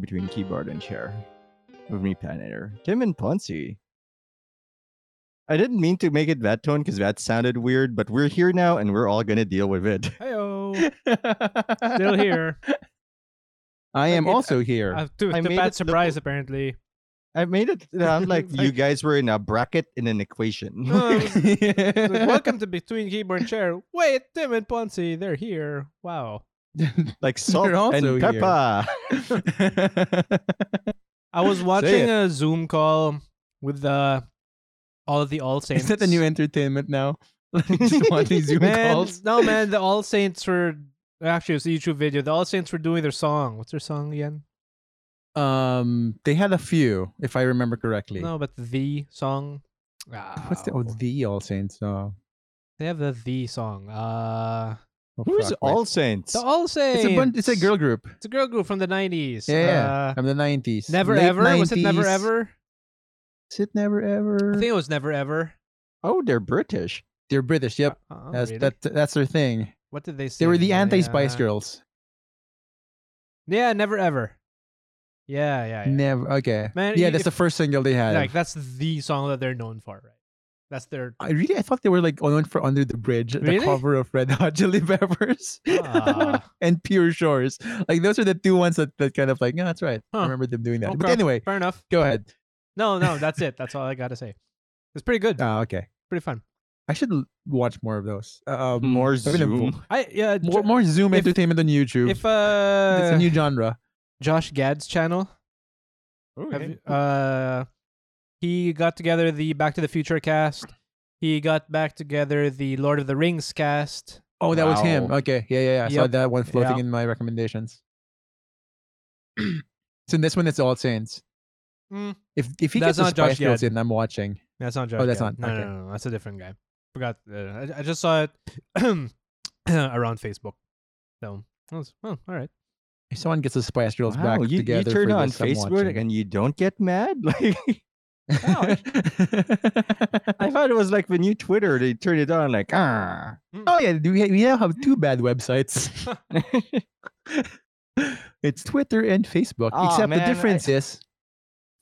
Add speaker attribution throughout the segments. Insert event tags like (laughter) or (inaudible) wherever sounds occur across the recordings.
Speaker 1: between keyboard and chair with me, Pan Eater. Tim and Ponzi. I didn't mean to make it that tone because that sounded weird, but we're here now and we're all gonna deal with it. (laughs)
Speaker 2: (laughs) Heyo, still here.
Speaker 1: I am
Speaker 2: It-
Speaker 1: also here.
Speaker 2: Uh, to
Speaker 1: I
Speaker 2: to
Speaker 1: made
Speaker 2: bad
Speaker 1: it
Speaker 2: surprise, apparently.
Speaker 1: I made it sound
Speaker 3: (laughs)
Speaker 1: like you
Speaker 2: Like-
Speaker 1: guys were in a bracket in an equation.
Speaker 2: No, it was- (laughs) It's like, Welcome to Between Keyboard and Chair. Wait, Tim and Ponzi, they're here. Wow.
Speaker 1: (laughs)
Speaker 3: (laughs)
Speaker 1: like salt
Speaker 3: also
Speaker 1: and
Speaker 3: here. (laughs)
Speaker 1: pepper.
Speaker 2: I (laughs) was
Speaker 1: it.
Speaker 2: watching a Zoom call with uh, all of the (laughs) All Saints.
Speaker 3: Is that the new
Speaker 2: (laughs)
Speaker 3: entertainment now? (laughs) Just watching Zoom
Speaker 2: man,
Speaker 3: calls.
Speaker 2: No, man, the All Saints were actually it's a YouTube video. The All Saints were doing their song. What's their song again?
Speaker 3: Um, they had a few, if I remember correctly.
Speaker 2: No, but the song. Ah,
Speaker 3: What's the oh,
Speaker 2: Ow.
Speaker 3: the All Saints? Oh,
Speaker 2: They have the the song. Uh,
Speaker 3: oh,
Speaker 1: Who's
Speaker 3: fuck, wait.
Speaker 1: All Saints?
Speaker 2: the All Saints.
Speaker 3: It's a bunch. It's a girl group.
Speaker 2: It's a girl group from the nineties.
Speaker 3: Yeah, yeah.
Speaker 2: Uh,
Speaker 3: from the nineties.
Speaker 2: never ever was it never ever?
Speaker 3: Is it never ever?
Speaker 2: I think it was never ever.
Speaker 1: oh, they're British.
Speaker 3: They're British. Yep,
Speaker 2: Uh,
Speaker 3: that's
Speaker 2: really?
Speaker 3: that. That's their thing.
Speaker 2: What did they say?
Speaker 3: They were the anti-Spice
Speaker 2: Yeah.
Speaker 3: Girls.
Speaker 2: Yeah, never ever. Yeah, yeah, yeah.
Speaker 3: Never. Okay.
Speaker 2: Man,
Speaker 3: yeah,
Speaker 2: you-
Speaker 3: that's the
Speaker 2: if-
Speaker 3: first single they had.
Speaker 2: like that's the song that they're known for, right? That's their.
Speaker 3: I really, I thought they were like on for Under the Bridge,
Speaker 2: Really?
Speaker 3: the cover of Red (laughs) Hot Chili Peppers,
Speaker 2: Ah.
Speaker 3: (laughs) and Pure Shores. Like those are the two ones that, that kind of like, no, that's right.
Speaker 2: Huh.
Speaker 3: I remember them doing that. But
Speaker 2: Okay,
Speaker 3: anyway,
Speaker 2: fair enough.
Speaker 3: go ahead.
Speaker 2: No, no, that's it. That's all I gotta say. It's pretty good.
Speaker 3: Ah, okay.
Speaker 2: pretty fun.
Speaker 3: I should l- watch more of those. Um,
Speaker 1: More
Speaker 3: I'm gonna vo-
Speaker 1: Zoom.
Speaker 2: I yeah. Jo-
Speaker 3: (laughs) more, more Zoom
Speaker 2: if-
Speaker 3: entertainment on YouTube.
Speaker 2: if
Speaker 3: it's
Speaker 2: uh,
Speaker 3: a new genre.
Speaker 2: Josh Gad's channel. Have
Speaker 1: Okay.
Speaker 2: you- uh, he got together the Back to the Future cast. He got back together the Lord of the Rings cast.
Speaker 3: Oh, that was him.
Speaker 1: Wow.
Speaker 3: Okay. Yeah, yeah, yeah. I saw
Speaker 2: Yep.
Speaker 3: that one floating
Speaker 2: Yeah.
Speaker 3: in my recommendations. (clears throat) so this one, it's All Saints.
Speaker 2: Mm.
Speaker 3: If if he
Speaker 2: That's
Speaker 3: gets the
Speaker 2: not Josh
Speaker 3: Spice Girls
Speaker 2: Gad.
Speaker 3: in, I'm watching.
Speaker 2: That's not Josh.
Speaker 3: Oh, that's
Speaker 2: Gad.
Speaker 3: not-
Speaker 2: No,
Speaker 3: okay.
Speaker 2: no, no, no, that's a different guy. Forgot. Uh, I, I just saw it (coughs) around Facebook. So, I was- oh, all right.
Speaker 3: If someone gets the Spice Girls
Speaker 1: Wow,
Speaker 3: back
Speaker 1: you, you
Speaker 3: together,
Speaker 1: turn
Speaker 3: for
Speaker 1: on
Speaker 3: this, I'm
Speaker 1: Facebook
Speaker 3: watching.
Speaker 1: and you don't get mad? (laughs) Like
Speaker 2: Ouch.
Speaker 1: I thought it was like when you Twitter, they turn it on like ah.
Speaker 3: (laughs) oh yeah, do we we now have two
Speaker 1: (laughs)
Speaker 3: bad websites. it's Twitter and Facebook.
Speaker 1: Aw,
Speaker 3: except
Speaker 1: man, I-
Speaker 3: the difference is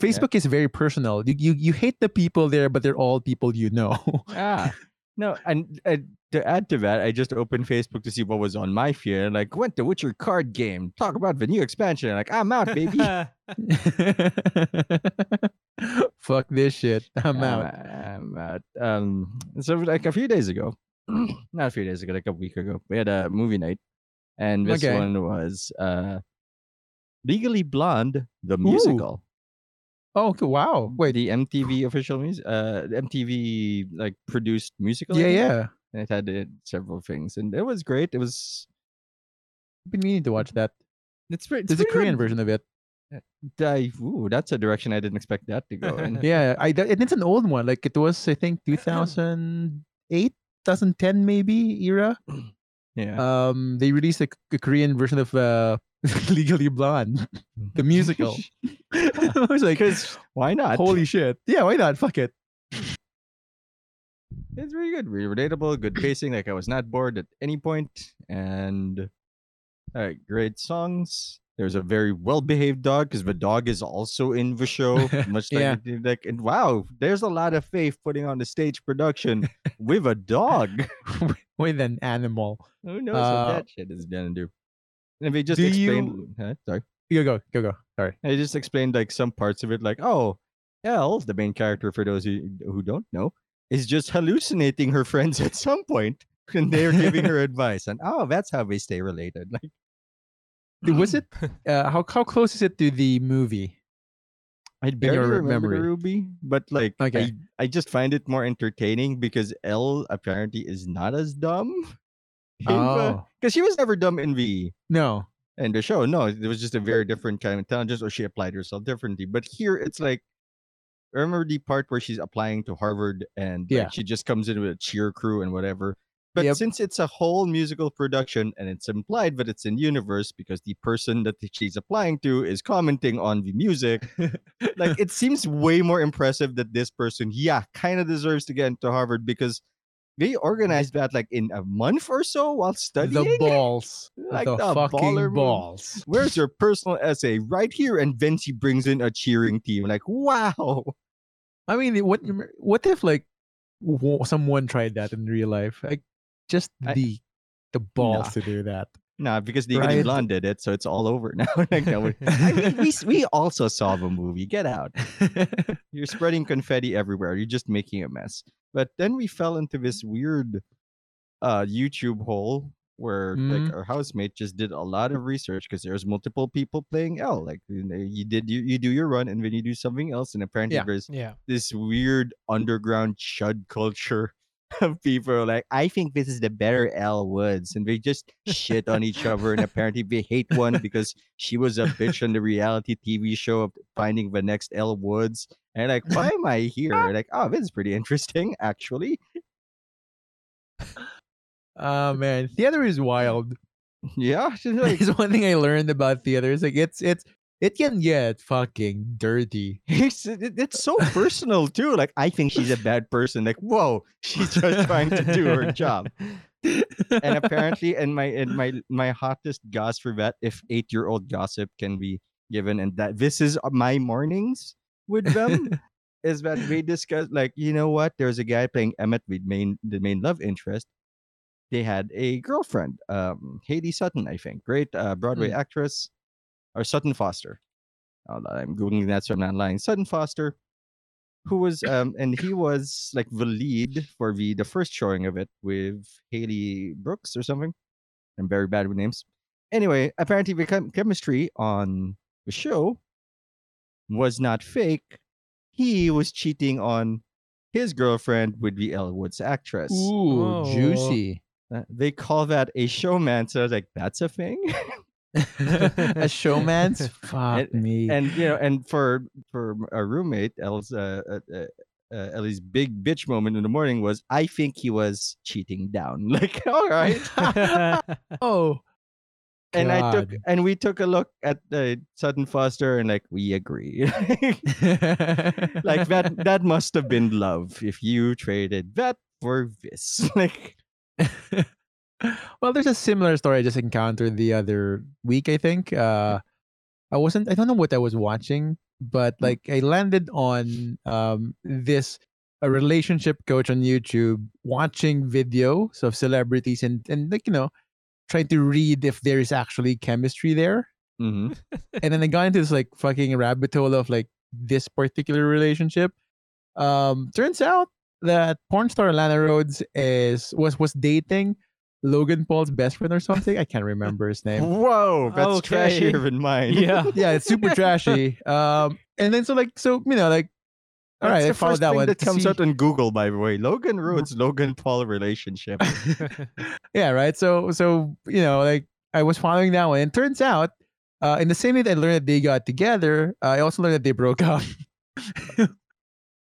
Speaker 3: Facebook is very personal. You, you you hate the people there, but they're all people you know. (laughs)
Speaker 1: Ah, no, and uh, to add to that, I just opened Facebook to see what was on my feed. and, Like, went to Witcher card game. Talk about the new expansion. Like, I'm out, baby.
Speaker 3: Fuck this shit. I'm out.
Speaker 1: I'm out. Um, so like a few days ago, (clears throat) not a few days ago, like a week ago, we had a movie night, and this
Speaker 3: Okay.
Speaker 1: one was uh, Legally Blonde, the musical.
Speaker 3: Oh okay, wow. Wait.
Speaker 1: the MTV official music, uh, the MTV like produced musical. I
Speaker 3: Yeah,
Speaker 1: think,
Speaker 3: yeah.
Speaker 1: And it had uh, several things, and it was great. It was
Speaker 3: I've been meaning to watch that.
Speaker 1: It's pretty.
Speaker 3: There's a Korean version of it.
Speaker 1: Di- ooh, that's a direction I didn't expect that to go
Speaker 3: (laughs)
Speaker 1: in. (laughs)
Speaker 3: Yeah, I th- and it's an old one. Like it was, I think, 2008, 2010 maybe era.
Speaker 1: Yeah.
Speaker 3: Um, they released a, a Korean version of uh, (laughs) Legally Blonde,
Speaker 1: (laughs)
Speaker 3: the musical. (laughs) I was like,
Speaker 1: Because why not?
Speaker 3: holy (laughs) shit! Yeah, why not? Fuck it.
Speaker 1: (laughs) It's really good, really relatable, good pacing. Like I was not bored at any point, and uh, great songs. There's a very well-behaved dog because the dog is also in the
Speaker 3: (laughs)
Speaker 1: show, much like,
Speaker 3: Yeah.
Speaker 1: it did, like and wow, there's a lot of faith putting on the stage
Speaker 3: (laughs)
Speaker 1: production with a dog. (laughs)
Speaker 3: With an animal.
Speaker 1: Who knows
Speaker 3: Uh,
Speaker 1: what that shit is gonna do? And they just
Speaker 3: do
Speaker 1: explained.
Speaker 3: you-
Speaker 1: Huh? Sorry.
Speaker 3: Go go go go. Sorry.
Speaker 1: I just explained like some parts of it, like oh, Elle, the main character for those who, who don't know, is just hallucinating her friends at some point, and they're giving
Speaker 3: (laughs)
Speaker 1: her advice, and oh, that's how they stay related. Like
Speaker 3: Was it? Uh, how how close is it to the movie?
Speaker 1: I barely
Speaker 3: your
Speaker 1: remember the
Speaker 3: memory.
Speaker 1: Ruby, but like
Speaker 3: Okay.
Speaker 1: I, I just find it more entertaining because Elle apparently is not as dumb. (laughs) Because
Speaker 3: Oh
Speaker 1: she was never dumb in E. the
Speaker 3: no.
Speaker 1: and the show. No, it was just a very different kind of intelligence, or she applied herself differently. But here, it's like I remember the part where she's applying to Harvard, and like,
Speaker 3: Yeah.
Speaker 1: she just comes in with a cheer crew and whatever. But
Speaker 3: Yep.
Speaker 1: since it's a whole musical production, and it's implied that it's in universe because the person that she's applying to is commenting on the music,
Speaker 3: (laughs)
Speaker 1: like it seems way more impressive that this person, yeah, kind of deserves to get into Harvard because they organized that like in a month or so while studying.
Speaker 3: The balls.
Speaker 1: Like
Speaker 3: the,
Speaker 1: the baller
Speaker 3: fucking
Speaker 1: move.
Speaker 3: balls.
Speaker 1: Where's your personal essay? Right here. And Vinci brings in a cheering team. Like, wow.
Speaker 3: I mean, what what if like wo- someone tried that in real life? Like just
Speaker 1: I-
Speaker 3: the the balls to do that.
Speaker 1: Nah, because the
Speaker 3: Right? (laughs)
Speaker 1: right? Blonde did it, so it's all over now. (laughs) like, no, we, I mean, we, s- we also saw the movie. Get
Speaker 3: (laughs)
Speaker 1: out. You're spreading confetti everywhere. You're just making a mess. But then we fell into this weird uh, YouTube hole where
Speaker 3: Mhm.
Speaker 1: like our housemate just did a lot of research because there's multiple people playing L. Like you, know, you did you, you do your run and then you do something else, and apparently
Speaker 3: Yeah.
Speaker 1: there's
Speaker 2: (laughs) yeah.
Speaker 1: this weird underground chud culture (laughs) of people who are like, I think this is the better L Woods. And they just shit on each other. And apparently they hate one because she was a bitch on the reality TV show of finding the next L Woods. And like, why am I here? Like, oh, this is pretty interesting, actually. (laughs)
Speaker 3: oh man, theater is wild.
Speaker 1: Yeah. she's (laughs) like,
Speaker 3: There's one thing I learned about theater. It's like it's it's it can get fucking dirty.
Speaker 1: it's, it- it's so personal too. Like, I think she's a bad person. Like, whoa, she's just trying to do her job.
Speaker 3: (laughs)
Speaker 1: and apparently and my and my my hottest goss for that if eight year old gossip can be given and that this is uh, my mornings with them is that we discuss like you know what there's a guy playing emmett with main the main love interest they had a girlfriend um haiti sutton i think great uh, broadway actress or sutton foster Hold on, i'm googling that so i'm not lying sutton foster who was um and he was like the lead for the the first showing of it with Haley Brooks or something. I'm very bad with names. Anyway, apparently the chem- chemistry on the show was not fake. He was cheating on his girlfriend with the Elwood's actress.
Speaker 3: Ooh,
Speaker 2: Oh.
Speaker 1: (laughs)
Speaker 3: juicy.
Speaker 1: Uh, They call that a showman. So I was like, that's a thing.
Speaker 3: A showman's fuck me.
Speaker 1: and you know, and for for our roommate El's uh, uh, uh, uh, Ellie's big bitch moment in the morning was I think he was cheating down. (laughs) Like, all
Speaker 3: (laughs)
Speaker 1: right.
Speaker 3: oh,
Speaker 1: and I took
Speaker 3: God.
Speaker 1: and we took a look at the Sutton Foster and like we agree. (laughs) like that
Speaker 3: (laughs)
Speaker 1: that must have been love if you traded that for this. (laughs) Like
Speaker 3: well, there's a similar story I just encountered the other week, I think. Uh I wasn't I don't know what I was watching, but like I landed on um this a relationship coach on YouTube watching videos of celebrities and and like you know trying to read if there is actually chemistry there. Mm-hmm.
Speaker 1: mhm.
Speaker 3: and then I got into this like fucking rabbit hole of like this particular relationship. Um, turns out that porn star Lana Rhodes is was was dating Logan Paul's best friend or something. I can't remember
Speaker 1: (laughs)
Speaker 3: his name.
Speaker 1: Whoa, that's
Speaker 2: Okay.
Speaker 1: trashier than mine.
Speaker 2: yeah.
Speaker 3: (laughs) Yeah, it's
Speaker 2: (laughs)
Speaker 3: super trashy. Um, and then so like so you know like all
Speaker 1: That's
Speaker 3: right,
Speaker 1: the
Speaker 3: I followed
Speaker 1: first
Speaker 3: that
Speaker 1: thing
Speaker 3: one.
Speaker 1: that comes
Speaker 3: See-
Speaker 1: out on Google, by the way. Logan Rhodes, Logan Paul relationship.
Speaker 3: yeah, right. So so you know, like I was following that one, and turns out, uh, in the same day that I learned that they got together, uh, I also learned that they broke (laughs) up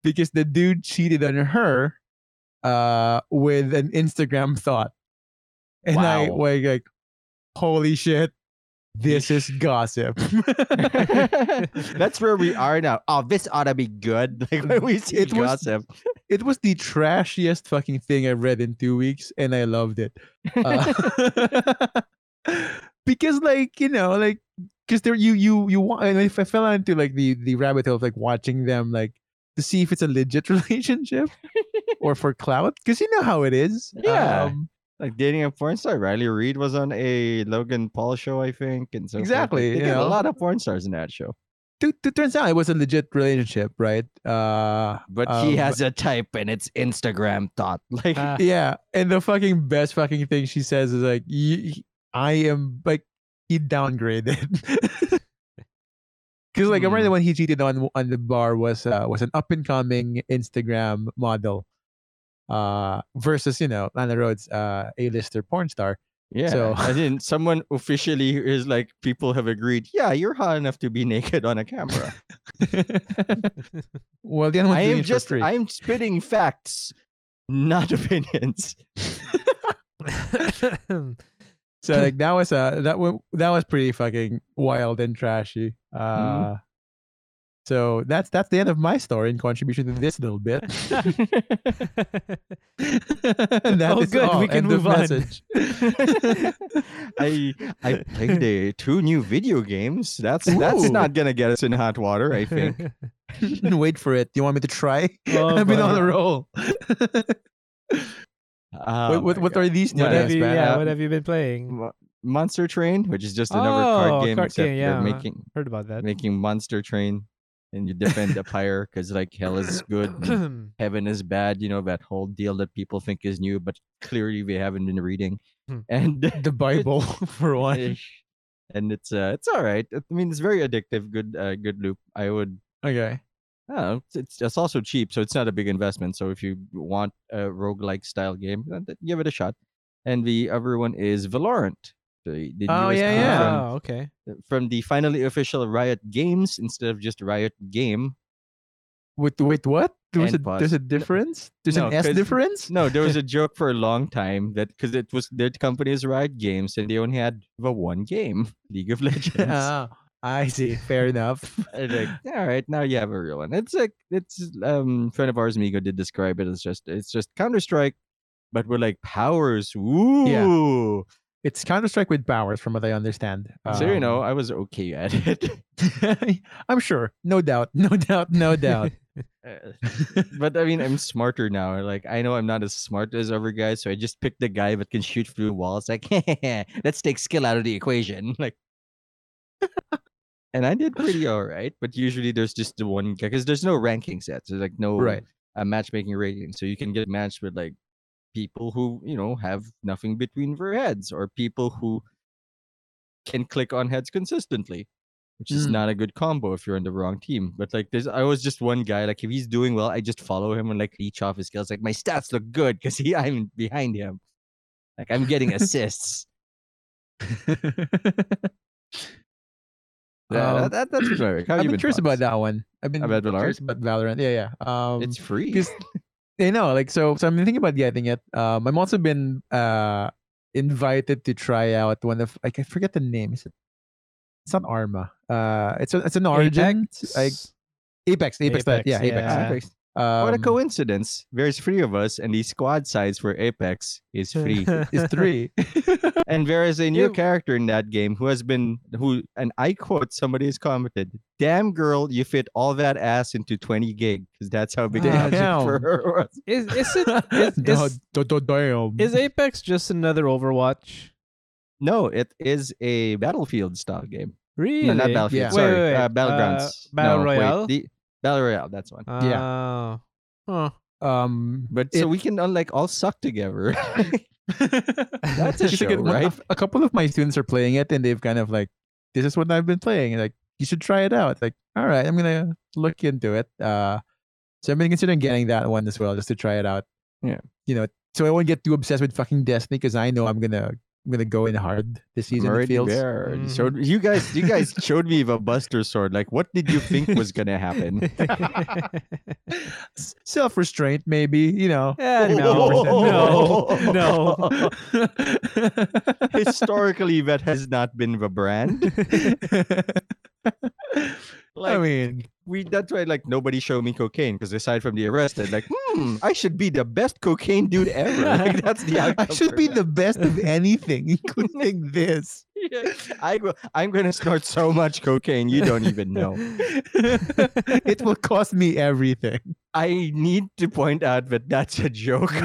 Speaker 3: because the dude cheated on her uh, with an Instagram thought, and I
Speaker 1: Wow.
Speaker 3: was like, holy shit.
Speaker 1: (laughs)
Speaker 3: This is gossip. (laughs)
Speaker 1: That's where we are now. Oh, this ought to be good. (laughs) Like when we see
Speaker 3: It was-
Speaker 1: gossip.
Speaker 3: it was the trashiest fucking thing I've read in two weeks, and I loved it. Uh, (laughs) because, like, you know, like, because there, you, you, you want. And if I fell into like the the rabbit hole of like watching them, like, to see if it's a legit (laughs) relationship or for clout, because you know how it is. Um,
Speaker 1: Yeah. like dating a porn star. Riley Reed was on a Logan Paul show, I think, and so forth. Like,
Speaker 3: Exactly,
Speaker 1: They
Speaker 3: you
Speaker 1: get
Speaker 3: know.
Speaker 1: a lot of porn stars in that show,
Speaker 3: to, to turns out it was a legit relationship, right? Uh,
Speaker 1: but
Speaker 3: Um, Uh,
Speaker 1: he has a type, and it's Instagram thought. (laughs) Like,
Speaker 2: (laughs) Ah.
Speaker 3: yeah and the fucking best fucking thing she says is like "Y- y- i am like he downgraded (laughs) because like i remember the
Speaker 1: Hmm.
Speaker 3: one he cheated on on the bar was uh, was an up and coming instagram model uh versus you know lana rhodes uh a-lister porn star
Speaker 1: yeah.
Speaker 3: so-
Speaker 1: and
Speaker 3: (laughs)
Speaker 1: then someone officially is like, people have agreed. Yeah, you're hot enough to be (laughs) naked on a
Speaker 3: (laughs)
Speaker 1: camera.
Speaker 3: well the other one's
Speaker 1: I
Speaker 3: doing
Speaker 1: am
Speaker 3: it for
Speaker 1: just,
Speaker 3: free.
Speaker 1: I'm spitting facts, not (laughs) opinions.
Speaker 3: so like that
Speaker 1: Hmm.
Speaker 3: was uh that was that was pretty fucking wild and trashy uh So that's that's the end of my story in contribution to this little bit. That
Speaker 2: Oh,
Speaker 3: is
Speaker 2: good,
Speaker 3: all.
Speaker 2: we can
Speaker 3: End of
Speaker 2: move on. (laughs)
Speaker 3: message.
Speaker 1: (laughs) I I played uh, two new video games. That's that's
Speaker 3: Ooh.
Speaker 1: not gonna get us in hot water.
Speaker 2: (laughs)
Speaker 1: I think.
Speaker 3: (laughs) Wait for it. You want me to try? (laughs)
Speaker 2: Oh,
Speaker 3: I've been on
Speaker 2: God.
Speaker 3: a roll.
Speaker 1: Oh
Speaker 3: what what,
Speaker 1: my
Speaker 3: what
Speaker 1: God.
Speaker 3: are these
Speaker 1: What
Speaker 2: what, have
Speaker 3: nowadays,
Speaker 2: you,
Speaker 3: man?
Speaker 2: yeah,
Speaker 1: uh,
Speaker 2: what have you been playing?
Speaker 1: Mo- Monster Train, which is just another card
Speaker 2: Oh,
Speaker 1: game,
Speaker 2: card
Speaker 1: except
Speaker 2: game,
Speaker 1: you're
Speaker 2: yeah.
Speaker 1: making
Speaker 2: Heard about that. (clears throat)
Speaker 1: making Monster Train, and you defend Empire because like hell is good,
Speaker 2: (coughs)
Speaker 1: and heaven is bad. You know that whole deal that people think is new, but clearly we haven't been reading.
Speaker 2: Hmm.
Speaker 1: And
Speaker 3: (laughs)
Speaker 1: (laughs)
Speaker 3: The Bible (laughs) for one.
Speaker 1: ish. and it's uh it's all right. I mean, it's very addictive. Good uh, good loop. I would.
Speaker 3: Okay.
Speaker 1: I don't know, Oh, it's- it's it's also cheap, so it's not a big investment. So if you want a roguelike style game, then th- give it a shot. And the other one is Valorant. The, the
Speaker 3: Oh,
Speaker 1: newest
Speaker 3: yeah,
Speaker 1: one
Speaker 3: yeah.
Speaker 1: from-
Speaker 2: Oh, okay.
Speaker 1: from the finally official Riot Games instead of just Riot Game.
Speaker 3: Wait, wait, what? There's a,
Speaker 1: And pause.
Speaker 3: there's a difference? There's
Speaker 1: no,
Speaker 3: an S
Speaker 1: 'cause-
Speaker 3: difference?
Speaker 1: (laughs)
Speaker 3: (laughs)
Speaker 1: No, there was a joke for a long time that because it was their company is Riot Games and they only had the one game, League
Speaker 3: (laughs)
Speaker 1: of Legends.
Speaker 3: Ah, I see. Fair enough. (laughs)
Speaker 1: And like, (laughs) all right, now you have a real one. It's like it's um friend of ours, Migo, did describe it as just it's just Counter Strike, but we're like powers. Ooh.
Speaker 3: It's Counter Strike with powers, from what I understand.
Speaker 1: so you know,
Speaker 3: Um,
Speaker 1: I was okay at (laughs) it.
Speaker 3: (laughs) I'm sure. No doubt. No doubt. No
Speaker 1: (laughs)
Speaker 3: doubt.
Speaker 1: Uh, but I mean, I'm smarter now. Like I know I'm not as smart as other guys, so I just picked the guy that can shoot through walls. Like, (laughs) let's take skill out of the equation. (laughs) Like, and I did pretty all right. But usually there's just the one guy because there's no ranking sets. There's like no
Speaker 3: right.
Speaker 1: uh, matchmaking rating, so you can get matched with like people who you know have nothing between their heads or people who can click on heads consistently which is
Speaker 3: Mm.
Speaker 1: not a good combo if you're on the wrong team. But like, there's I was just one guy. Like, if he's doing well, I just follow him and like leech off his skills. Like, my stats look good because (laughs) he I'm behind him. Like, I'm
Speaker 3: (laughs)
Speaker 1: getting assists. yeah,
Speaker 3: Um,
Speaker 1: that, that,
Speaker 3: (clears throat)
Speaker 1: that's generic. How
Speaker 3: I've
Speaker 1: you
Speaker 3: been
Speaker 1: been
Speaker 3: curious about that one. I've been
Speaker 1: About
Speaker 3: curious about Valorant. Yeah, yeah. Um,
Speaker 1: It's free.
Speaker 3: 'cause you know, like so. So I'm thinking about getting it. Um, I'm also been uh invited to try out one of like I forget the name. Is it? It's not Arma. Uh, it's a, it's an Origin.
Speaker 2: Apex?
Speaker 3: Like Apex, Apex, that, yeah, Apex.
Speaker 2: yeah.
Speaker 1: Apex.
Speaker 3: Um,
Speaker 1: what a coincidence! There's three of us, and the squad size for Apex is free.
Speaker 2: (laughs)
Speaker 3: Is three.
Speaker 1: (laughs) and there is a new
Speaker 2: Ew.
Speaker 1: character in that game who has been who, and I quote somebody has commented, "Damn girl, you fit all that ass into 20 gig because that's how big the
Speaker 2: Ah,
Speaker 1: budget (laughs) for
Speaker 3: damn.
Speaker 1: her was."
Speaker 2: Is is it
Speaker 3: (laughs)
Speaker 2: is,
Speaker 3: Da-
Speaker 2: is,
Speaker 3: da- da- damn.
Speaker 2: is Apex just another Overwatch?
Speaker 1: No, it is a battlefield style game.
Speaker 2: Really?
Speaker 1: No, not battlefield.
Speaker 3: Yeah.
Speaker 2: Wait,
Speaker 1: Sorry,
Speaker 2: wait, wait.
Speaker 1: Uh,
Speaker 2: Uh,
Speaker 1: battlegrounds.
Speaker 2: Battle
Speaker 1: No, wait,
Speaker 2: Royale?
Speaker 1: the- battle royale. That's one.
Speaker 2: yeah. Oh. Huh.
Speaker 3: um,
Speaker 1: But so we can uh, like all suck together. (laughs) That's a
Speaker 3: It's like
Speaker 1: show,
Speaker 3: one-
Speaker 1: right?
Speaker 3: A couple of my students are playing it, and they've kind of like, "This is what I've been playing." and Like, you should try it out. Like, all right, I'm gonna look into it. Uh, so I've been considering getting that one as well, just to try it out.
Speaker 1: Yeah.
Speaker 3: you know, so I won't get too obsessed with fucking Destiny because I know I'm gonna I'm gonna go in hard
Speaker 1: I'm
Speaker 3: this season. it
Speaker 1: already
Speaker 3: feels.
Speaker 1: there. You showed you guys. You
Speaker 3: (laughs)
Speaker 1: guys showed me the Buster Sword. Like, what did you think was gonna
Speaker 3: (laughs)
Speaker 1: happen?
Speaker 3: Self restraint, maybe. You know.
Speaker 1: Eh.
Speaker 2: yeah,
Speaker 1: (laughs)
Speaker 2: (laughs) no, no,
Speaker 1: Oh.
Speaker 3: (laughs)
Speaker 1: (laughs)
Speaker 2: no.
Speaker 1: Historically, that has not been the brand.
Speaker 3: (laughs)
Speaker 1: Like,
Speaker 3: I mean,
Speaker 1: we that's why like nobody showed me cocaine because aside from the arrested, like, hmm, I should be the best cocaine dude
Speaker 3: (laughs)
Speaker 1: ever. Like, that's the
Speaker 3: I
Speaker 1: outcome
Speaker 3: should
Speaker 1: for
Speaker 3: be
Speaker 1: that.
Speaker 3: (laughs) the best
Speaker 1: (laughs)
Speaker 3: of anything, including this.
Speaker 1: Yeah. I will, I'm going to snort so much cocaine, you don't even know.
Speaker 3: (laughs)
Speaker 1: (laughs)
Speaker 2: (laughs)
Speaker 3: it will cost me everything.
Speaker 1: I need to point out that that's a joke. (laughs)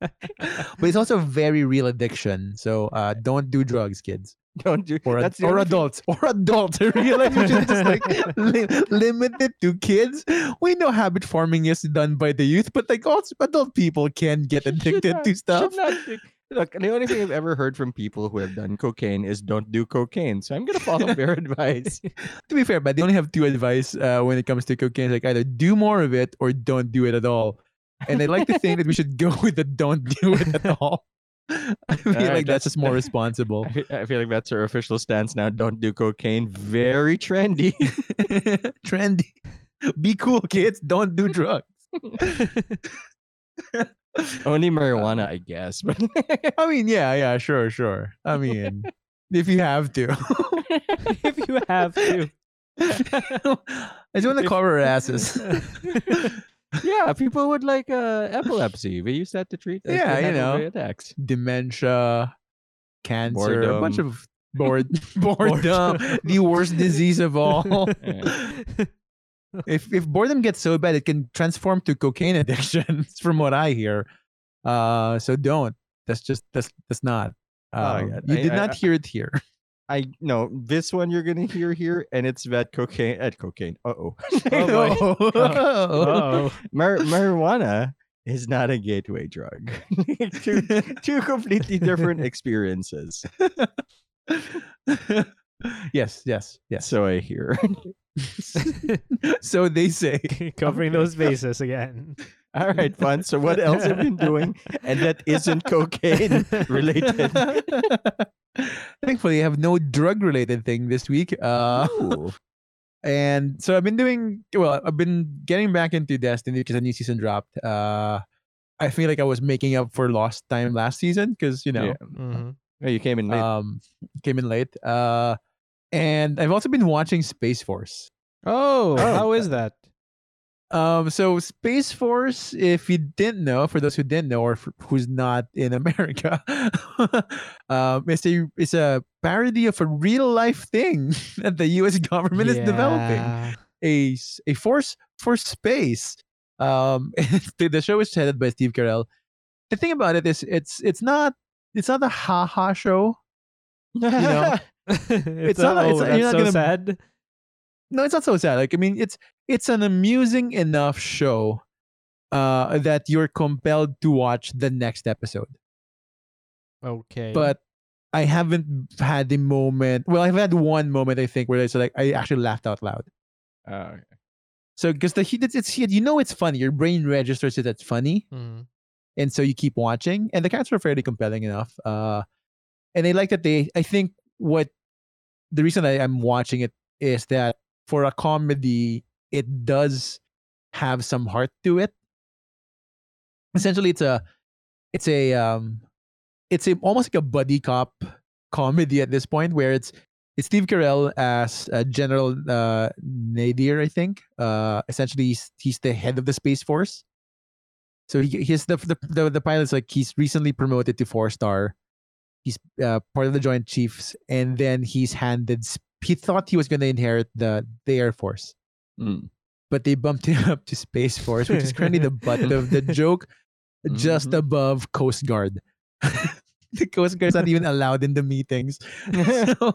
Speaker 3: But it's also a very real addiction. So uh, don't do drugs, kids.
Speaker 1: don't do
Speaker 3: Or, ad-
Speaker 1: that's the
Speaker 3: or
Speaker 1: only thing-
Speaker 3: adults. (laughs) Or adults. I realize we should just like li- limit it to kids. We know habit forming is done by the youth, but like also adult people can get
Speaker 1: Should
Speaker 3: addicted
Speaker 1: not-
Speaker 3: to
Speaker 1: should
Speaker 3: stuff. (laughs)
Speaker 1: not do- (laughs) Look, the only thing I've ever heard from people who have done cocaine is don't do cocaine. So I'm going to (laughs) follow their advice.
Speaker 3: To be fair, but they only have two advice uh, when it comes to cocaine. It's like either do more of it or don't do it at all. And I like to think that we should go (laughs) with the don't do it at all. (laughs) I feel
Speaker 1: right,
Speaker 3: like
Speaker 1: that's-
Speaker 3: that's just more responsible.
Speaker 1: I fe- I feel like that's our official stance now. Don't do cocaine. Very trendy.
Speaker 3: (laughs) Trendy. Be cool, kids. Don't do drugs.
Speaker 1: (laughs) only marijuana, I guess. But (laughs)
Speaker 3: I mean, yeah, yeah, sure, sure. I mean, if you have to. (laughs)
Speaker 2: if you have to.
Speaker 3: I just want to
Speaker 1: If- (laughs)
Speaker 3: cover our asses.
Speaker 1: yeah, people would like uh, epilepsy. We use that to treat. uh,
Speaker 3: Yeah, you know.
Speaker 1: hypoglycemia attacks.
Speaker 3: Dementia, cancer, a bunch
Speaker 1: Boredom. (laughs)
Speaker 3: of bored, boredom, the worst disease of
Speaker 1: (laughs)
Speaker 3: all. if if boredom gets so bad, it can transform to cocaine addiction, (laughs) from what I hear. Uh, so don't. That's just that's that's not. Uh,
Speaker 1: God.
Speaker 3: you
Speaker 1: Oh, I-
Speaker 3: did
Speaker 1: I-
Speaker 3: not
Speaker 1: I-
Speaker 3: hear it here.
Speaker 1: (laughs) I no, this one you're gonna hear here, and it's that cocaine at cocaine. Uh (laughs) oh,
Speaker 2: Oh,
Speaker 3: (laughs) Oh.
Speaker 2: Oh,
Speaker 1: Mar- marijuana is not a gateway drug. (laughs) (laughs) two, two completely different (laughs) experiences.
Speaker 3: yes, yes, yes. (laughs)
Speaker 1: So I hear.
Speaker 3: So they say.
Speaker 2: (laughs) covering those bases again.
Speaker 1: (laughs) All right, fun. So what else have you been doing, and that isn't
Speaker 3: (laughs)
Speaker 1: cocaine related?
Speaker 3: Thankfully, I have no drug-related thing this week. Uh,
Speaker 1: (laughs) Ooh.
Speaker 3: (laughs) and so I've been doing well. I've been getting back into Destiny because a new season dropped. Uh, I feel like I was making up for lost time last season because you know
Speaker 1: Yeah.
Speaker 2: Mhm.
Speaker 1: Oh, you came in late.
Speaker 3: um came in late. Uh, and I've also been watching Space Force.
Speaker 1: Oh.
Speaker 2: Oh, how is that?
Speaker 3: Um, so Space Force, if you didn't know, for those who didn't know or f- who's not in (laughs) America, um, it's a it's a parody of a real life thing (laughs) that the U.S. government is
Speaker 2: (laughs)
Speaker 3: developing
Speaker 2: Yeah.
Speaker 3: a s- a force for space. Um, (laughs) the, the show is headed by Steve Carell. The thing about it is, it's it's not it's not a ha ha show. know,
Speaker 2: it's,
Speaker 3: It's
Speaker 2: not.
Speaker 3: not a-
Speaker 2: oh,
Speaker 3: it's a-
Speaker 2: that's
Speaker 3: you're not
Speaker 2: so
Speaker 3: gonna-
Speaker 2: sad.
Speaker 3: no, it's not so sad. Like I mean, it's it's an amusing enough show uh, that you're compelled to watch the next episode.
Speaker 2: Okay,
Speaker 3: But I haven't had the moment. Well, I've had one moment I think where it's like I actually laughed out loud.
Speaker 1: Uh,
Speaker 3: So because the heat, it's, it's you know it's funny. Your brain registers it as funny,
Speaker 2: Mhm.
Speaker 3: and so you keep watching. And the characters are fairly compelling enough. Uh, and I like that they. I think what the reason I, I'm watching it is that for a comedy, it does have some heart to it. Essentially, it's a, it's a, um, it's a almost like a buddy cop comedy at this point, where it's it's Steve Carell as uh, General uh, Nadir, I think. Uh, essentially, he's, he's the head of the space force. So he, he's the, the the the pilot's like he's recently promoted to four star. He's uh, part of the Joint Chiefs, and then he's handed. s- He thought he was going to inherit the the Air Force,
Speaker 1: mm.
Speaker 3: but they bumped (laughs) him up to Space Force, which is currently the butt of the joke, just
Speaker 1: Mhm.
Speaker 3: above Coast Guard. (laughs) the Coast Guard's not even allowed in the meetings. (laughs) so,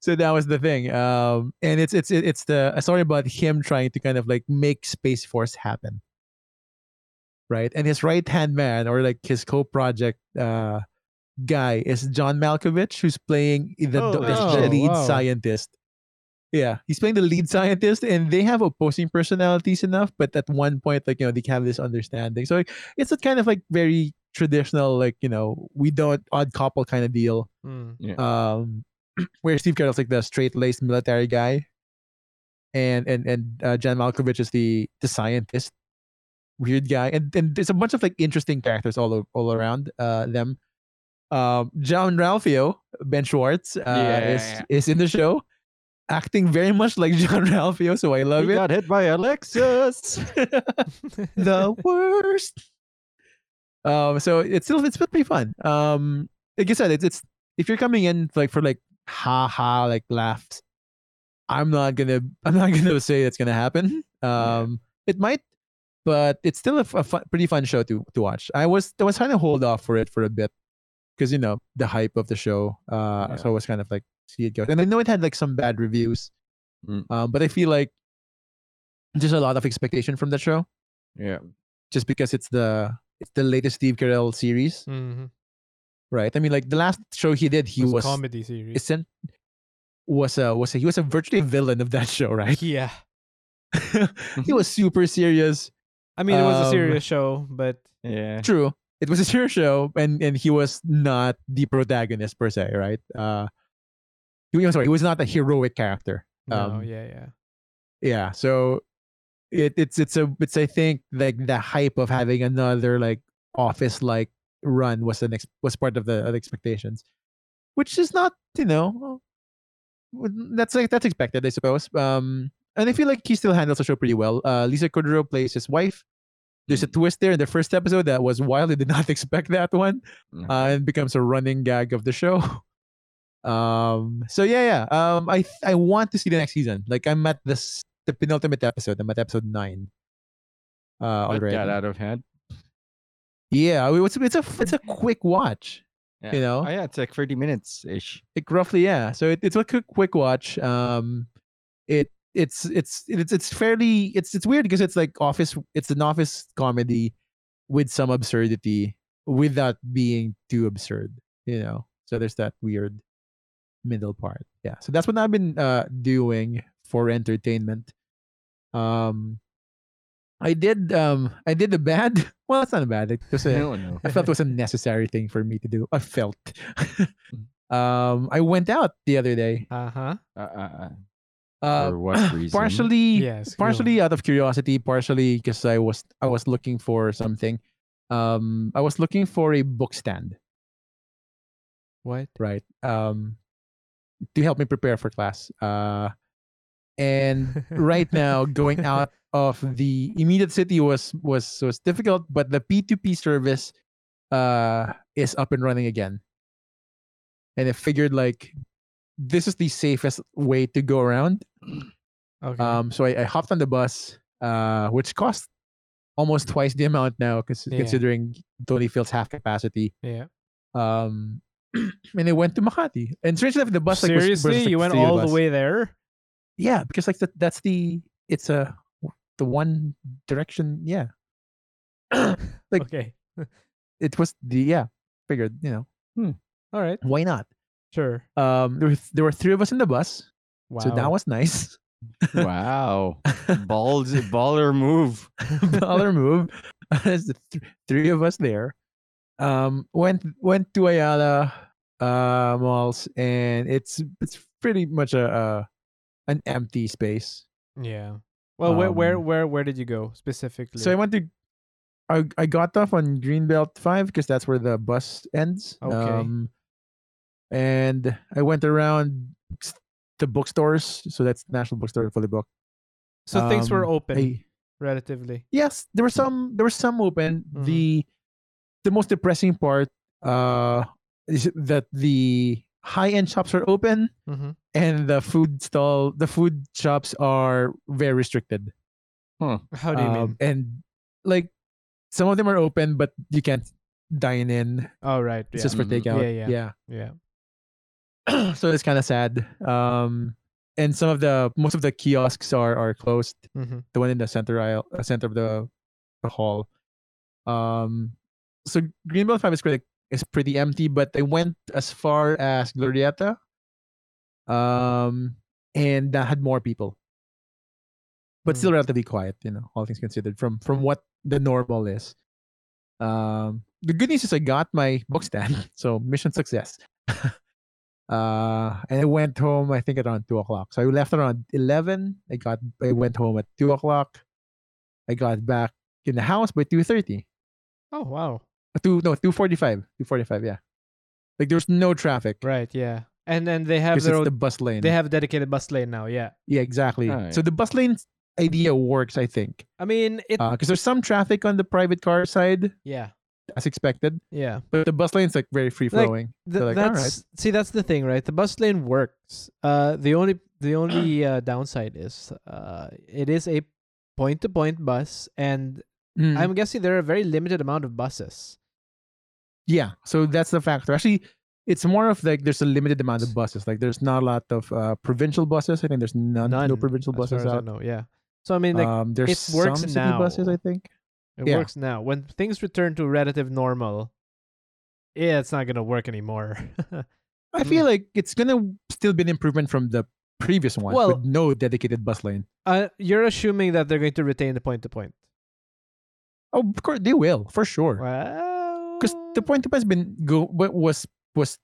Speaker 3: so that was the thing. Um, and it's it's it's the a story about him trying to kind of like make Space Force happen, right? And his right hand man or like his co-project uh, guy is John Malkovich, who's playing the,
Speaker 1: Oh,
Speaker 3: the-
Speaker 1: wow.
Speaker 3: the lead
Speaker 2: Wow.
Speaker 3: scientist. Yeah, he's playing the lead scientist, and they have opposing personalities enough, but at one point, like you know, they have this understanding. So like, it's a kind of like very traditional, like you know, we don't odd couple kind of deal
Speaker 2: Mm.
Speaker 3: um, (clears throat) where Steve Carell's like the straight-laced military guy, and and and uh, John Malkovich is the the scientist, weird guy, and and there's a bunch of like interesting characters all o- all around uh, them. Um, John Ralphio, Ben Schwartz, uh,
Speaker 1: Yeah,
Speaker 3: is
Speaker 1: yeah,
Speaker 3: is in the show, acting very much like (laughs) John Ralphio, so I love
Speaker 1: We
Speaker 3: it.
Speaker 1: got hit by a
Speaker 3: (laughs)
Speaker 1: Lexus.
Speaker 3: the worst. Um, so it's still it's still pretty fun. Um, like I said, it's it's if you're coming in like for like ha ha like laughs, I'm not gonna I'm not (laughs) gonna say that's gonna happen.
Speaker 1: Yeah.
Speaker 3: Um, it might, but it's still a, f- a fun, pretty fun show to to watch. I was I was trying to hold off for it for a bit because you know the hype of the show. Uh,
Speaker 1: Yeah.
Speaker 3: so I was kind of like see it go, and I know it had like some bad reviews,
Speaker 1: Mm.
Speaker 3: um, but I feel like just a lot of expectation from that show
Speaker 1: yeah.
Speaker 3: just because it's the it's the latest Steve Carell series,
Speaker 2: Mhm.
Speaker 3: right? I mean, like the last show he did, he
Speaker 2: It's a
Speaker 3: was
Speaker 2: comedy series.
Speaker 3: isn't was a was a he was a virtually villain of that (laughs) show, right?
Speaker 2: (laughs) yeah, Mm-hmm.
Speaker 3: he was super serious.
Speaker 2: I mean it was a
Speaker 3: Um,
Speaker 2: serious show, but
Speaker 1: Yeah.
Speaker 3: True, it was a serious show, and and he was not the protagonist per se, right? Uh, he, I'm sorry, he was not a heroic character.
Speaker 2: no,
Speaker 3: Um,
Speaker 2: yeah, yeah.
Speaker 3: yeah so it, it's it's a it's i think like the hype of having another like office like run was the next was part of the, of the expectations which is not you know that's like that's expected, I suppose. Um, and I feel like he still handles the show pretty well. Uh, Lisa Kudrow plays his wife. There's a twist there in the first episode that was wild. I did not (laughs) expect that one,
Speaker 1: Mhm.
Speaker 3: uh, and becomes a running gag of the show. Um, so yeah, yeah. Um, I th- I want to see the next season. Like I'm at this the penultimate episode. I'm at episode nine. Uh,
Speaker 1: But
Speaker 3: already.
Speaker 1: got out of hand.
Speaker 3: Yeah, I mean, it's, it's a it's a quick watch. You know?
Speaker 1: Oh, yeah, it's like 30 minutes ish.
Speaker 3: Like roughly, yeah. So it, it's a quick quick watch. Um, it it's it's it's it's fairly it's it's weird because it's like office. It's an office comedy with some absurdity without being too absurd. You know. So there's that weird middle part. Yeah. So that's what I've been uh doing for entertainment. Um, I did um I did the bad. (laughs) Well, that's not a bad. It was a,
Speaker 1: No, no.
Speaker 3: I
Speaker 1: (laughs)
Speaker 3: felt it was a necessary thing for me to do. I felt. (laughs)
Speaker 1: Mm.
Speaker 3: um, I went out the other day.
Speaker 2: Uh huh.
Speaker 1: Uh, uh, uh,
Speaker 3: Uh,
Speaker 1: for
Speaker 3: (clears throat) (coughs)
Speaker 1: what reason?
Speaker 3: (laughs) partially,
Speaker 2: Yes. go.
Speaker 3: partially uh, out of curiosity, partially because I was I was looking for something. Um, I was looking for a book stand,
Speaker 2: What?
Speaker 3: right? Um, to help me prepare for class. Uh, and right now going out of the immediate city was was was difficult but the p2p service uh is up and running again and i figured like this is the safest way to go around
Speaker 2: Okay.
Speaker 3: um so i, I hopped on the bus uh which cost almost twice the amount now because
Speaker 2: Yeah.
Speaker 3: considering it only fills half capacity
Speaker 2: yeah.
Speaker 3: um (clears throat) and I went to Makati and strangely enough the bus like, was- was
Speaker 2: Seriously,
Speaker 3: just, like,
Speaker 2: you went
Speaker 3: city
Speaker 2: all the
Speaker 3: bus.
Speaker 2: way there?
Speaker 3: Yeah, because like that that's the it's a the one direction. Yeah, (clears throat) Like-
Speaker 2: okay.
Speaker 3: it was the yeah figured you know
Speaker 2: All right.
Speaker 3: why not.
Speaker 2: Sure.
Speaker 3: Um, there were th- there were three of us in the bus,
Speaker 2: Wow.
Speaker 3: so that was nice. (laughs)
Speaker 1: wow. Balls, baller move.
Speaker 3: Dollar move. (laughs) There's the th- three of us there. Um, went went to Ayala uh malls, and it's it's pretty much a, a an empty space.
Speaker 2: Yeah. Well, where, where,
Speaker 3: Um,
Speaker 2: where, where did you go specifically?
Speaker 3: So I went to, I I got off on Greenbelt Five because that's where the bus ends. um,
Speaker 2: Okay.
Speaker 3: and I went around s- the bookstores. So that's National Bookstore for the book.
Speaker 2: So things were
Speaker 3: Um,
Speaker 2: open,
Speaker 3: I-
Speaker 2: relatively.
Speaker 3: yes, there were some. There were some open.
Speaker 2: Mhm.
Speaker 3: The the most depressing part uh, is that the high end shops are open
Speaker 2: Mm-hmm.
Speaker 3: and the food stall, the food shops are very restricted.
Speaker 2: How do you
Speaker 3: Um,
Speaker 2: mean?
Speaker 3: And like some of them are open, but you can't dine in.
Speaker 2: Oh, right. Yeah.
Speaker 3: It's just for
Speaker 1: Mhm.
Speaker 3: takeout.
Speaker 2: Yeah, yeah.
Speaker 3: yeah. (clears throat) so it's kind of sad. Um, and some of the most of the kiosks are are closed.
Speaker 2: Mm-hmm.
Speaker 3: The one in the center aisle, uh, center of the, the hall. Um, so Greenbelt Five is pretty is pretty empty, but they went as far as Glorieta. Um, and that had more people. but still relatively quiet, you know, all things considered, from from what the normal is. Um, the good news is I got my book stand, (laughs) so mission success. (laughs) uh, and I went home I think around two o'clock. So I left around eleven. I got I went home at two o'clock. I got back in the house by two thirty.
Speaker 2: Oh, wow.
Speaker 3: Two no two forty five. Two forty five. Yeah, like there's no traffic
Speaker 2: Right. Yeah. And then they have
Speaker 3: because
Speaker 2: their
Speaker 3: it's
Speaker 2: own,
Speaker 3: the bus lane.
Speaker 2: they have a dedicated bus lane now. Yeah.
Speaker 3: yeah, exactly.
Speaker 1: Alright.
Speaker 3: So the bus lane idea works, I think,
Speaker 2: I mean, it.
Speaker 3: because there's some traffic on the private car side.
Speaker 2: yeah.
Speaker 3: as expected.
Speaker 2: Yeah.
Speaker 3: But the bus lane's like very free flowing.
Speaker 2: Th-
Speaker 3: like, "All right."
Speaker 2: that's see that's the thing right the bus lane works uh the only the
Speaker 3: (clears throat)
Speaker 2: only uh, downside is uh it is a point to point bus and
Speaker 3: Mm, Mm-hmm.
Speaker 2: i'm guessing there are a very limited amount of buses
Speaker 3: yeah, so that's the factor. Actually, it's more of like there's a limited amount of buses. Like there's not a lot of uh, provincial buses. I think there's none, no
Speaker 2: None,
Speaker 3: provincial
Speaker 2: as far
Speaker 3: buses
Speaker 2: as I
Speaker 3: out.
Speaker 2: know yeah so i mean like
Speaker 3: um, there's
Speaker 2: it works
Speaker 3: some city buses,
Speaker 2: now.
Speaker 3: I think.
Speaker 2: it
Speaker 3: yeah.
Speaker 2: works now when things return to relative normal yeah it's not gonna work anymore (laughs)
Speaker 3: I feel like it's gonna still be an improvement from the previous one
Speaker 2: Well-
Speaker 3: with no dedicated bus lane.
Speaker 2: uh you're assuming that they're going to retain the point to point
Speaker 3: Oh, of course they will for sure.
Speaker 2: well
Speaker 3: Because the point to has been go wa- was was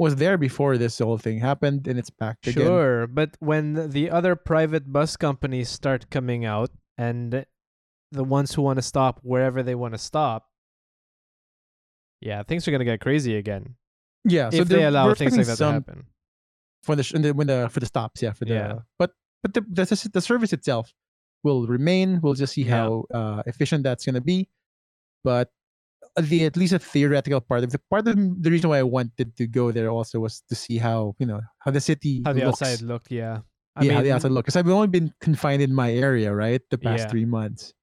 Speaker 3: was there before this whole thing happened, and it's back again.
Speaker 2: Sure, but when the other private bus companies start coming out and the ones who want to stop wherever they want to stop, yeah, things are going to get crazy again
Speaker 3: Yeah, so
Speaker 2: if they
Speaker 3: there-
Speaker 2: allow
Speaker 3: we're
Speaker 2: things
Speaker 3: expecting
Speaker 2: like that
Speaker 3: some
Speaker 2: to happen.
Speaker 3: for the sh- and the- when the for the stops. Yeah, for the
Speaker 2: Yeah.
Speaker 3: but but the the, s- the service itself will remain. We'll just see
Speaker 2: Yeah.
Speaker 3: how uh, efficient that's gonna be. But the at least a theoretical part of the part of the reason why I wanted to go there also was to see how you know how the city
Speaker 2: How the
Speaker 3: looks.
Speaker 2: outside looked, yeah.
Speaker 3: yeah, how the outside look. Because I've only been confined in my area, right, the past
Speaker 2: Yeah.
Speaker 3: three months.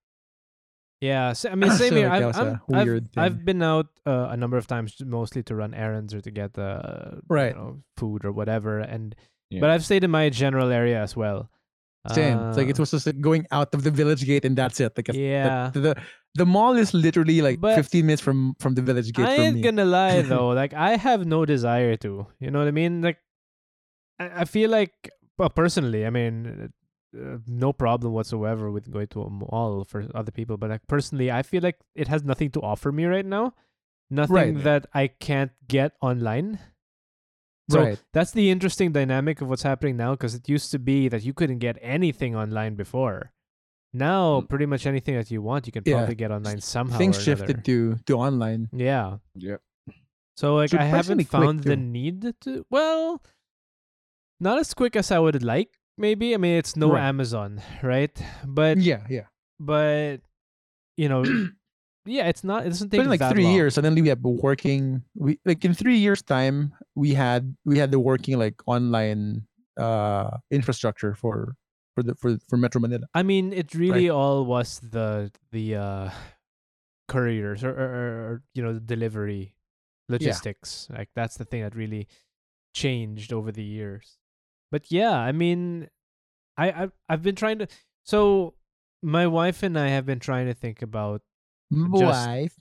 Speaker 2: Yeah, sa- I mean, same
Speaker 3: (laughs) So,
Speaker 2: here.
Speaker 3: like,
Speaker 2: I'm,
Speaker 3: that was
Speaker 2: I'm,
Speaker 3: a
Speaker 2: I've,
Speaker 3: weird
Speaker 2: I've
Speaker 3: thing.
Speaker 2: been out uh, a number of times, mostly to run errands or to get uh,
Speaker 3: Right.
Speaker 2: you know, food or whatever. And
Speaker 1: Yeah.
Speaker 2: but I've stayed in my general area as well.
Speaker 3: Same. It's like it
Speaker 2: Uh,
Speaker 3: was just like going out of the village gate and that's it. Like a,
Speaker 2: Yeah,
Speaker 3: the, the the mall is literally like
Speaker 2: But
Speaker 3: 15 minutes from from the village gate.
Speaker 2: I
Speaker 3: for
Speaker 2: ain't
Speaker 3: me.
Speaker 2: gonna
Speaker 3: (laughs)
Speaker 2: lie though. Like I have no desire to. You know what I mean? Like I, I feel like well, personally, I mean, uh, no problem whatsoever with going to a mall for other people. But like personally, I feel like it has nothing to offer me right now. Nothing
Speaker 3: Right.
Speaker 2: that I can't get online. So
Speaker 3: right.
Speaker 2: that's the interesting dynamic of what's happening now because it used to be that you couldn't get anything online before. Now,
Speaker 1: Mm.
Speaker 2: pretty much anything that you want, you can
Speaker 3: Yeah.
Speaker 2: probably get online somehow.
Speaker 3: Things
Speaker 2: or
Speaker 3: shifted
Speaker 2: another.
Speaker 3: to to online.
Speaker 2: Yeah.
Speaker 1: Yeah.
Speaker 2: So like I haven't
Speaker 3: Surprisingly quick,
Speaker 2: found the
Speaker 3: too.
Speaker 2: need to well not as quick as I would like maybe I mean it's no
Speaker 3: Right.
Speaker 2: Amazon (laughs) right but
Speaker 3: Yeah, yeah.
Speaker 2: but you
Speaker 3: (clears throat)
Speaker 2: know yeah it's not it doesn't
Speaker 3: It's
Speaker 2: take
Speaker 3: been like
Speaker 2: that
Speaker 3: three
Speaker 2: long.
Speaker 3: years. Suddenly we have working. We like in three years time we had we had the working like online uh infrastructure for for the for for Metro Manila.
Speaker 2: I mean it really all was the the uh couriers or, or, or- or, you know the delivery logistics like that's the thing that really changed over the years but yeah i mean i i've, I've been trying to so my wife and i have been trying to think about Just-
Speaker 3: Wife.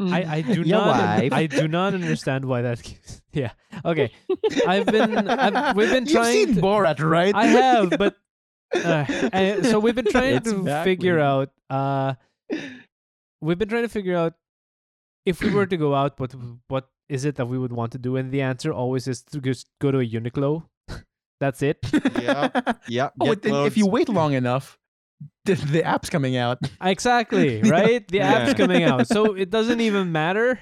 Speaker 2: i i do
Speaker 1: Mm-hmm. (laughs) Your
Speaker 2: not un-
Speaker 1: wife.
Speaker 2: i do not understand why that (laughs) keeps-
Speaker 1: (laughs)
Speaker 2: yeah okay i've been I've, we've been trying
Speaker 3: (laughs) You've
Speaker 2: to,
Speaker 3: seen Borat, right?
Speaker 2: i
Speaker 1: (laughs)
Speaker 2: have but uh, and
Speaker 3: (laughs)
Speaker 2: so we've been trying
Speaker 1: It's
Speaker 2: to
Speaker 1: back
Speaker 2: figure
Speaker 1: with-
Speaker 2: out uh we've been trying to figure out if we were to go out what what is it that we would want to do and the answer always is to just go to a Uniqlo (laughs) that's
Speaker 3: (laughs)
Speaker 2: it
Speaker 1: Yeah. yeah.
Speaker 3: Oh,
Speaker 1: get
Speaker 3: it- if you
Speaker 1: clothes.
Speaker 3: wait long enough, the, the app's coming out.
Speaker 2: (laughs)
Speaker 3: (laughs)
Speaker 2: exactly
Speaker 3: Yeah.
Speaker 2: right the app's
Speaker 1: Yeah.
Speaker 2: coming out
Speaker 3: (laughs)
Speaker 2: so it doesn't even matter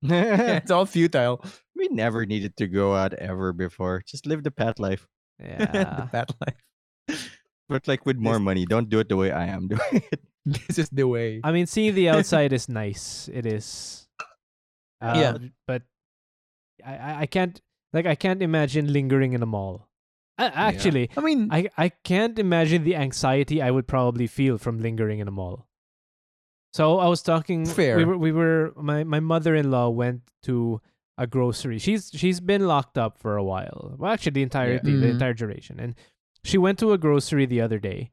Speaker 3: it's all futile.
Speaker 1: (laughs) we never needed to go out ever before. Just live the pet life,
Speaker 2: yeah
Speaker 3: (laughs) the bad life.
Speaker 1: but like with more money. Don't do it the way I am doing it.
Speaker 3: This is the way.
Speaker 2: I mean seeing the outside is nice it is
Speaker 3: Yeah.
Speaker 2: Um, but I- I I can't like I can't imagine lingering in a mall I, actually
Speaker 3: I mean,
Speaker 2: I I can't imagine the anxiety I would probably feel from lingering in a mall. So I was talking. We
Speaker 3: Fair.
Speaker 2: were, we were my my mother in law went to a grocery. She's she's been locked up for a while. Well, actually, the entire the, the
Speaker 3: Mhm.
Speaker 2: entire duration. And she went to a grocery the other day.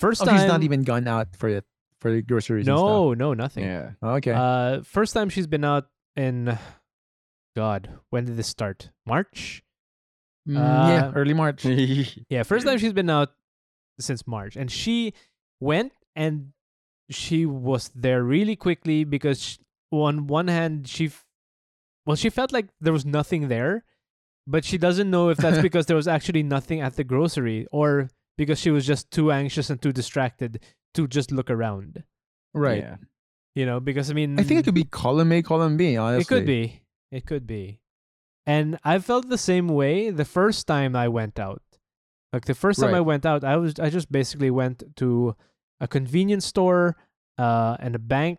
Speaker 2: First
Speaker 3: oh,
Speaker 2: time.
Speaker 3: she's not even gone out for it for the groceries. and stuff. Oh,
Speaker 2: No, no, nothing.
Speaker 1: Yeah.
Speaker 3: Okay.
Speaker 2: Uh, first time she's been out in. God, when did this start? March.
Speaker 3: Mm,
Speaker 2: uh,
Speaker 3: yeah. Early (laughs)
Speaker 1: (laughs)
Speaker 3: March.
Speaker 2: Yeah, first time she's been out since March, and she went and she was there really quickly because sh on one hand she, f- well, she felt like there was nothing there, but she doesn't know if
Speaker 3: (laughs)
Speaker 2: that's because there was actually nothing at the grocery or because she was just too anxious and too distracted to just look around.
Speaker 3: Right.
Speaker 1: Yeah.
Speaker 2: You know, because I mean,
Speaker 3: I think it could be column A, column B. Honestly,
Speaker 2: it could be. It could be. And I felt the same way the first time I went out. Like the first time I
Speaker 3: Right.
Speaker 2: went out, I was I just basically went to a convenience store uh, and a bank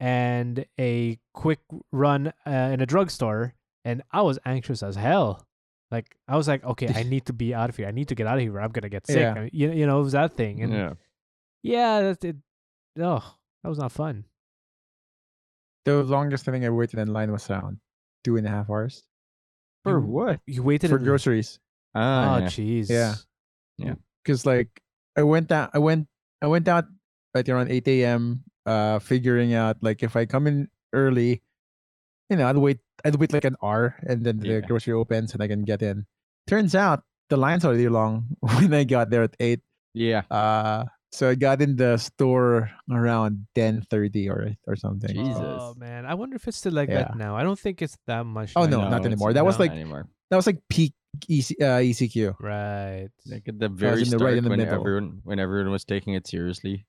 Speaker 2: and a quick run uh, in a drugstore, and I was anxious as hell. Like I was like, okay,
Speaker 3: (laughs)
Speaker 2: I need to be out of here. I need to get out of here. I'm gonna get sick.
Speaker 3: Yeah.
Speaker 2: I- You, you know, it was that thing. And yeah,
Speaker 1: Yeah.
Speaker 2: that's it. Oh, that was not fun.
Speaker 3: The longest thing I waited in line was around two and a half hours
Speaker 1: For
Speaker 2: You-
Speaker 1: what?
Speaker 2: You waited
Speaker 3: for
Speaker 2: in-
Speaker 3: groceries.
Speaker 1: Ah,
Speaker 2: Oh,
Speaker 1: yeah.
Speaker 2: jeez.
Speaker 3: Yeah. because like I went down, I went, I went out at around eight a.m. Uh, figuring out like if I come in early, you know, I'd wait, I'd wait like an hour, and then
Speaker 1: Yeah.
Speaker 3: the grocery opens and I can get in. Turns out the line's already long (laughs) when I got there at eight.
Speaker 1: yeah.
Speaker 3: Uh, so I got in the store around ten thirty or or something.
Speaker 1: Jesus.
Speaker 2: Oh man, I wonder if it's still like that
Speaker 3: Yeah.
Speaker 2: now. I don't think it's that much.
Speaker 3: Oh,
Speaker 2: like
Speaker 3: no,
Speaker 2: that.
Speaker 3: not
Speaker 1: it's
Speaker 3: anymore. That was
Speaker 1: not
Speaker 3: like-
Speaker 1: anymore.
Speaker 3: That was like peak EC, uh, ECQ.
Speaker 2: right. (laughs)
Speaker 1: Like at the very
Speaker 3: in the-
Speaker 1: start
Speaker 3: right in the
Speaker 1: when
Speaker 3: middle.
Speaker 1: everyone when everyone was taking it seriously.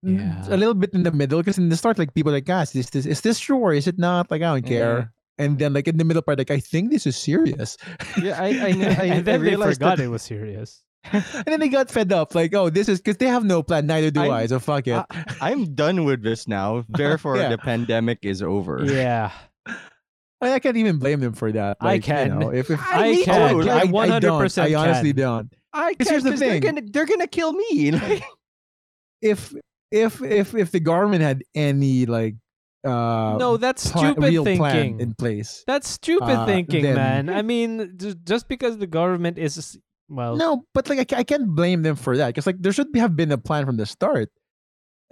Speaker 3: Mm,
Speaker 2: Yeah.
Speaker 3: A little bit in the middle because in the start, like people are like, guys, is this, is this true or is it not? Like I don't
Speaker 1: Yeah.
Speaker 3: care. and then like in the middle part, like I think this is serious.
Speaker 2: Yeah, I I,
Speaker 3: (laughs)
Speaker 2: kn- I,
Speaker 3: And
Speaker 2: I
Speaker 3: then they
Speaker 2: realized
Speaker 3: forgot
Speaker 2: that it was
Speaker 3: (laughs)
Speaker 2: serious.
Speaker 3: and then they got fed up, like, oh, this is because they have no plan, neither do
Speaker 1: I'm-
Speaker 3: I. So fuck it.
Speaker 1: I'm done with this now. Therefore,
Speaker 3: Yeah.
Speaker 1: the pandemic is over.
Speaker 2: Yeah,
Speaker 3: I, I can't even blame them for that.
Speaker 2: I
Speaker 3: Like, you
Speaker 2: can.
Speaker 3: know, if, if
Speaker 1: I
Speaker 3: me
Speaker 1: can.
Speaker 3: too,
Speaker 1: I
Speaker 3: I- I don't.
Speaker 2: 100%
Speaker 3: I honestly
Speaker 2: can.
Speaker 3: don't.
Speaker 1: I
Speaker 3: Because
Speaker 1: can't.
Speaker 3: here's the
Speaker 1: 'cause They're
Speaker 3: thing.
Speaker 1: gonna, they're gonna kill me. (laughs) Like,
Speaker 3: If if if if the government had any like uh
Speaker 2: no, that's
Speaker 3: pla-
Speaker 2: stupid
Speaker 3: real plan
Speaker 2: thinking.
Speaker 3: in place.
Speaker 2: That's stupid
Speaker 3: Uh,
Speaker 2: thinking,
Speaker 3: then-
Speaker 2: man.
Speaker 3: (laughs)
Speaker 2: I mean, ju- just because the government is s- well,
Speaker 3: No, but like I, ca- I can't blame them for that because like there should be, have been a plan from the start.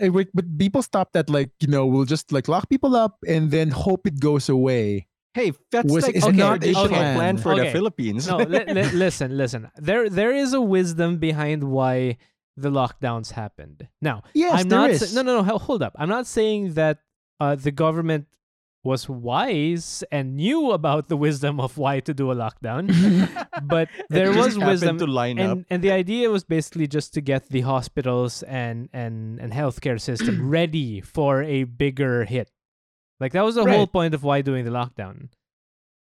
Speaker 3: Eh, wait, But people stopped at like you know we'll just like lock people up and then hope it goes away.
Speaker 1: hey, that's
Speaker 3: Was-
Speaker 1: like
Speaker 3: is
Speaker 1: an
Speaker 2: not a
Speaker 1: additional
Speaker 2: plan.
Speaker 1: plan for the
Speaker 2: Okay.
Speaker 1: Philippines. (laughs)
Speaker 2: no. li-
Speaker 3: (laughs)
Speaker 2: li- listen, listen. There, there is a wisdom behind why the lockdowns happened. Now,
Speaker 3: Yes,
Speaker 2: I'm
Speaker 3: there
Speaker 2: not.
Speaker 3: is.
Speaker 2: sa- no, no, no. hel- Hold up. I'm not saying that uh, the government was wise and knew about the wisdom of why to do a lockdown,
Speaker 3: (laughs)
Speaker 2: but there
Speaker 1: It just
Speaker 2: was
Speaker 1: happened
Speaker 2: wisdom.
Speaker 1: to line up.
Speaker 2: and, and the idea was basically just to get the hospitals and and and healthcare
Speaker 3: (clears throat)
Speaker 2: system ready for a bigger hit. Like that was the whole
Speaker 3: Right.
Speaker 2: point of why doing the lockdown.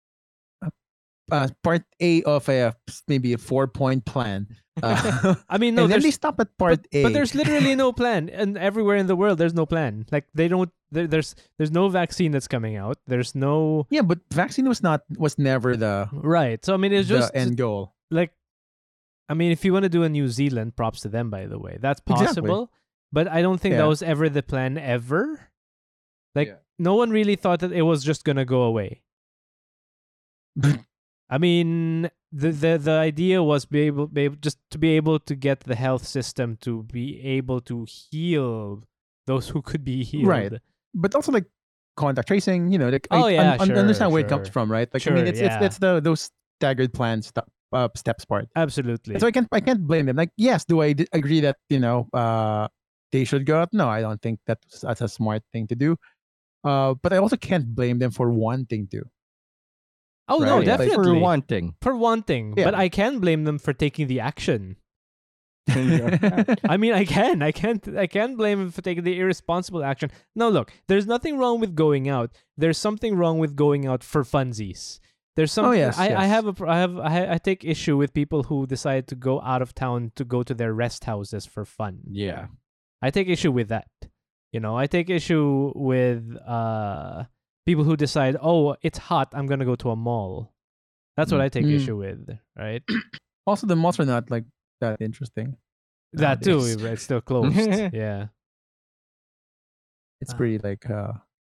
Speaker 3: (laughs) uh, part A of a maybe a four point plan.
Speaker 2: (laughs)
Speaker 3: Uh,
Speaker 2: I mean, no,
Speaker 3: and then
Speaker 2: there's
Speaker 3: they stop at
Speaker 2: but,
Speaker 3: part A. (laughs)
Speaker 2: but there's literally no plan, and everywhere in the world there's no plan. Like they don't. There, there's there's no vaccine that's coming out. There's no
Speaker 3: yeah, but vaccine was not was never the,
Speaker 2: right. So I mean, it's
Speaker 3: the
Speaker 2: just
Speaker 3: end goal.
Speaker 2: like I mean, if you want to do a New Zealand, props to them by the way. That's
Speaker 3: Exactly.
Speaker 2: possible. But I don't think that
Speaker 3: Yeah.
Speaker 2: was ever the plan ever. Like
Speaker 1: Yeah.
Speaker 2: no one really thought that it was just gonna go
Speaker 3: (laughs)
Speaker 2: away. I mean the, the the idea was be able, be able just to be able to get the health system to be able to heal those who could be healed.
Speaker 3: Right. But also like contact tracing, you know, like
Speaker 2: Oh,
Speaker 3: I,
Speaker 2: yeah,
Speaker 3: un- un-
Speaker 2: sure,
Speaker 3: understand where it comes
Speaker 2: sure.
Speaker 3: from, right? Like
Speaker 2: Sure,
Speaker 3: I mean, it's
Speaker 2: yeah.
Speaker 3: it's that's the those staggered plan stuff uh, steps part.
Speaker 2: Absolutely.
Speaker 3: So I can't I can't blame them. Like yes, do I d- agree that you know uh, they should go out? No, I don't think that's that's a smart thing to do. Uh, but I also can't blame them for wanting to.
Speaker 2: oh
Speaker 1: Right.
Speaker 2: no,
Speaker 1: Like, for (laughs)
Speaker 2: definitely.
Speaker 1: wanting.
Speaker 2: For one thing, but
Speaker 3: Yeah.
Speaker 2: I can blame them for taking the action.
Speaker 1: Yeah.
Speaker 2: I mean, I can, I can't, I can blame him for taking the irresponsible action. No, look, there's nothing wrong with going out. There's something wrong with going out for funsies. There's something.
Speaker 3: Oh, yes,
Speaker 2: I, I
Speaker 3: yes.
Speaker 2: have a, pr- I have, I, ha- I take issue with people who decide to go out of town to go to their rest houses for fun.
Speaker 1: yeah.
Speaker 2: I take issue with that. You know, I take issue with uh people who decide, oh, it's hot, I'm gonna go to a mall. That's what I take
Speaker 3: Mm.
Speaker 2: issue with,
Speaker 3: (coughs)
Speaker 2: right?
Speaker 3: Also, the malls are not like that interesting.
Speaker 2: that too,
Speaker 3: Nowadays.
Speaker 2: it's still
Speaker 3: (laughs)
Speaker 2: closed. yeah.
Speaker 3: It's
Speaker 2: Ah.
Speaker 3: pretty like uh,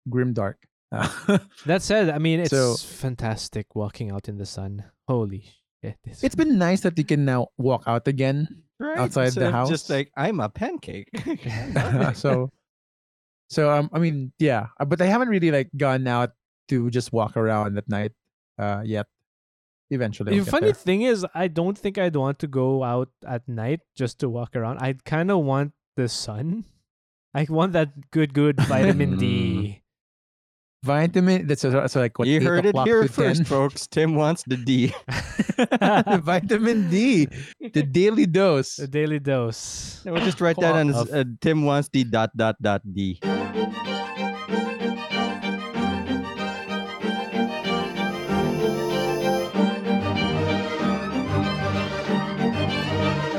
Speaker 3: grim
Speaker 2: (laughs)
Speaker 3: dark. (laughs)
Speaker 2: That said, I mean, it's
Speaker 3: So-
Speaker 2: fantastic walking out in the sun. Holy shit.
Speaker 3: it's been nice that you can now walk out again.
Speaker 1: Right?
Speaker 3: (laughs) Outside the
Speaker 1: Instead of
Speaker 3: house.
Speaker 1: Just like I'm a pancake. (laughs)
Speaker 3: (laughs) so, so um, I mean, yeah, uh, but I haven't really like gone out to just walk around at night uh, yet. Eventually,
Speaker 2: the
Speaker 3: I'll get
Speaker 2: funny
Speaker 3: there.
Speaker 2: thing is, I don't think I'd want to go out at night just to walk around. I kind of want the sun. I want that good, (laughs) good vitamin D.
Speaker 3: vitamin. That's uh, so, so like what
Speaker 1: you
Speaker 3: 8
Speaker 1: heard it
Speaker 3: o'clock
Speaker 1: here
Speaker 3: to
Speaker 1: first,
Speaker 3: 10?
Speaker 1: folks. Tim wants the
Speaker 3: (laughs)
Speaker 1: D.
Speaker 3: The
Speaker 2: the
Speaker 3: (laughs) vitamin D,
Speaker 1: (laughs)
Speaker 3: the daily dose.
Speaker 2: daily dose.
Speaker 1: We'll just write that on as,
Speaker 2: Of-
Speaker 1: uh, Tim wants the dot dot dot D.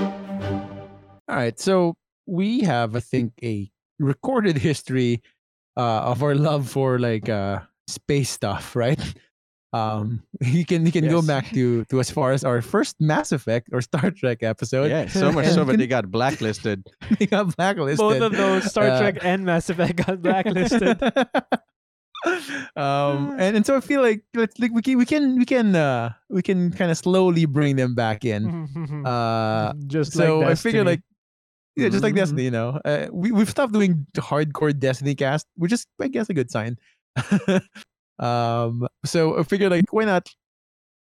Speaker 3: All right, so we have, I think, a recorded history uh, of our love for like uh, space stuff, right? Um, (laughs) you can you can go
Speaker 1: Yes.
Speaker 3: back to to as far as our first Mass Effect or Star Trek episode.
Speaker 1: Yeah, so much so
Speaker 3: And
Speaker 1: that
Speaker 3: can-
Speaker 1: they
Speaker 3: (laughs)
Speaker 1: got blacklisted.
Speaker 3: they got blacklisted.
Speaker 2: Both of those, Star
Speaker 3: Uh, (laughs)
Speaker 2: Trek and Mass Effect, got blacklisted. Ah.
Speaker 3: um, and and so I feel like let's like we can we can we can uh, we can kind of slowly bring them back in.
Speaker 2: Mm-hmm.
Speaker 3: Uh,
Speaker 2: (laughs) just
Speaker 3: so
Speaker 2: like
Speaker 3: I figure
Speaker 2: Destiny.
Speaker 3: like yeah, just like
Speaker 2: Mhm.
Speaker 3: Destiny, you know, uh, we we've stopped doing the hardcore Destiny cast, which is I guess a good sign. (laughs) um, so I figure like why not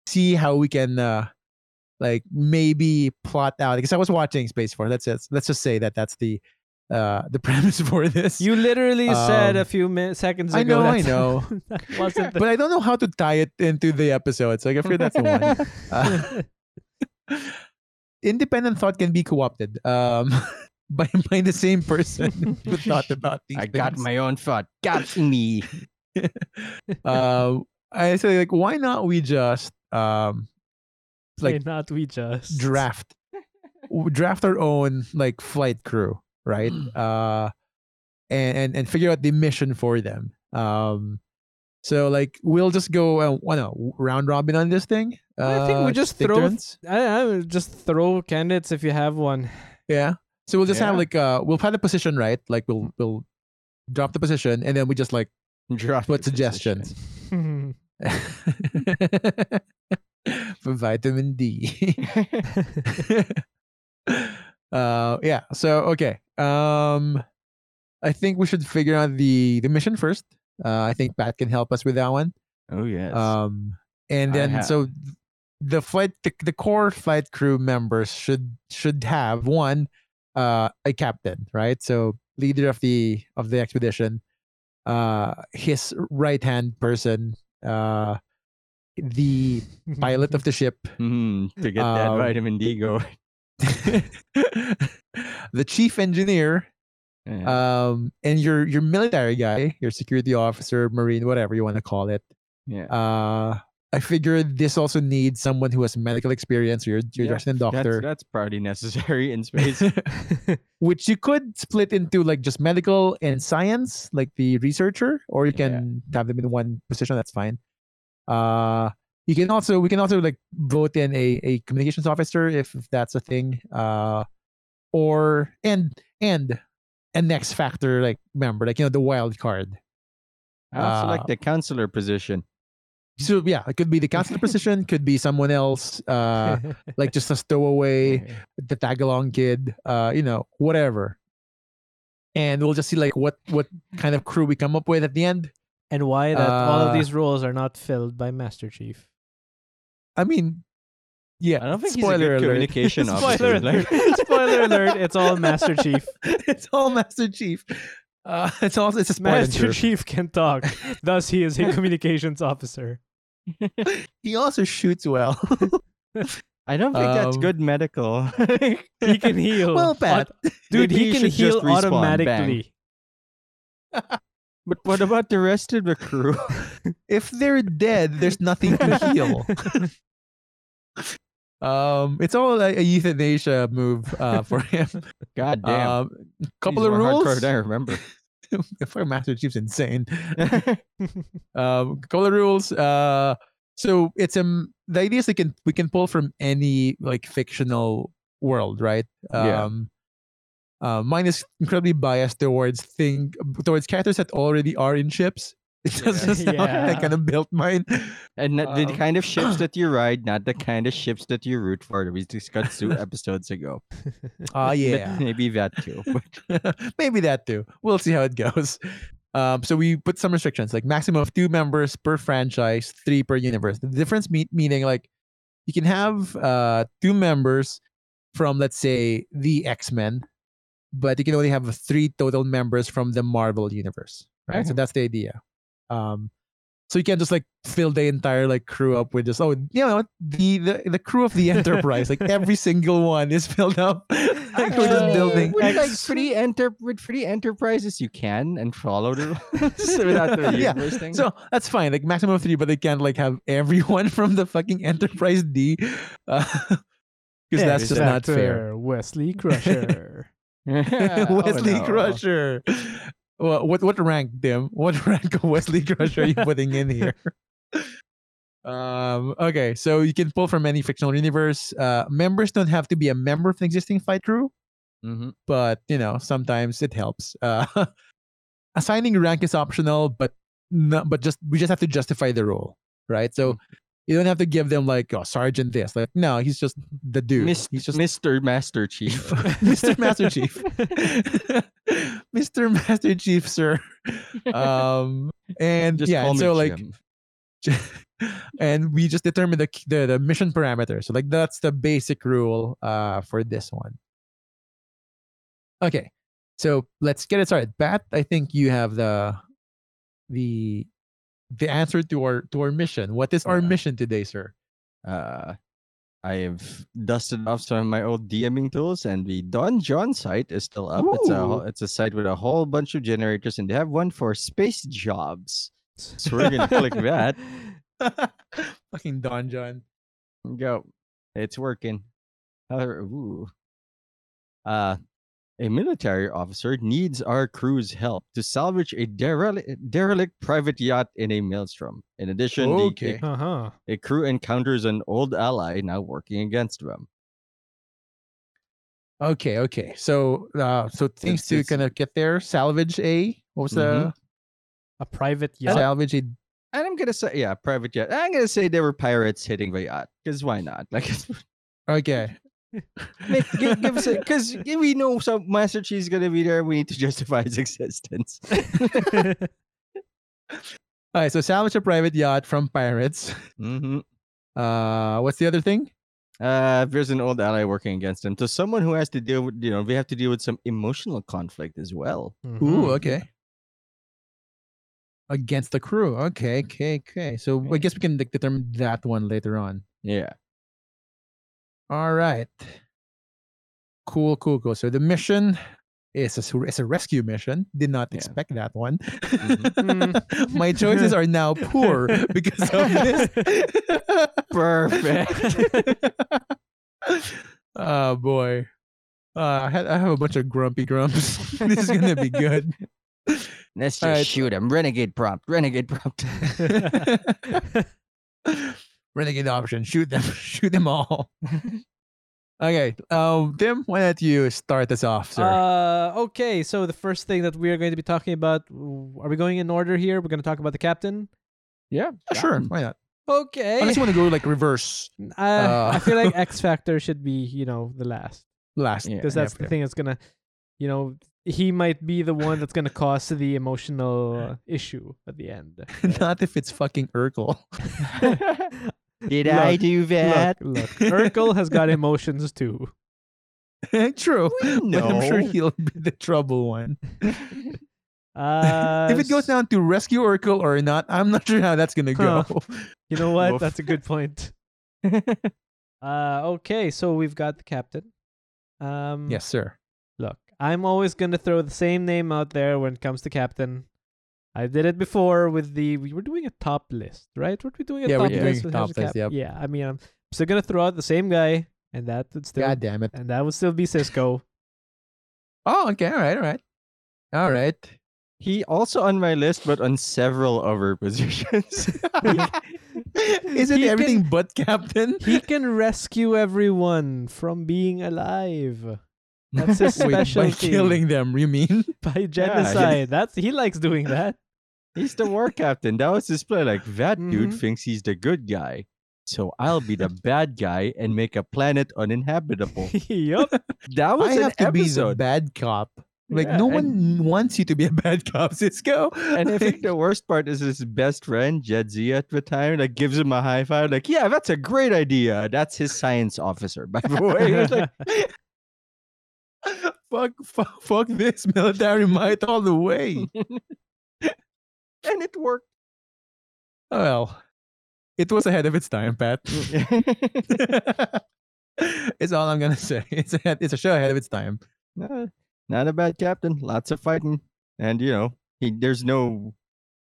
Speaker 3: see how we can uh like maybe plot out because I was watching Space Force. Let's just let's just say that that's the uh the (laughs) premise for this.
Speaker 2: You literally said a
Speaker 3: Um,
Speaker 2: few min- seconds
Speaker 3: I
Speaker 2: ago.
Speaker 3: know, I
Speaker 2: that's-
Speaker 3: know.
Speaker 2: (laughs) that wasn't the
Speaker 3: but I don't know how to tie it into the episode, so I figure that's
Speaker 2: (laughs)
Speaker 3: the one. Uh, independent thought can be co-opted um, (laughs) by by the same person who thought about these.
Speaker 1: I got
Speaker 3: (laughs) things.
Speaker 1: my own thought. Got me.
Speaker 3: Uh, I say like, why not we just um
Speaker 2: Like
Speaker 3: like
Speaker 2: not we just (laughs)
Speaker 3: draft w- draft our own like flight crew right
Speaker 2: Mm.
Speaker 3: uh and, and and figure out the mission for them um so like we'll just go uh, well, no, round robin on this thing
Speaker 2: I think we
Speaker 3: uh,
Speaker 2: just
Speaker 3: take
Speaker 2: throw-
Speaker 3: turns.
Speaker 2: I, I would just throw candidates if you have one.
Speaker 3: yeah so we'll just have
Speaker 1: Yeah.
Speaker 3: like uh we'll find a position right like we'll we'll drop the position and then we just
Speaker 2: (laughs)
Speaker 3: like (laughs)
Speaker 1: Drop
Speaker 3: put
Speaker 1: your position.
Speaker 3: suggestions for vitamin D. (laughs) uh, yeah. So okay. Um, I think we should figure out the the mission first. Uh, I think Pat can help us with that one.
Speaker 1: Oh yes.
Speaker 3: Um, and
Speaker 1: I
Speaker 3: then
Speaker 1: ha-
Speaker 3: so th- the flight the, the core flight crew members should should have one uh a captain right so leader of the of the expedition uh his right hand person uh the
Speaker 2: (laughs)
Speaker 3: pilot of the ship
Speaker 1: Mhm, to get that
Speaker 3: um,
Speaker 1: vitamin D going. (laughs)
Speaker 3: (laughs) the chief engineer
Speaker 1: Yeah.
Speaker 3: um and your your military guy your security officer marine whatever you want to call it
Speaker 1: yeah.
Speaker 3: uh i figure this also needs someone who has medical experience or your, your
Speaker 1: Yeah,
Speaker 3: resident
Speaker 1: That's,
Speaker 3: doctor
Speaker 1: that's probably necessary in
Speaker 3: (laughs)
Speaker 1: space.
Speaker 3: which you could split into like just medical and science like the researcher or you
Speaker 1: Yeah.
Speaker 3: can have them in one position that's fine uh you can also we can also like vote in a, a communications officer if, if that's a thing uh or and and a next factor like member like you know the wild card
Speaker 1: I also like
Speaker 3: Uh,
Speaker 1: the counselor position.
Speaker 3: so yeah it could be the counselor position could be someone else uh like just a stowaway the tag along kid, uh, you know, whatever. And we'll just see like what what kind of crew we come up with at the end.
Speaker 2: and why that all of
Speaker 3: Uh,
Speaker 2: these roles are not filled by Master Chief.
Speaker 3: I mean, yeah.
Speaker 1: I don't think he's a
Speaker 3: (laughs) spoiler
Speaker 1: good
Speaker 3: alert.
Speaker 1: communication officer.
Speaker 2: Spoiler
Speaker 1: like-
Speaker 2: alert! Spoiler alert! It's (laughs) all Master Chief.
Speaker 3: (laughs) it's all Master Chief. Uh, (laughs) it's all it's a spoiler.
Speaker 2: Master
Speaker 3: alert.
Speaker 2: Chief can talk. Thus, he is a communications officer.
Speaker 3: He also shoots
Speaker 1: (laughs)
Speaker 3: well.
Speaker 1: I don't think that's
Speaker 3: Um,
Speaker 1: good medical. (laughs)
Speaker 2: He can
Speaker 1: Oh,
Speaker 2: heal.
Speaker 3: (laughs) well,
Speaker 2: Aut-
Speaker 3: Pat.
Speaker 2: dude,
Speaker 1: Maybe
Speaker 2: he
Speaker 1: he
Speaker 2: can
Speaker 1: should
Speaker 2: heal
Speaker 1: just respawn, bang.
Speaker 2: automatically.
Speaker 1: but what about the rest of the
Speaker 3: (laughs)
Speaker 1: crew?
Speaker 3: if they're
Speaker 1: (laughs)
Speaker 3: dead, there's nothing to heal. (laughs) um, it's all like a euthanasia move uh, for him.
Speaker 1: God (laughs) damn.
Speaker 3: Um, couple
Speaker 1: He's
Speaker 3: of
Speaker 1: more hardcore
Speaker 3: rules.
Speaker 1: than I remember.
Speaker 3: (laughs) if our master chief's insane um color rules uh so it's um the idea is we can we can pull from any like fictional world right
Speaker 1: Yeah.
Speaker 3: um uh, mine is incredibly biased towards thing towards characters that already are in ships (laughs) it
Speaker 1: Yeah.
Speaker 3: doesn't sound like
Speaker 2: Yeah.
Speaker 3: i kind of built mine
Speaker 1: (laughs) And not the
Speaker 3: Um,
Speaker 1: kind of ships that
Speaker 3: (clears throat)
Speaker 1: you ride, not the kind of ships that you root for. that We discussed
Speaker 3: (laughs)
Speaker 1: two episodes ago.
Speaker 3: oh
Speaker 1: (laughs) But
Speaker 3: yeah
Speaker 1: maybe that too. But
Speaker 3: maybe that too we'll see how it goes um, so we put some restrictions like maximum of two members per franchise three per universe the difference me- meaning like you can have uh, two members from let's say the x-men but you can only have three total members from the marvel universe right so
Speaker 1: Okay.
Speaker 3: that's the idea um, so you can't just like fill the entire like crew up with just oh you know the the, the crew of the enterprise like every single one is filled up (laughs) like (laughs) we're just
Speaker 2: Actually,
Speaker 3: building
Speaker 1: With, like
Speaker 2: Ex-
Speaker 1: free enter with free enterprises, you can and follow
Speaker 3: (laughs)
Speaker 1: the rules (laughs) without the
Speaker 3: Yeah,
Speaker 1: universe thing.
Speaker 3: So that's fine, like maximum of three, but they can't like have everyone (laughs) from the fucking Enterprise D, because (laughs) that's just not fair.
Speaker 2: Doctor Wesley (laughs) Crusher.
Speaker 1: (laughs)
Speaker 3: (laughs)
Speaker 1: Oh,
Speaker 3: Wesley
Speaker 1: no.
Speaker 3: Crusher. Well, what what rank, Dim? What (laughs) rank of Wesley Crusher are you putting
Speaker 1: (laughs)
Speaker 3: in here? um. Okay, so you can pull from any fictional universe. Uh, members don't have to be a member of an existing flight crew,
Speaker 1: Mhm.
Speaker 3: but you know sometimes it helps. Uh, (laughs) assigning rank is optional, but no, but just we just have to justify the role, right?
Speaker 1: Mm.
Speaker 3: So you don't have to give them like oh, sergeant this, like no, he's just the dude.
Speaker 1: Mis-
Speaker 3: he's (laughs) just
Speaker 1: Mr. Master Chief.
Speaker 3: (laughs)
Speaker 1: (laughs)
Speaker 3: Mr. Master Chief. (laughs) Mr. Master
Speaker 1: (laughs)
Speaker 3: Chief, sir. Um, and
Speaker 1: Just
Speaker 3: yeah,
Speaker 1: call
Speaker 3: and
Speaker 1: me
Speaker 3: so like,
Speaker 1: Jim.
Speaker 3: and we just determine the, the the mission parameter. So like, that's the basic rule uh for this one. Okay, so let's get it started. Pat, I think you have the the the answer to our to our mission. What is our
Speaker 1: Yeah.
Speaker 3: mission
Speaker 1: (laughs)
Speaker 3: today, sir?
Speaker 1: Uh, I have dusted off some of my old DMing tools, and the Don John site is still up. It's a whole-
Speaker 3: Ooh.
Speaker 1: it's a site with a whole
Speaker 2: (laughs)
Speaker 3: (laughs)
Speaker 1: bunch of generators, and they have one for space jobs. So we're gonna click that.
Speaker 3: Fucking Don John.
Speaker 1: Go. It's working. However, ooh. Uh, a military officer needs our crew's help to salvage a dereli- derelict private yacht in a maelstrom. In addition, the-
Speaker 3: Okay.
Speaker 2: Uh huh.
Speaker 1: a, a crew encounters an old ally now working against them.
Speaker 3: Okay, okay. So uh so things
Speaker 1: It's-
Speaker 3: to
Speaker 1: it's-
Speaker 3: kind of get there. Salvage a what was
Speaker 1: Mhm.
Speaker 2: A private
Speaker 3: the
Speaker 2: yacht.
Speaker 3: salvage a
Speaker 1: And I'm gonna say, yeah, private yacht. I'm gonna say they were pirates hitting the yacht, because why not? Like, (laughs)
Speaker 3: okay.
Speaker 1: make, give, give us because we know some Master Chief's gonna be there. We need to (laughs) justify his existence.
Speaker 3: All right, so salvage a private yacht from pirates.
Speaker 1: hmm
Speaker 3: Uh what's the other thing?
Speaker 1: Uh, if there's an old ally working against him, to someone who has to deal with, you know, they have to deal with some emotional conflict as well.
Speaker 2: Mm-hmm,
Speaker 3: Ooh, okay. Against the crew. Okay, okay, okay. So I guess we can de- determine that one later on.
Speaker 2: (laughs)
Speaker 1: Yeah.
Speaker 3: All right. Cool, cool, cool. So the mission is a, sur- is a rescue mission. Did not
Speaker 1: Yeah.
Speaker 3: expect that one.
Speaker 2: Mhm.
Speaker 3: (laughs) My choices are now poor because of this. (laughs)
Speaker 2: (laughs)
Speaker 1: Perfect.
Speaker 3: oh boy. Uh, I, had, I have a bunch of grumpy grumps. (laughs) this is gonna be good.
Speaker 1: Let's just
Speaker 3: Alright.
Speaker 1: shoot him. Renegade prompt. Renegade prompt. (laughs)
Speaker 3: (laughs) Renegade option. Shoot them. (laughs) Shoot them
Speaker 2: (laughs)
Speaker 3: all. okay. Um, Tim, why don't you start us off, sir?
Speaker 2: Uh, okay, so the first thing that we are going to be talking about, w- are we going in order here? We're going to talk about the captain.
Speaker 1: yeah.
Speaker 3: Yeah, sure.
Speaker 2: mm.
Speaker 3: Why not?
Speaker 2: Okay.
Speaker 3: Unless you want to go like reverse
Speaker 2: I, I
Speaker 3: uh,
Speaker 2: feel like X Factor should be, you know, the last
Speaker 3: last.
Speaker 1: Yeah.
Speaker 2: because that's the thing that's going to, you know, he might be the one that's going to cause the emotional uh, issue at the
Speaker 3: (laughs)
Speaker 2: end.
Speaker 3: (laughs)
Speaker 2: (laughs)
Speaker 3: not if it's fucking Urkel.
Speaker 1: Did
Speaker 2: Look,
Speaker 1: I do that?
Speaker 2: Look, look, Urkel has got emotions too.
Speaker 3: (laughs) True. But (laughs) I'm sure
Speaker 1: No.
Speaker 3: he'll be the trouble one.
Speaker 2: Uh,
Speaker 3: (laughs) if it goes
Speaker 2: s-
Speaker 3: down to rescue Urkel or not, I'm not sure how that's gonna go.
Speaker 2: You know what?
Speaker 1: Woof.
Speaker 2: That's a good point. uh, okay, so we've got the captain. Um,
Speaker 3: (laughs) yes, sir.
Speaker 2: Look, I'm always going to throw the same name out there when it comes to captain. I did it before with the. We were doing a top list, right? Weren't we doing a
Speaker 3: Yeah, we're
Speaker 2: top
Speaker 1: doing
Speaker 2: list? with
Speaker 3: top
Speaker 2: Hamza
Speaker 3: list,
Speaker 2: Cap-
Speaker 3: yep.
Speaker 2: Yeah, I mean, I'm still going to throw out the same guy, and that would still.
Speaker 3: God damn it.
Speaker 2: and that would still be Cisco.
Speaker 3: Oh, okay. All right. All right.
Speaker 2: (laughs)
Speaker 3: All right. (laughs)
Speaker 1: He also on my list, but on several other (laughs) positions.
Speaker 3: Is it
Speaker 2: He can-
Speaker 3: everything but captain? (laughs)
Speaker 2: he can rescue everyone from being alive. (laughs) That's his
Speaker 3: Wait, by
Speaker 2: specialty.
Speaker 3: killing them,
Speaker 1: (laughs)
Speaker 3: you mean?
Speaker 2: by genocide.
Speaker 3: (laughs)
Speaker 2: That's he likes doing that. (laughs)
Speaker 1: He's the war captain. That was his play. Like that dude
Speaker 3: Mm-hmm.
Speaker 2: Mhm.
Speaker 1: thinks he's the good guy, so I'll be the bad guy and make a planet
Speaker 3: (laughs)
Speaker 1: uninhabitable.
Speaker 2: yup.
Speaker 1: That was
Speaker 3: I
Speaker 1: an
Speaker 3: have to be the
Speaker 1: episode.
Speaker 3: bad cop. Like
Speaker 1: Yeah,
Speaker 3: no
Speaker 1: and-
Speaker 3: one wants you to be a bad cop, (laughs) Cisco.
Speaker 1: and I
Speaker 3: (laughs)
Speaker 1: think the worst part is his best friend Jedzia at the time, like gives him a high five, like, "Yeah, that's a great idea." That's his science officer, by the way.
Speaker 2: (laughs)
Speaker 3: (laughs)
Speaker 1: It's like,
Speaker 3: fuck, fuck, fuck this (laughs) military might all the
Speaker 1: (laughs)
Speaker 3: way.
Speaker 1: and it worked. (laughs)
Speaker 3: Well, it was ahead of its
Speaker 1: (laughs)
Speaker 3: time, Pat. (laughs) it's all I'm gonna say. (laughs) It's a, it's a show ahead of its
Speaker 1: (laughs)
Speaker 3: time.
Speaker 1: Nah, not a bad captain. Lots of fighting, and you know, he there's no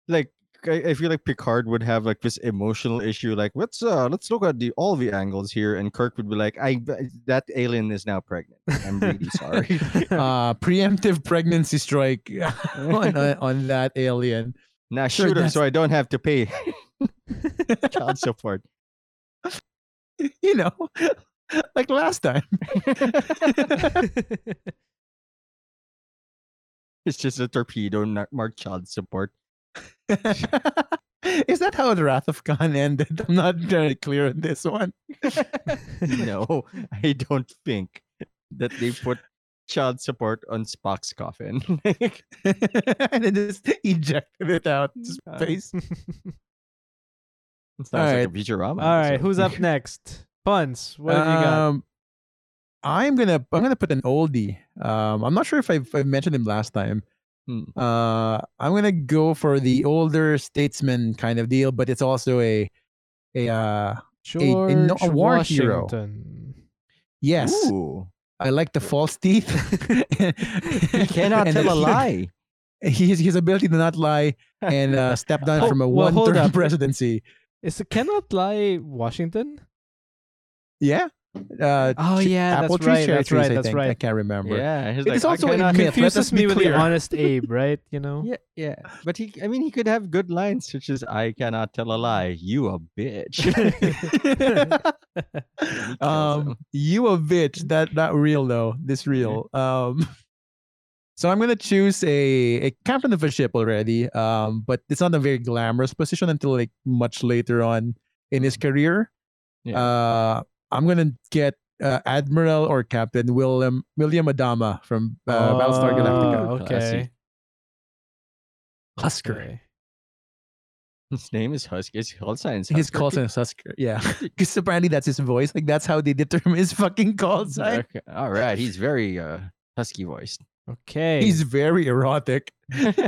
Speaker 1: like. I I feel like Picard would have like this emotional issue, like let's uh let's look at the all the angles here, and Kirk would be like, "I that alien is now pregnant. I'm
Speaker 3: (laughs)
Speaker 1: really sorry."
Speaker 3: Uh, preemptive pregnancy strike (laughs)
Speaker 1: (laughs)
Speaker 3: on, on, on that alien.
Speaker 1: Now
Speaker 3: Sure,
Speaker 1: shoot her
Speaker 3: that's-
Speaker 1: so I don't have to
Speaker 3: (laughs)
Speaker 1: pay (laughs) child support.
Speaker 3: You know, (laughs) like last
Speaker 1: (laughs)
Speaker 3: time.
Speaker 2: (laughs)
Speaker 1: It's just a torpedo not marked child support.
Speaker 3: (laughs) Is that how the Wrath of Khan ended? I'm not very clear on this one. (laughs)
Speaker 1: no, I don't think that they put child support on Spock's coffin. (laughs) Like,
Speaker 3: and then just ejected it out to
Speaker 1: Uh,
Speaker 3: space.
Speaker 1: it sounds like
Speaker 3: Alright.
Speaker 1: a Futurama.
Speaker 2: (laughs) All right,
Speaker 1: episode. (laughs)
Speaker 2: who's up next? Puns. What have you got?
Speaker 3: Um, I'm gonna I'm gonna put an oldie. Um, I'm not sure if I've, I've mentioned him last time.
Speaker 1: Hmm.
Speaker 3: Uh, I'm gonna go for the older statesman kind of deal, but it's also a a uh,
Speaker 2: George
Speaker 3: no- a war hero.
Speaker 2: Washington.
Speaker 3: yes.
Speaker 1: Ooh,
Speaker 3: I like the false teeth. (laughs)
Speaker 1: he cannot (laughs)
Speaker 3: And (laughs)
Speaker 1: tell a
Speaker 3: he-
Speaker 1: lie.
Speaker 3: His his ability to not lie and uh, step down
Speaker 2: Oh, (laughs)
Speaker 3: from a
Speaker 2: well,
Speaker 3: one
Speaker 2: hold
Speaker 3: term
Speaker 2: up.
Speaker 3: (laughs) presidency.
Speaker 2: Is the cannot lie Washington?
Speaker 3: Yeah. Uh,
Speaker 2: Oh,
Speaker 3: tre-
Speaker 2: yeah, that's
Speaker 3: apple tree,
Speaker 2: right,
Speaker 3: cherry
Speaker 2: that's
Speaker 3: trees,
Speaker 2: right,
Speaker 3: I
Speaker 2: that's
Speaker 3: think. I
Speaker 2: right.
Speaker 3: can't remember.
Speaker 1: Yeah, he's
Speaker 3: It
Speaker 1: like,
Speaker 3: is
Speaker 1: "I
Speaker 3: also a
Speaker 1: cannot
Speaker 3: myth,
Speaker 1: (laughs) hit."
Speaker 3: let
Speaker 2: Confuses
Speaker 3: us
Speaker 2: me
Speaker 3: be
Speaker 2: with
Speaker 3: clear.
Speaker 2: the honest Abe, right? You know.
Speaker 1: Yeah, yeah, but he. I mean, he could have good lines such as "I cannot tell a lie, you a (laughs) bitch."
Speaker 2: (laughs)
Speaker 3: (laughs)
Speaker 1: kills
Speaker 3: um,
Speaker 1: him.
Speaker 3: you a bitch. That that real though.
Speaker 1: (laughs)
Speaker 3: This real. Um, (laughs) so I'm gonna choose a a captain of a ship already. Um, but it's not a very glamorous position until like much later on in his career.
Speaker 1: Yeah.
Speaker 3: Uh, I'm gonna get uh, admiral or captain William William Adama from uh, Battlestar Galactica.
Speaker 2: Oh, Okay.
Speaker 1: Classy. Oh,
Speaker 3: Husker.
Speaker 2: okay.
Speaker 1: His name is Husky. His call sign is
Speaker 3: His
Speaker 1: Husker.
Speaker 3: call sign is Husker. Yeah, (laughs) because apparently that's his voice. Like that's how they determine his fucking call sign.
Speaker 1: Okay. All right. He's very uh, husky (laughs) voiced.
Speaker 2: Okay.
Speaker 3: He's very erotic. (laughs)
Speaker 1: God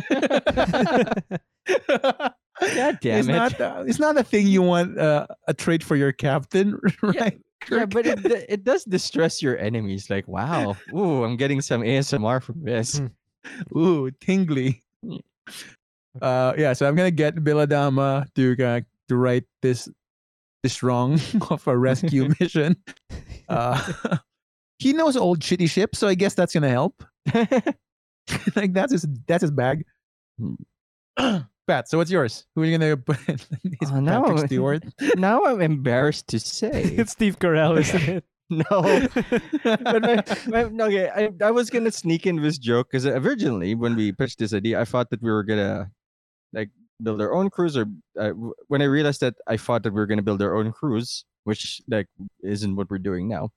Speaker 1: damn
Speaker 3: it's
Speaker 1: it.
Speaker 3: Not, uh, it's not a thing you want uh, a trait for your captain, (laughs) right?
Speaker 1: Yeah,
Speaker 3: Kirk?
Speaker 1: but it, d- it does distress your enemies. Like, wow, ooh, I'm getting some ASMR from this.
Speaker 2: Mm.
Speaker 3: ooh, tingly.
Speaker 1: Yeah.
Speaker 3: Uh, yeah, so I'm gonna get Biladama to uh, to write this this wrong (laughs) of
Speaker 1: (laughs)
Speaker 3: a rescue mission. Uh, he knows old shitty ships, so I guess that's gonna help. (laughs) like that's his that's his bag. (clears throat)
Speaker 1: Hmm.
Speaker 3: Pat, so what's yours? Who are you gonna put? (laughs) in? Is
Speaker 1: Oh, now
Speaker 3: Patrick
Speaker 1: I'm-
Speaker 3: Stewart?
Speaker 1: now I'm embarrassed to (laughs) say.
Speaker 2: (laughs) it's Steve Carell, isn't
Speaker 3: (laughs)
Speaker 2: it?
Speaker 1: (laughs) no. but my, my, no, okay, I, I was gonna sneak in this joke because originally when we pitched this idea, I thought that we were gonna like build our own cruise. Or uh, w- when I realized that I thought that we were gonna build our own cruise, which like isn't what we're doing now.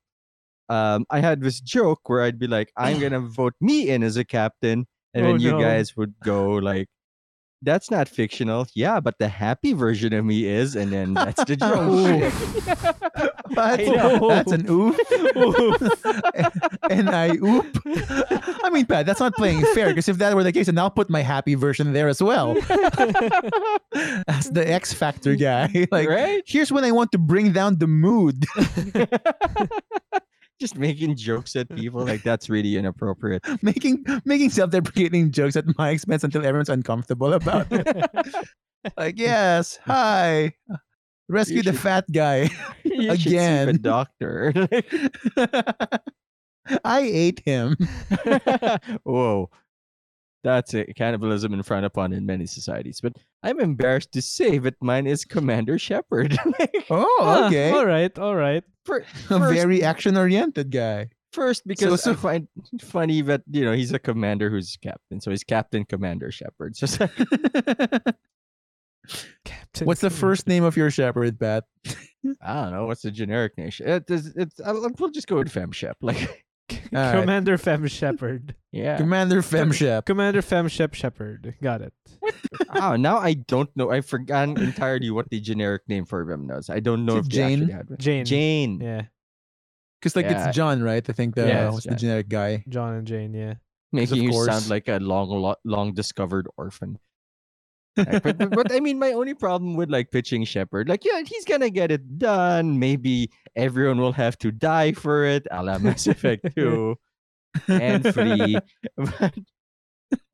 Speaker 1: Um, I had this joke where I'd be like, "I'm gonna
Speaker 2: (laughs)
Speaker 1: vote me in as a captain," and
Speaker 2: Oh,
Speaker 1: then you
Speaker 2: no.
Speaker 1: guys would go like. That's not fictional. Yeah, but the happy version of me is, and then that's
Speaker 2: (laughs)
Speaker 1: the
Speaker 3: Oh,
Speaker 2: Oh,
Speaker 1: joke. (laughs)
Speaker 3: But
Speaker 1: I know.
Speaker 3: that's an oof. and I oop. I mean, Pat, that's not playing fair because if that were the case, then I'll put my happy version there as well. As the
Speaker 1: (laughs)
Speaker 3: X Factor guy. (laughs) Like,
Speaker 1: right?
Speaker 3: here's when I want to bring down the mood. (laughs)
Speaker 1: just making jokes at people like that's really inappropriate.
Speaker 3: making making self-deprecating jokes at my expense until everyone's uncomfortable about
Speaker 1: (laughs)
Speaker 3: it. Like, yes, hi. Rescue the
Speaker 1: should-
Speaker 3: fat guy. (laughs)
Speaker 1: You should see the (laughs)
Speaker 3: Again.
Speaker 1: doctor.
Speaker 3: I ate
Speaker 1: (laughs)
Speaker 3: him.
Speaker 1: Whoa. That's it. Cannibalism frowned upon in many societies. But I'm embarrassed to say that mine is Commander Shepard. (laughs) Like,
Speaker 3: (laughs) Oh,
Speaker 2: Ah, (laughs)
Speaker 3: okay.
Speaker 2: all right. All right.
Speaker 1: fir-
Speaker 3: A
Speaker 1: first,
Speaker 3: very action-oriented guy.
Speaker 1: first, because
Speaker 3: so-
Speaker 1: I find it funny that, you know, he's a commander who's captain. So he's Captain Commander Shepard. So (laughs) it's like,
Speaker 2: Captain.
Speaker 3: What's the first name of your shepherd, Pat?
Speaker 1: I don't know. What's the generic name? It, it's, it's, I'll, we'll just go with FemShep. Like, (laughs)
Speaker 3: All right.
Speaker 2: Commander Fem Shepherd.
Speaker 1: yeah.
Speaker 3: Commander Femshep.
Speaker 2: Commander Fem Shep Shepherd. Got it.
Speaker 1: oh, now I don't know. I've forgotten entirely what the generic name for them is. I don't know if
Speaker 3: Is it
Speaker 1: They
Speaker 3: Jane?
Speaker 1: actually had one.
Speaker 2: Jane.
Speaker 1: Jane.
Speaker 2: Yeah.
Speaker 3: Because like
Speaker 1: Yeah.
Speaker 3: it's John, right? I think the
Speaker 1: Yeah,
Speaker 3: uh,
Speaker 1: it's
Speaker 3: what's the
Speaker 1: John.
Speaker 3: generic guy.
Speaker 2: John and Jane.
Speaker 3: (laughs)
Speaker 2: Yeah.
Speaker 1: Making you sound
Speaker 3: course.
Speaker 1: like a long, lo- long discovered
Speaker 3: (laughs)
Speaker 1: orphan. Like, but, but, but I mean, my only problem with like pitching Shepard, like, yeah, he's gonna get it done. Maybe everyone will have to die for it, a la Mass
Speaker 2: (laughs)
Speaker 1: Effect 2 and 3. But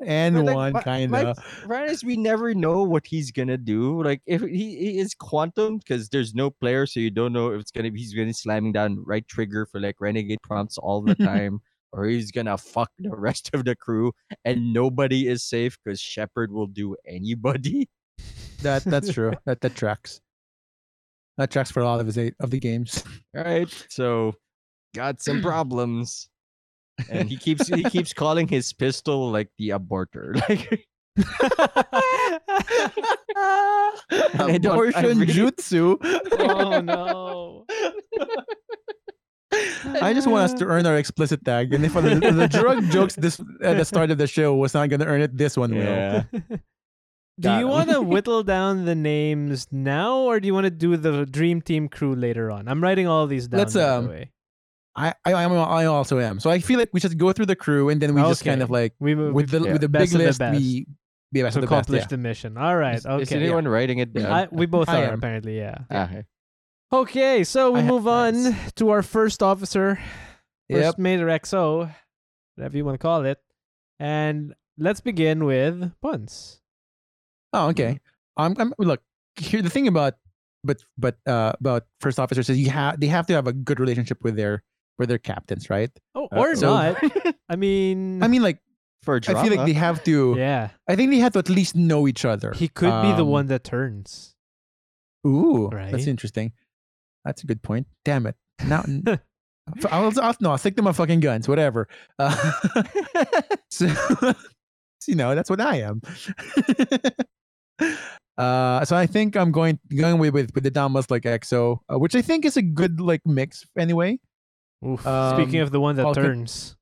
Speaker 3: and
Speaker 1: But, like,
Speaker 3: one
Speaker 1: my-
Speaker 3: kind
Speaker 1: my-
Speaker 3: of.
Speaker 1: Right is we never know what he's gonna do. Like if he, he is quantum, because there's no player, so you don't know if it's gonna be he's gonna be slamming down right trigger for like renegade prompts all the time, or he's gonna fuck the rest of the crew, and nobody is safe because Shepard will do anybody. (laughs)
Speaker 3: That that's true. That that tracks. That tracks for a lot of his eight of
Speaker 1: (laughs)
Speaker 3: the games.
Speaker 1: Right? So got some problems. And he keeps he keeps calling his pistol like the aborter. (laughs) Like
Speaker 3: Abortion
Speaker 1: I don't- I really-
Speaker 3: Uh, jutsu.
Speaker 2: oh no.
Speaker 3: I just want us
Speaker 2: (laughs)
Speaker 3: to earn our explicit tag, and if the, the
Speaker 1: (laughs)
Speaker 3: drug jokes this at the start of the show was not going to earn it, this one will.
Speaker 1: yeah.
Speaker 2: Do
Speaker 1: Got
Speaker 2: you
Speaker 1: him.
Speaker 2: want to whittle down the names now, or do you want to do the dream team crew later on? I'm writing all these down.
Speaker 3: Let's,
Speaker 2: by the
Speaker 3: um,
Speaker 2: way.
Speaker 3: I I, I'm- I also am. So I feel like we should go through the crew, and then we just kind of
Speaker 2: Okay.
Speaker 3: like
Speaker 2: we move
Speaker 3: with the
Speaker 1: yeah.
Speaker 3: with the
Speaker 2: Best
Speaker 3: big
Speaker 2: of the
Speaker 3: list
Speaker 2: best.
Speaker 3: we be best
Speaker 2: to
Speaker 3: of the best.
Speaker 2: accomplish
Speaker 3: Yeah.
Speaker 2: the mission. All right.
Speaker 1: Is,
Speaker 2: okay.
Speaker 1: is anyone writing it down?
Speaker 2: I, we both
Speaker 3: I
Speaker 2: are
Speaker 3: am.
Speaker 2: apparently. Yeah.
Speaker 1: Ah, okay.
Speaker 2: Okay, so we
Speaker 3: I have
Speaker 2: move on to our first officer, first
Speaker 3: Yep.
Speaker 2: mate or XO, whatever you want to call it, and let's begin with Punce.
Speaker 3: Oh, okay. I'm, I'm look here. The thing about but but uh but first officer says you have they have to have a good relationship with their with their captains, right?
Speaker 2: Oh,
Speaker 1: Uh,
Speaker 2: or
Speaker 3: so-
Speaker 2: not.
Speaker 3: (laughs)
Speaker 2: I mean,
Speaker 3: I mean like
Speaker 1: for drama.
Speaker 3: I feel like they have to
Speaker 2: Mm. yeah,
Speaker 3: I think they have to at least know each other.
Speaker 2: he could be the
Speaker 3: Um,
Speaker 2: one that turns.
Speaker 3: Ooh,
Speaker 2: Right?
Speaker 3: that's interesting. That's a good point. Damn it. Now, n- f- I'll, I'll, no, I'll stick to my fucking guns, whatever. Uh, (laughs) so, (laughs) you know, that's what I am. (laughs) uh, so I think I'm going going with with, with the Damas like EXO, uh, which I think is a good like mix anyway,
Speaker 2: Oof.
Speaker 3: um,
Speaker 2: Speaking of the one that
Speaker 3: I'll con-
Speaker 2: turns,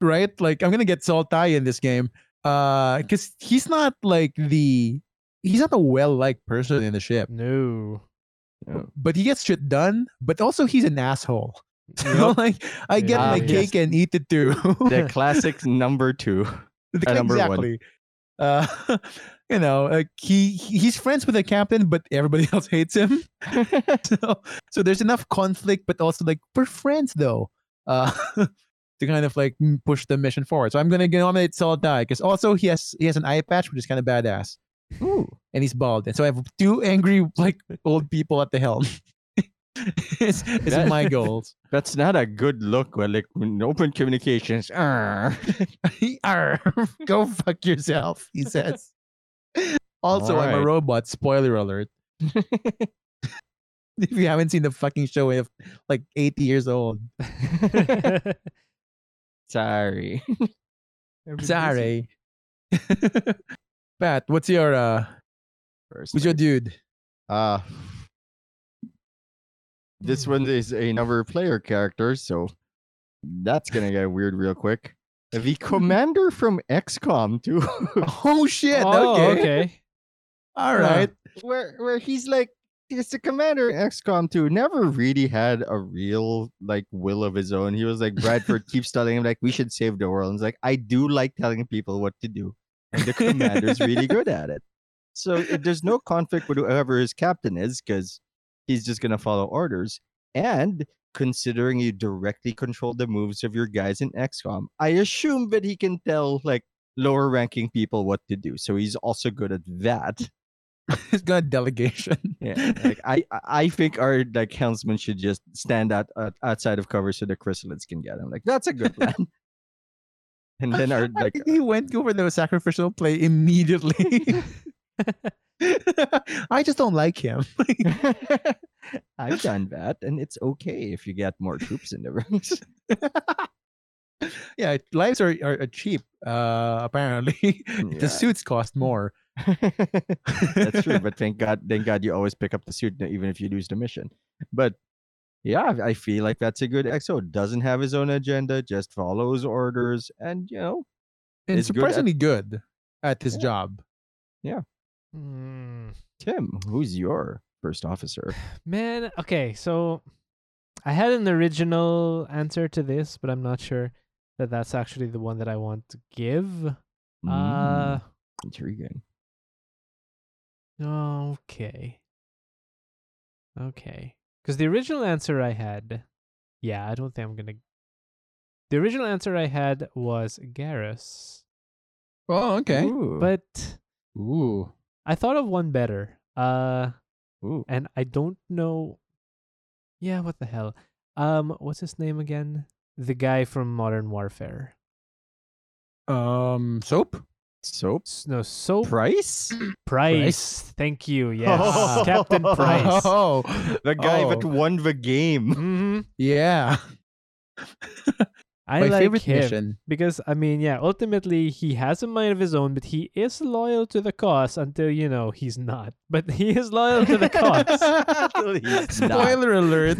Speaker 3: right? Like I'm gonna get Soltai in this game because he's not like the he's not a well liked person in the ship, (laughs)
Speaker 2: no.
Speaker 3: but he gets shit done. But also he's an asshole.
Speaker 2: (laughs)
Speaker 3: So
Speaker 2: Yup.
Speaker 3: (laughs) like I get
Speaker 1: Yeah.
Speaker 3: my
Speaker 1: Um,
Speaker 3: cake and eat it too. (laughs)
Speaker 1: the classic number two.
Speaker 3: The-
Speaker 1: At number one.
Speaker 3: exactly. Uh, (laughs) you know, like he he- he's friends with the captain, but everybody (laughs) else hates
Speaker 1: (laughs)
Speaker 3: him. so so there's enough conflict, but also like we're friends though. Uh, (laughs) to kind of like m- push the mission forward. So I'm gonna nominate Solidai because also he has he has an eye patch, which is kind of badass,
Speaker 1: Ooh.
Speaker 3: and he's bald. And so I have two angry like old people at the helm. (laughs) it's it's
Speaker 1: That-
Speaker 3: my goals.
Speaker 1: That's not a good look. Well, like when open communications. (laughs) Arr.
Speaker 3: Arr, (laughs) go fuck yourself, he says. Also, I'm
Speaker 1: Alright.
Speaker 3: a robot. Spoiler (laughs) alert. if you haven't seen the fucking show, if like 80 years old.
Speaker 1: Sorry.
Speaker 3: Sorry. (laughs) Pat, what's your uh
Speaker 1: First
Speaker 3: who's your
Speaker 1: place.
Speaker 3: dude?
Speaker 1: Uh this one is another player character, so that's gonna get weird real quick. The commander from XCOM too, (laughs)
Speaker 3: Oh shit.
Speaker 2: oh,
Speaker 3: okay.
Speaker 2: okay.
Speaker 3: All right.
Speaker 1: where where he's like it's the commander in XCOM 2 never really had a real like will of his own. He was like Bradford keeps telling him like we should save the world. And it's like I do like telling people what to do. And the commander's really good at it. So it- there's no conflict with whoever his captain is because he's just gonna follow orders. And considering you directly control the moves of your guys in XCOM, I assume that he can tell like lower ranking people what to do. So he's also good at that.
Speaker 3: (laughs) He's got a delegation.
Speaker 1: Yeah, like I, I- I think our like helmsman should just stand out uh, outside of cover so the chrysalids can get him. Like that's a good plan. and then our
Speaker 3: (laughs) I
Speaker 1: like
Speaker 3: think he went over the sacrificial play (laughs) immediately. I just don't like him. (laughs)
Speaker 1: I've done that, and it's okay if you get more troops in the (laughs) ranks.
Speaker 3: yeah, lives are, are, are cheap. Uh, apparently, (laughs)
Speaker 1: Yeah.
Speaker 3: the suits cost more.
Speaker 1: that's true, but thank God, thank God, you always pick up the suit n- even if you lose the mission. But yeah, I feel like that's a good XO. Doesn't have his own agenda, just follows orders, and you know,
Speaker 3: (laughs) and
Speaker 1: is good at-
Speaker 3: surprisingly good at his
Speaker 1: Yeah.
Speaker 3: job. Hmm.
Speaker 2: Mm,
Speaker 1: Tim, who's your first officer?
Speaker 2: man, okay. So I had an original answer to this, but I'm not sure that that's actually the one that I want to give.
Speaker 1: Mm,
Speaker 2: Uh,
Speaker 1: Hmm, intriguing.
Speaker 2: Okay. Okay. Because the original answer I had, yeah, I don't think I'm gonna. The original answer I had was Garrus,
Speaker 3: Oh, okay.
Speaker 1: Ooh.
Speaker 2: but
Speaker 3: Ooh,
Speaker 2: I thought of one better. Uh,
Speaker 1: Ooh.
Speaker 2: and I don't know. Yeah, what the hell? Um, what's his name again? The guy from Modern Warfare.
Speaker 1: Mm-hmm.
Speaker 3: um, soap.
Speaker 1: soap
Speaker 2: S- no, so Price.
Speaker 1: price. (gasps)
Speaker 2: Thank you. Yes, Captain Price.
Speaker 3: (laughs) Oh,
Speaker 1: The guy
Speaker 3: oh,
Speaker 1: that won the game. (laughs)
Speaker 2: hmm
Speaker 3: yeah,
Speaker 2: (laughs) I
Speaker 3: my
Speaker 2: like
Speaker 3: favorite
Speaker 2: him.
Speaker 3: mission.
Speaker 2: Because I mean, yeah, ultimately he has a mind of his own, but he is loyal to the cause until you know he's not. But he is loyal
Speaker 3: (laughs)
Speaker 2: to the cause,
Speaker 1: (laughs) He's not.
Speaker 3: Spoiler
Speaker 2: (laughs)
Speaker 3: alert.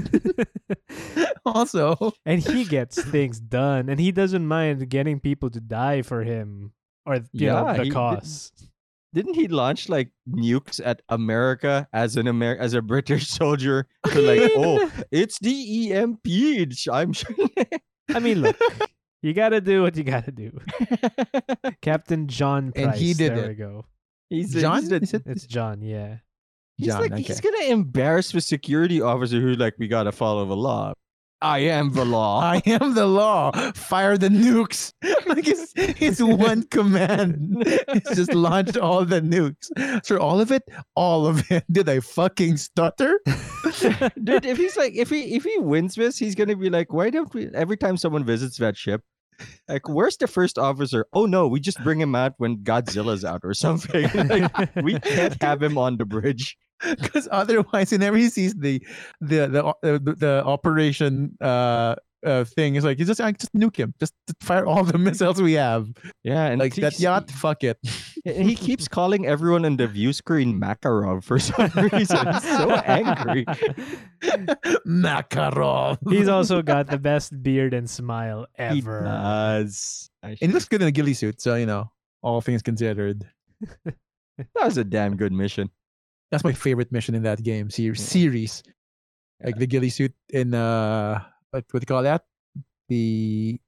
Speaker 3: (laughs) also,
Speaker 2: and he gets things done, and he doesn't mind getting people to die for him or you know,
Speaker 1: Yeah,
Speaker 2: the
Speaker 1: he did-
Speaker 2: cause.
Speaker 1: Didn't he launch like nukes at America as an Amer- as a British (laughs) soldier? To,
Speaker 2: (laughs)
Speaker 3: (laughs)
Speaker 1: like, oh, it's the EMP. It's- I'm (laughs) sure.
Speaker 2: I mean, look, you gotta do what you
Speaker 1: (laughs)
Speaker 2: gotta do. Captain John Price.
Speaker 3: And he did
Speaker 2: there
Speaker 3: it.
Speaker 1: (laughs)
Speaker 2: we go.
Speaker 1: He's a-
Speaker 3: John.
Speaker 1: He's, a-
Speaker 3: Is it
Speaker 2: It's John. Yeah.
Speaker 1: he's
Speaker 3: John?
Speaker 1: like
Speaker 3: okay.
Speaker 1: he's gonna embarrass the security officer who like we gotta follow the law. I am the law.
Speaker 3: (laughs) I am the law. Fire the nukes. (laughs) like it's, it's one
Speaker 1: (laughs)
Speaker 3: command. It's just launch all the nukes. For all of it, all of it. (laughs) Did I fucking stutter?
Speaker 1: (laughs)
Speaker 3: (laughs)
Speaker 1: Dude, if he's like, if he if he wins this, he's gonna be like, why don't we? Every time someone visits that ship, like, where's the first officer? Oh no, we just bring him out when Godzilla's out or something. (laughs) like, we
Speaker 2: (laughs)
Speaker 1: can't (laughs) have him on the bridge.
Speaker 3: Because otherwise, whenever he sees the the the o- uh, the, the operation uh, uh thing, it's like you just like, just nuke him. Just fire all the (laughs) missiles we have.
Speaker 1: Yeah, and
Speaker 3: Like that
Speaker 1: he's-
Speaker 3: yacht, fuck it. (laughs)
Speaker 1: And he keeps calling everyone on the view screen Makarov for some (laughs) reason. He's so angry.
Speaker 3: Makarov.
Speaker 2: He's also got the best beard and smile
Speaker 1: He
Speaker 2: ever.
Speaker 1: does. I
Speaker 3: (laughs) and
Speaker 1: sh-
Speaker 3: he looks good in a ghillie suit, so you know, all things considered.
Speaker 1: that was a damn good mission.
Speaker 3: That's my favorite mission in that game ser- series. Like the ghillie suit in uh, what, what do you call that? The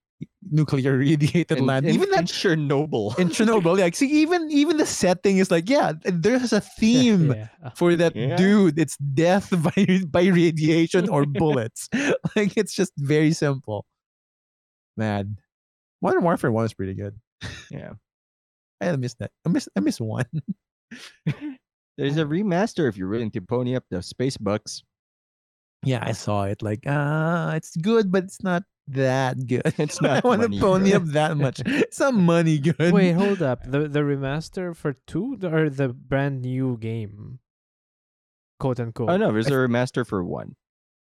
Speaker 3: nuclear (laughs) radiated
Speaker 1: And-
Speaker 3: land.
Speaker 1: and-
Speaker 3: even
Speaker 1: and
Speaker 3: that
Speaker 1: Chernobyl.
Speaker 3: in Chernobyl. Like, see, even even the setting is like, yeah, there's a theme
Speaker 2: (laughs)
Speaker 3: (laughs)
Speaker 2: Yeah.
Speaker 3: for that
Speaker 1: Yeah.
Speaker 3: dude. It's death (laughs) by by radiation (laughs) or bullets. like, it's just very simple. Man, Modern Warfare One is pretty good.
Speaker 1: (laughs) Yeah.
Speaker 3: I miss that. I miss I miss one.
Speaker 1: There's a remaster if you're willing to pony up the space bucks. (laughs)
Speaker 3: Yeah, I saw it. Like, ah, it's good, but it's not that (laughs) good.
Speaker 1: It's
Speaker 3: I
Speaker 1: not
Speaker 3: want to
Speaker 1: money
Speaker 3: (laughs) pony
Speaker 1: good.
Speaker 3: up that much. It's not money good.
Speaker 2: Wait, hold up. The the remaster for two the- or the brand new game, quote
Speaker 1: (laughs)
Speaker 2: unquote.
Speaker 1: Oh no, there's
Speaker 3: I
Speaker 1: a remaster for one.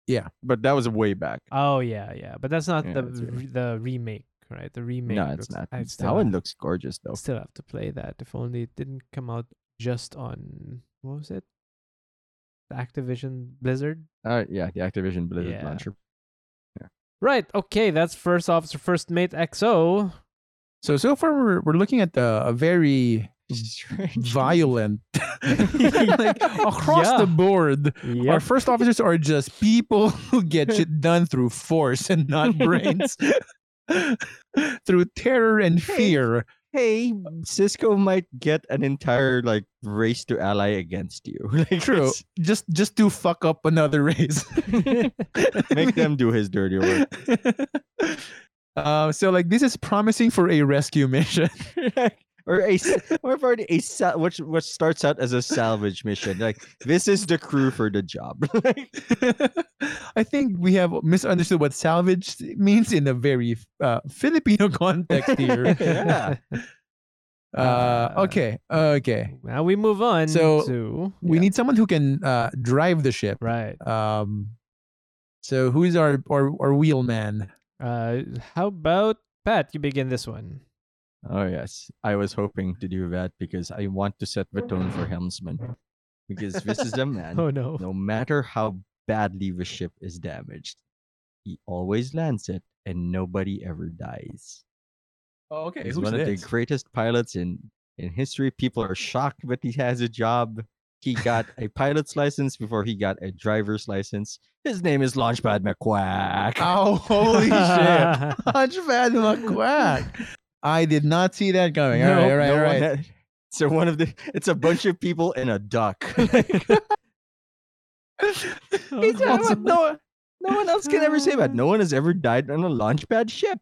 Speaker 3: Yeah.
Speaker 1: but that was way back.
Speaker 2: Oh yeah, yeah. But that's not
Speaker 1: Yeah,
Speaker 2: the
Speaker 1: that's right.
Speaker 2: re- the remake, right? The remake.
Speaker 1: no, it's
Speaker 2: looks-
Speaker 1: not.
Speaker 2: I
Speaker 1: that
Speaker 2: still,
Speaker 1: one
Speaker 2: have-
Speaker 1: looks gorgeous though.
Speaker 2: still have to play that. If only it didn't come out just on what was it? The Activision Blizzard.
Speaker 1: Uh, yeah, the Activision Blizzard
Speaker 2: Yeah.
Speaker 3: (laughs)
Speaker 1: launcher. (laughs)
Speaker 2: Right. Okay, that's first officer, first mate, XO.
Speaker 3: So so far we're we're looking at uh, a very
Speaker 1: Strange.
Speaker 3: violent, (laughs)
Speaker 1: (laughs)
Speaker 3: like across
Speaker 2: Yeah.
Speaker 3: the board. Our
Speaker 2: Yeah.
Speaker 3: first officers are just people (laughs) who get shit done through force and not brains, (laughs) through terror and fear.
Speaker 1: hey, Cisco might get an entire like race to ally against you. (laughs) like,
Speaker 3: True,
Speaker 1: it's-
Speaker 3: just just to fuck up another (laughs) race.
Speaker 1: make them do his dirty (laughs) work.
Speaker 3: (laughs) Uh, so like this is promising for a rescue mission. (laughs)
Speaker 1: Or a s- or for a sal- which what starts out as a salvage mission. Like this is the crew for the job. (laughs) Like,
Speaker 3: I think we have misunderstood what salvage means in a very uh, Filipino (laughs) context
Speaker 1: (laughs)
Speaker 3: here.
Speaker 1: (laughs) yeah.
Speaker 3: uh, okay, okay.
Speaker 2: (laughs) Now we move on
Speaker 3: So,
Speaker 2: to
Speaker 3: We
Speaker 2: yeah,
Speaker 3: need someone who can uh, drive the ship.
Speaker 2: right.
Speaker 3: Um, so who's our our, our wheelman?
Speaker 2: Uh, how about Pat? You begin this one.
Speaker 1: Oh yes, I was hoping to do that because I want to set the tone for helmsman, because this is a (laughs) man.
Speaker 2: Oh no.
Speaker 1: no matter how badly the ship is damaged, he always lands it, and nobody ever dies.
Speaker 3: Oh, okay.
Speaker 1: He's one of the greatest pilots in in history. People are shocked that he has a job. He got
Speaker 3: (laughs)
Speaker 1: a pilot's license before he got a driver's license. His name is Launchpad McQuack. (laughs)
Speaker 3: Oh, holy shit!
Speaker 2: (laughs)
Speaker 3: Hunchback McQuack. I did not see
Speaker 1: (laughs)
Speaker 3: that coming. All Oh, right,
Speaker 1: No
Speaker 3: all right, all
Speaker 1: one
Speaker 3: right.
Speaker 1: had- so one of the it's a bunch of people and a duck. (laughs) It's-
Speaker 2: God.
Speaker 1: no, no, no one else can ever say
Speaker 3: (laughs)
Speaker 1: that. No one has ever died on a launchpad ship.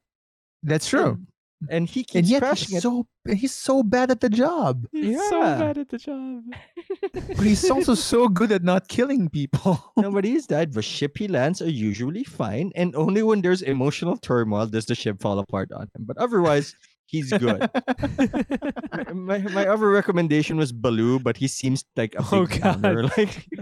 Speaker 3: That's true.
Speaker 1: And he keeps
Speaker 3: And yet
Speaker 1: crashing it.
Speaker 3: he's so he's so bad at the job,
Speaker 2: He's so
Speaker 1: Yeah.
Speaker 2: bad at the
Speaker 3: (laughs)
Speaker 2: job. (laughs)
Speaker 3: but he's also so good at not killing people. (laughs)
Speaker 1: Nobody has died. The ship he lands are usually fine, and only when there's emotional turmoil does the ship fall apart on him. But otherwise, he's good. my, my, my other recommendation was Baloo, but he seems like a big
Speaker 2: Oh,
Speaker 1: downer, Like,
Speaker 3: he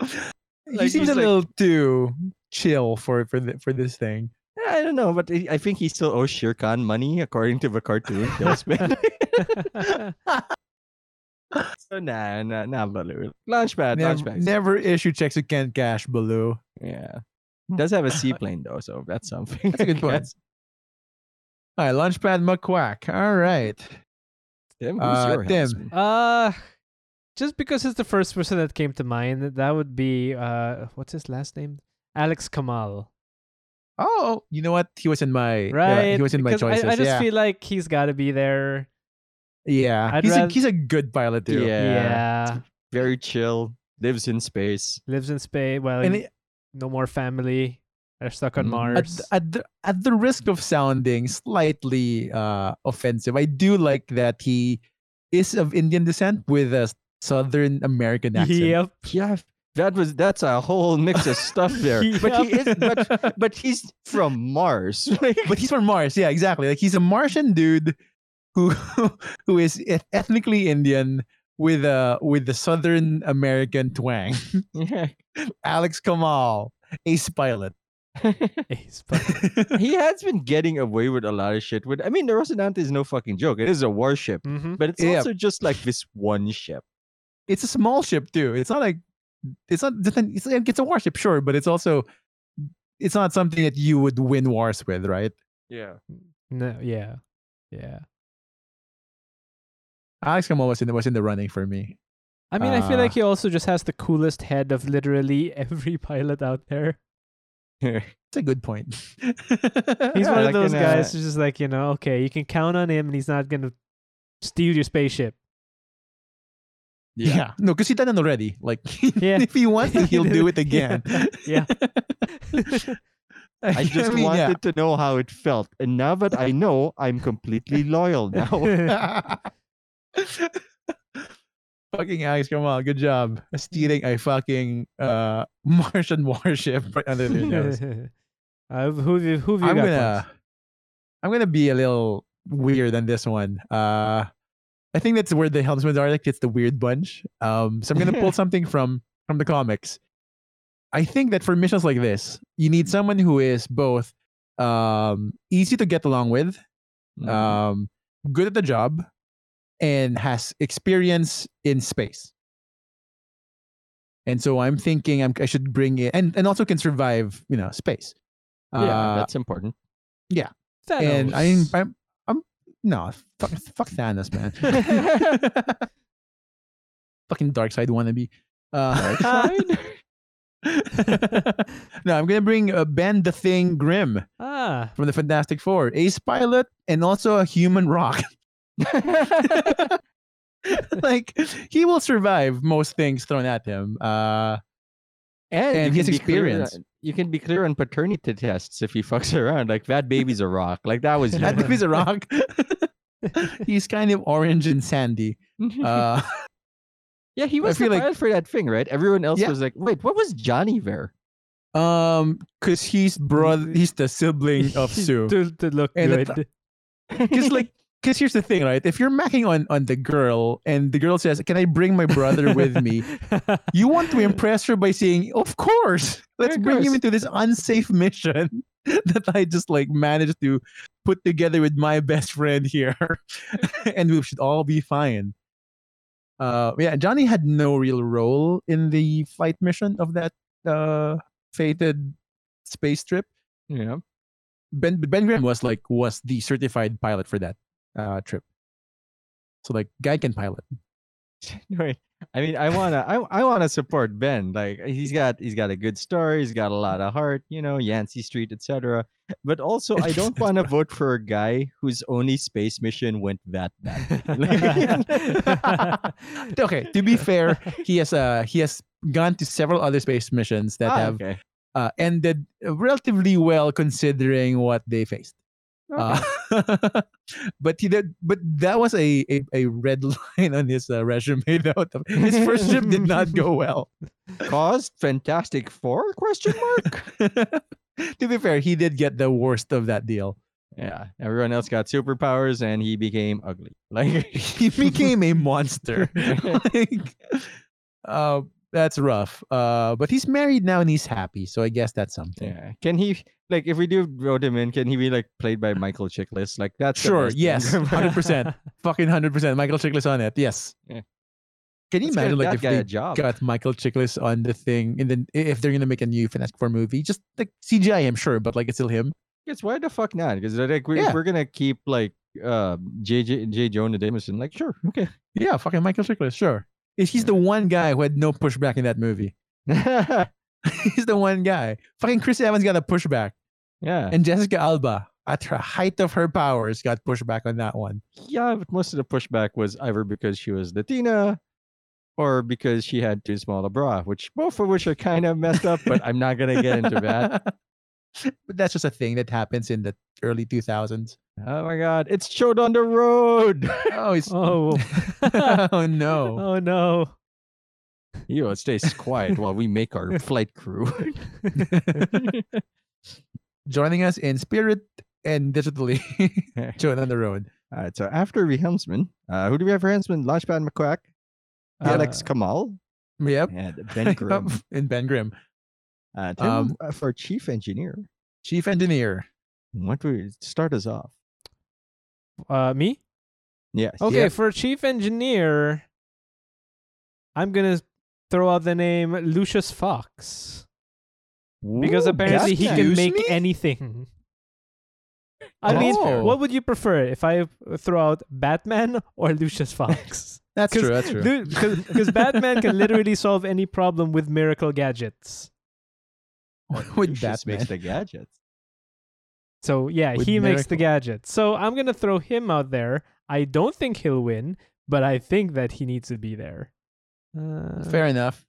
Speaker 1: Like,
Speaker 3: seems
Speaker 1: he's
Speaker 3: a
Speaker 1: like-
Speaker 3: little too chill for for th- for this thing.
Speaker 1: (laughs) I don't know, but I I think he still owes Shere Khan money, according to the
Speaker 3: (laughs)
Speaker 1: cartoon. Tailspin. (laughs) so nah, nah, nah, Baloo. Launchpad,
Speaker 3: Never,
Speaker 1: launchpad.
Speaker 3: never issue checks you can't cash, Baloo.
Speaker 1: Yeah. Does have a seaplane though, so that's something.
Speaker 3: That's a good
Speaker 1: I
Speaker 3: point.
Speaker 1: guess.
Speaker 3: All right, Launchpad McQuack. All right.
Speaker 1: Tim, who's
Speaker 3: Uh,
Speaker 1: your
Speaker 3: Tim.
Speaker 1: helmsman?
Speaker 2: (laughs) uh, just because it's the first person that came to mind, that would be uh, what's his last name? Alex Kamal.
Speaker 3: Oh, you know what? He was in my yeah,
Speaker 2: Right.
Speaker 3: he was in my
Speaker 2: because I-
Speaker 3: choices.
Speaker 2: I, just
Speaker 3: yeah,
Speaker 2: feel like he's got to be there.
Speaker 3: yeah.
Speaker 2: I'd
Speaker 3: He's a,
Speaker 2: rath-
Speaker 3: he's a good pilot too.
Speaker 1: Yeah.
Speaker 2: Yeah.
Speaker 1: Very chill. lives in space.
Speaker 2: Lives in space. Well,
Speaker 3: And Mm-hmm.
Speaker 2: he-
Speaker 3: it-
Speaker 2: no more family. They're stuck on
Speaker 1: Mhm.
Speaker 3: at,
Speaker 2: Mars.
Speaker 3: at, the, at the risk of sounding slightly uh, offensive, I do like that he is of Indian descent with a Southern American accent.
Speaker 2: (laughs) yep.
Speaker 1: Yeah, that was that's a whole mix of stuff
Speaker 3: (laughs)
Speaker 1: there. But he is, but but he's from Mars. (laughs)
Speaker 3: (laughs)
Speaker 1: Like,
Speaker 3: but he's from Mars. Yeah, exactly. Like he's a Martian dude who (laughs) who is eth- ethnically Indian with a with the Southern American twang. (laughs)
Speaker 1: yeah.
Speaker 3: Alex Kamal, ace pilot.
Speaker 2: Ace, but-
Speaker 3: (laughs)
Speaker 1: he has been getting away with a lot of shit. With I mean, the Rosinante is no fucking joke. It is a warship,
Speaker 2: Mhm.
Speaker 1: but it's
Speaker 3: Mm-hmm. Yeah.
Speaker 1: also just like this one ship.
Speaker 3: it's a small ship too. It's not like it's not just an- it's, it's a warship, sure, but it's also it's not something that you would win wars with, right?
Speaker 1: (laughs) Yeah.
Speaker 2: No. Yeah. Yeah.
Speaker 3: Alex Kamal was in the, was in the running for me.
Speaker 2: I mean, I feel
Speaker 3: Uh,
Speaker 2: like he also just has the coolest head of literally (laughs) every pilot out
Speaker 3: (laughs)
Speaker 2: there.
Speaker 3: It's a good point. (laughs)
Speaker 2: He's
Speaker 1: Yeah,
Speaker 2: one of
Speaker 1: like
Speaker 2: those
Speaker 1: in,
Speaker 2: guys
Speaker 1: uh,
Speaker 2: who's just like, you know, okay, you can count on him and he's not going to steal your spaceship.
Speaker 3: yeah. no, because he done it already. Like, (laughs)
Speaker 2: Yeah.
Speaker 3: if
Speaker 2: (laughs)
Speaker 3: he wants to,
Speaker 2: He
Speaker 3: he'll
Speaker 2: did
Speaker 3: do
Speaker 2: it.
Speaker 3: it again.
Speaker 2: (laughs)
Speaker 3: (laughs)
Speaker 2: Yeah.
Speaker 1: I just
Speaker 3: mean,
Speaker 1: wanted
Speaker 3: yeah.
Speaker 1: to know how it felt, and now that I know, I'm
Speaker 3: (laughs)
Speaker 1: completely loyal
Speaker 2: (laughs)
Speaker 1: now.
Speaker 3: fucking Alex Kamal, good job stealing a fucking uh, (laughs) Martian warship right under
Speaker 2: (laughs)
Speaker 3: their nose.
Speaker 2: Uh, who have you, who have you
Speaker 3: I'm
Speaker 2: got?
Speaker 3: gonna, I'm gonna be a little weird on this one. Uh, I think that's where the Helmsman are. Like, it's the weird bunch. Um, so I'm
Speaker 2: (laughs)
Speaker 3: gonna pull something from from the comics. I think that for missions like this, you need someone who is both um, easy to get along with,
Speaker 2: Mm-hmm.
Speaker 1: Uh,
Speaker 3: um, good at the job, and has experience in space. And so I'm thinking I'm, I should bring in, and, and also can survive, you know, space.
Speaker 1: yeah,
Speaker 3: Uh,
Speaker 1: that's important.
Speaker 2: Thanos.
Speaker 3: and I'm,
Speaker 2: (laughs)
Speaker 3: I'm, I'm no, fuck, fuck Thanos, man. (laughs) Fucking dark side wannabe.
Speaker 2: Ah,
Speaker 3: Uh, (laughs) no, I'm gonna bring uh, Ben the Thing Grimm
Speaker 2: ah,
Speaker 3: from the Fantastic Four, ace pilot, and also a human rock. (laughs) like he will survive most things thrown at him. Uh,
Speaker 1: (laughs) and,
Speaker 3: and
Speaker 1: you
Speaker 3: his
Speaker 1: can be clear-
Speaker 3: experience.
Speaker 1: you can be clear on paternity tests if he fucks around. Like that baby's a rock. Like that was
Speaker 3: (laughs) that
Speaker 1: you. (laughs)
Speaker 3: he's a rock. he's kind of orange and sandy. Uh, (laughs)
Speaker 1: yeah, he
Speaker 3: I
Speaker 1: was the
Speaker 3: feel like-
Speaker 1: pilot for that thing, right? Everyone else
Speaker 3: Yeah.
Speaker 1: was like, "Wait, what was Johnny there?"
Speaker 3: Um, cause he's brother, he's the
Speaker 2: (laughs)
Speaker 3: sibling of Sue.
Speaker 2: to, to look
Speaker 3: And the
Speaker 2: good.
Speaker 1: (laughs)
Speaker 3: Cause like, cause here's the thing, right? If you're macking on on the girl, and the girl says, "Can I bring my brother with
Speaker 1: (laughs)
Speaker 2: (laughs)
Speaker 3: me?" (laughs) You want to impress her by saying, "Of course, let's
Speaker 1: Of
Speaker 3: bring him
Speaker 1: course."
Speaker 3: into this unsafe mission (laughs) that I just like managed to put together with my best friend here, (laughs) and we should all be fine." Uh, yeah, Johnny had no real role in the flight mission of that uh fated space trip.
Speaker 1: Yeah.
Speaker 3: Ben Ben Graham was like was the certified pilot for that uh trip. So like guy can pilot.
Speaker 1: (laughs) Right. I mean, I wanna, I, I wanna support Ben. Like uh, he's got, he's got a good story. He's got a lot of heart. You know, Yancey Street, etc. But also, I don't
Speaker 3: (laughs)
Speaker 1: want to vote for a guy whose only space mission went that bad.
Speaker 3: (laughs)
Speaker 1: (laughs)
Speaker 3: Okay, to be fair, he has uh he has gone to several other space missions that
Speaker 1: Ah,
Speaker 3: have
Speaker 1: okay.
Speaker 3: uh, ended relatively well considering what they faced. Uh, (laughs) but he did, but that was a, a, a red (laughs) line on his uh, resume (laughs) though. His first trip did not go well. (laughs)
Speaker 1: Caused Fantastic Four question mark.
Speaker 3: to be fair, he did get the worst of that deal.
Speaker 1: yeah. Everyone else got superpowers, and he became ugly. Like.
Speaker 3: He became a monster. (laughs) like, uh, that's rough. Uh, but he's married now and he's happy, so I guess that's
Speaker 1: (laughs)
Speaker 3: something.
Speaker 1: Yeah. Can he like if we do vote him in? Can he be like played by Michael Chiklis? Like that's the
Speaker 3: Sure.
Speaker 1: best thing. (laughs)
Speaker 3: Yes. Hundred percent. Fucking hundred percent. Michael Chiklis on it. Yes.
Speaker 1: Yeah.
Speaker 3: Can you
Speaker 1: Let's get
Speaker 3: imagine like
Speaker 1: that
Speaker 3: if
Speaker 1: guy
Speaker 3: they
Speaker 1: a job?
Speaker 3: got Michael Chiklis on the thing, and then i- if they're gonna make a new Fantastic Four movie, just like CGI, I'm sure, but like it's still him.
Speaker 1: Yes, why the fuck not? Because like we,
Speaker 3: Yeah.
Speaker 1: if we're gonna keep like uh JJ J Jonah Jameson, like sure, okay. (laughs)
Speaker 3: Yeah. Fucking Michael Chiklis. Sure. If he's the one guy who had no pushback in that movie. (laughs)
Speaker 1: yeah.
Speaker 3: he's the one guy. Fucking Chris Evans got a pushback, and Jessica Alba. At her height of her powers, got pushback on that one.
Speaker 1: Yeah, but most of the pushback was either because she was Latina or because she had too small a bra, which both of which are kind of messed up, but I'm not gonna get into
Speaker 3: (laughs)
Speaker 1: that.
Speaker 3: but that's just a thing that happens in the early 2000s.
Speaker 1: Oh my god, it's showed on the road. (laughs)
Speaker 3: Oh, it's,
Speaker 2: (laughs) Oh,
Speaker 3: (laughs) oh no.
Speaker 2: oh no.
Speaker 1: You know, stays quiet while we make our flight crew. (laughs)
Speaker 3: Joining us in spirit and digitally, (laughs) Joan on the road.
Speaker 1: All right, so after Helmsman, uh, who do we have for Helmsman? Launchpad McQuack,
Speaker 2: (laughs)
Speaker 1: Alex
Speaker 2: Uh,
Speaker 1: Kamal,
Speaker 3: Yep.
Speaker 1: and
Speaker 3: (laughs)
Speaker 1: Ben Grimm.
Speaker 3: in Ben Grimm,
Speaker 1: Uh, Tim,
Speaker 3: Um,
Speaker 1: uh, for chief engineer,
Speaker 3: chief engineer.
Speaker 1: what do we start us off?
Speaker 2: Uh, me?
Speaker 1: Yes.
Speaker 2: Okay,
Speaker 3: Yep.
Speaker 2: for chief engineer, I'm gonna throw out the name Lucius Fox because
Speaker 1: Ooh,
Speaker 2: apparently he
Speaker 1: gotcha.
Speaker 2: can
Speaker 3: Excuse
Speaker 2: make
Speaker 3: me?
Speaker 2: anything. I
Speaker 1: Oh,
Speaker 2: mean,
Speaker 1: that's fair.
Speaker 2: what would you prefer if I throw out Batman or Lucius Fox?
Speaker 3: That's
Speaker 2: Cause
Speaker 3: true. That's true.
Speaker 2: Because Batman can literally solve any problem with miracle gadgets.
Speaker 1: (laughs)
Speaker 3: (laughs) With
Speaker 1: Lucius
Speaker 3: Batman.
Speaker 1: makes the gadgets.
Speaker 2: So yeah,
Speaker 3: With
Speaker 2: he makes the gadget. So I'm gonna throw him out there. I don't think he'll win, but I think that he needs to be there. Uh,
Speaker 3: Fair enough.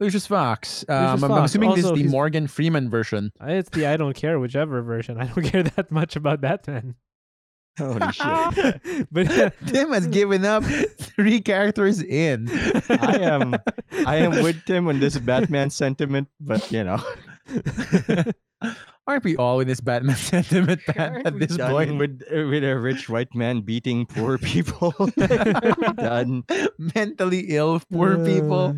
Speaker 3: Lucius Fox. Um,
Speaker 2: Lucius
Speaker 3: I'm, I'm
Speaker 2: Fox,
Speaker 3: assuming this is
Speaker 2: also
Speaker 3: the
Speaker 2: he's-
Speaker 3: Morgan Freeman
Speaker 1: (laughs)
Speaker 3: version.
Speaker 2: It's the I don't care whichever version. I don't (laughs) care that much about Batman.
Speaker 1: Holy (laughs) shit! I
Speaker 2: (laughs) but yeah,
Speaker 3: (laughs) Tim has
Speaker 1: (laughs)
Speaker 3: given up three characters in. (laughs)
Speaker 1: am, (laughs) I
Speaker 2: (laughs)
Speaker 1: am with Tim on this Batman sentiment, but you know,
Speaker 3: Aren't we all in this Batman (laughs) sentiment Pat,
Speaker 1: aren't
Speaker 3: at
Speaker 1: we
Speaker 3: this
Speaker 1: done
Speaker 3: point?
Speaker 1: with uh, with a rich white man beating poor people, (laughs) done.
Speaker 3: (laughs) Mentally ill, poor people,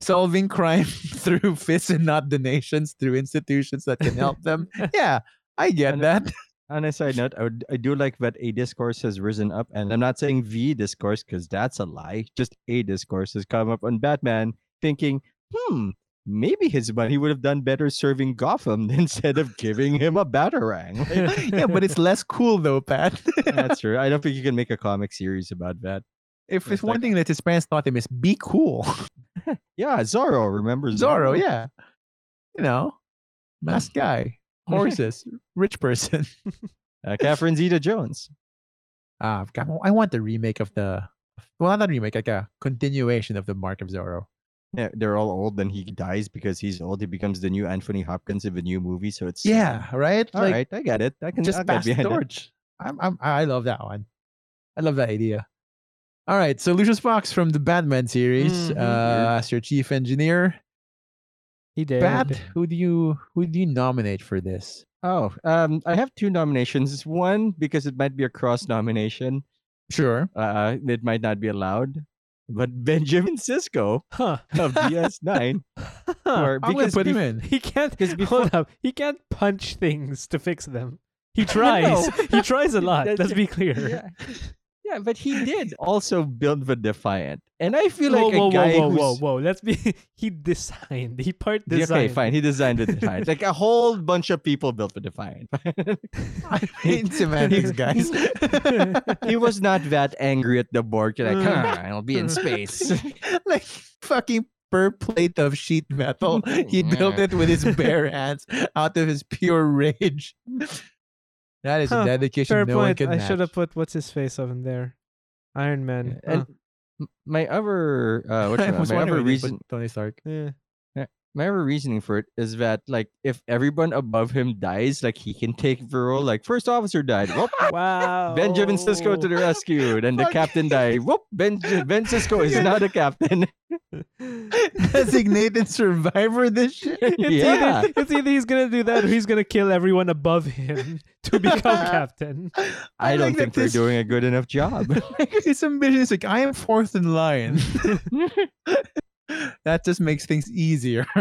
Speaker 3: solving crime (laughs) through fists and not donations through institutions that can help
Speaker 1: (laughs)
Speaker 3: them. Yeah, I get
Speaker 1: And-
Speaker 3: that. (laughs)
Speaker 1: On a side note, I, would, I do like that a discourse has risen up, and I'm not saying the discourse because that's a lie. Just a discourse has come up on Batman, thinking, hmm, maybe his money would have done better serving Gotham (laughs) instead of giving him a batarang.
Speaker 3: yeah, but it's less cool though, Pat.
Speaker 1: (laughs) that's true. I don't think you can make a comic series about that.
Speaker 3: (laughs) if it's
Speaker 1: It's
Speaker 3: one
Speaker 1: like-
Speaker 3: thing that his parents taught him is be cool. (laughs)
Speaker 1: Yeah, Zorro. Remember
Speaker 3: Zorro, yeah. You know, masked guy,
Speaker 1: (laughs)
Speaker 3: horses, rich person. (laughs)
Speaker 1: Uh, Catherine Zeta-Jones.
Speaker 3: Ah, I've got- I want the remake of the well, not a remake, like a continuation of the Mark of Zorro.
Speaker 1: Yeah, they're all old, and he dies because he's old. He becomes the new Anthony Hopkins in the new movie. So it's
Speaker 3: Yeah, right.
Speaker 1: All right, I get it. I can
Speaker 3: just
Speaker 1: I'll get
Speaker 3: pass the
Speaker 1: behind it.
Speaker 3: torch. I'm, I'm, I love that one. I love that idea. All right, so Lucius Fox from the Batman series
Speaker 2: Mhm.
Speaker 3: uh, as your chief engineer.
Speaker 2: he did.
Speaker 3: Bat, who do you who do you nominate for this?
Speaker 1: Oh, um, I have two nominations. One because it might be a cross nomination.
Speaker 3: Sure.
Speaker 1: Uh, it might not be allowed. But (laughs) Benjamin Sisko
Speaker 2: Huh.
Speaker 3: (laughs)
Speaker 1: of DS9, or
Speaker 3: I'm gonna
Speaker 1: because
Speaker 3: put him
Speaker 1: bef-
Speaker 3: in.
Speaker 2: He can't.
Speaker 1: Because
Speaker 2: Hold up. He can't punch things to fix them.
Speaker 1: (laughs)
Speaker 2: He
Speaker 1: know.
Speaker 2: tries. he
Speaker 1: (laughs)
Speaker 2: tries a lot. Let's be clear.
Speaker 1: Yeah. yeah, but he
Speaker 3: (laughs)
Speaker 1: did also build the Defiant, and I feel like
Speaker 2: whoa,
Speaker 1: a
Speaker 2: whoa,
Speaker 1: guy
Speaker 2: whoa,
Speaker 1: who's
Speaker 2: whoa, whoa, Let's be. (laughs) He designed. He part
Speaker 1: Yeah,
Speaker 2: designed.
Speaker 1: okay,
Speaker 2: (laughs)
Speaker 1: fine, he designed the Defiant. like a whole bunch of people built the Defiant. (laughs)
Speaker 3: I hate (laughs)
Speaker 2: (laughs)
Speaker 3: semantics, guys.
Speaker 1: he was not that angry at the Borg. Like,
Speaker 2: Mm.
Speaker 1: huh, I'll be
Speaker 3: (laughs)
Speaker 1: in space.
Speaker 3: Uh. like fucking per plate of sheet metal. He built it with his bare hands out of his pure rage. (laughs) That is
Speaker 2: Huh,
Speaker 3: a dedication
Speaker 2: Fair
Speaker 3: no one
Speaker 2: point.
Speaker 3: can
Speaker 2: I should
Speaker 3: match.
Speaker 2: have put what's his face up in there. Iron Man. Oh,
Speaker 1: and m- my other uh what
Speaker 3: (laughs) I was
Speaker 1: my other
Speaker 3: wondering if you put
Speaker 1: reason
Speaker 3: Tony Stark.
Speaker 2: Oh, yeah.
Speaker 1: my other reasoning for it is that like if everyone above him dies like he can take the role like first officer died whoop (laughs)
Speaker 2: Wow.
Speaker 1: benjamin cisco to the (laughs) rescue then the
Speaker 3: Fuck.
Speaker 1: captain died whoop ben, ben cisco is
Speaker 3: Yeah.
Speaker 1: now the (laughs) captain
Speaker 3: (laughs) Designated survivor this shit.
Speaker 2: (laughs) It's,
Speaker 1: yeah
Speaker 2: either, it's either he's gonna do that or he's gonna kill everyone above him (laughs) to
Speaker 1: (laughs)
Speaker 2: become captain.
Speaker 1: (laughs) i don't
Speaker 3: like that
Speaker 1: think they're
Speaker 3: this-
Speaker 1: doing a good enough job (laughs)
Speaker 3: It's ambitious. Like I am fourth in line. (laughs) that just makes things
Speaker 1: (laughs)
Speaker 3: easier. (laughs)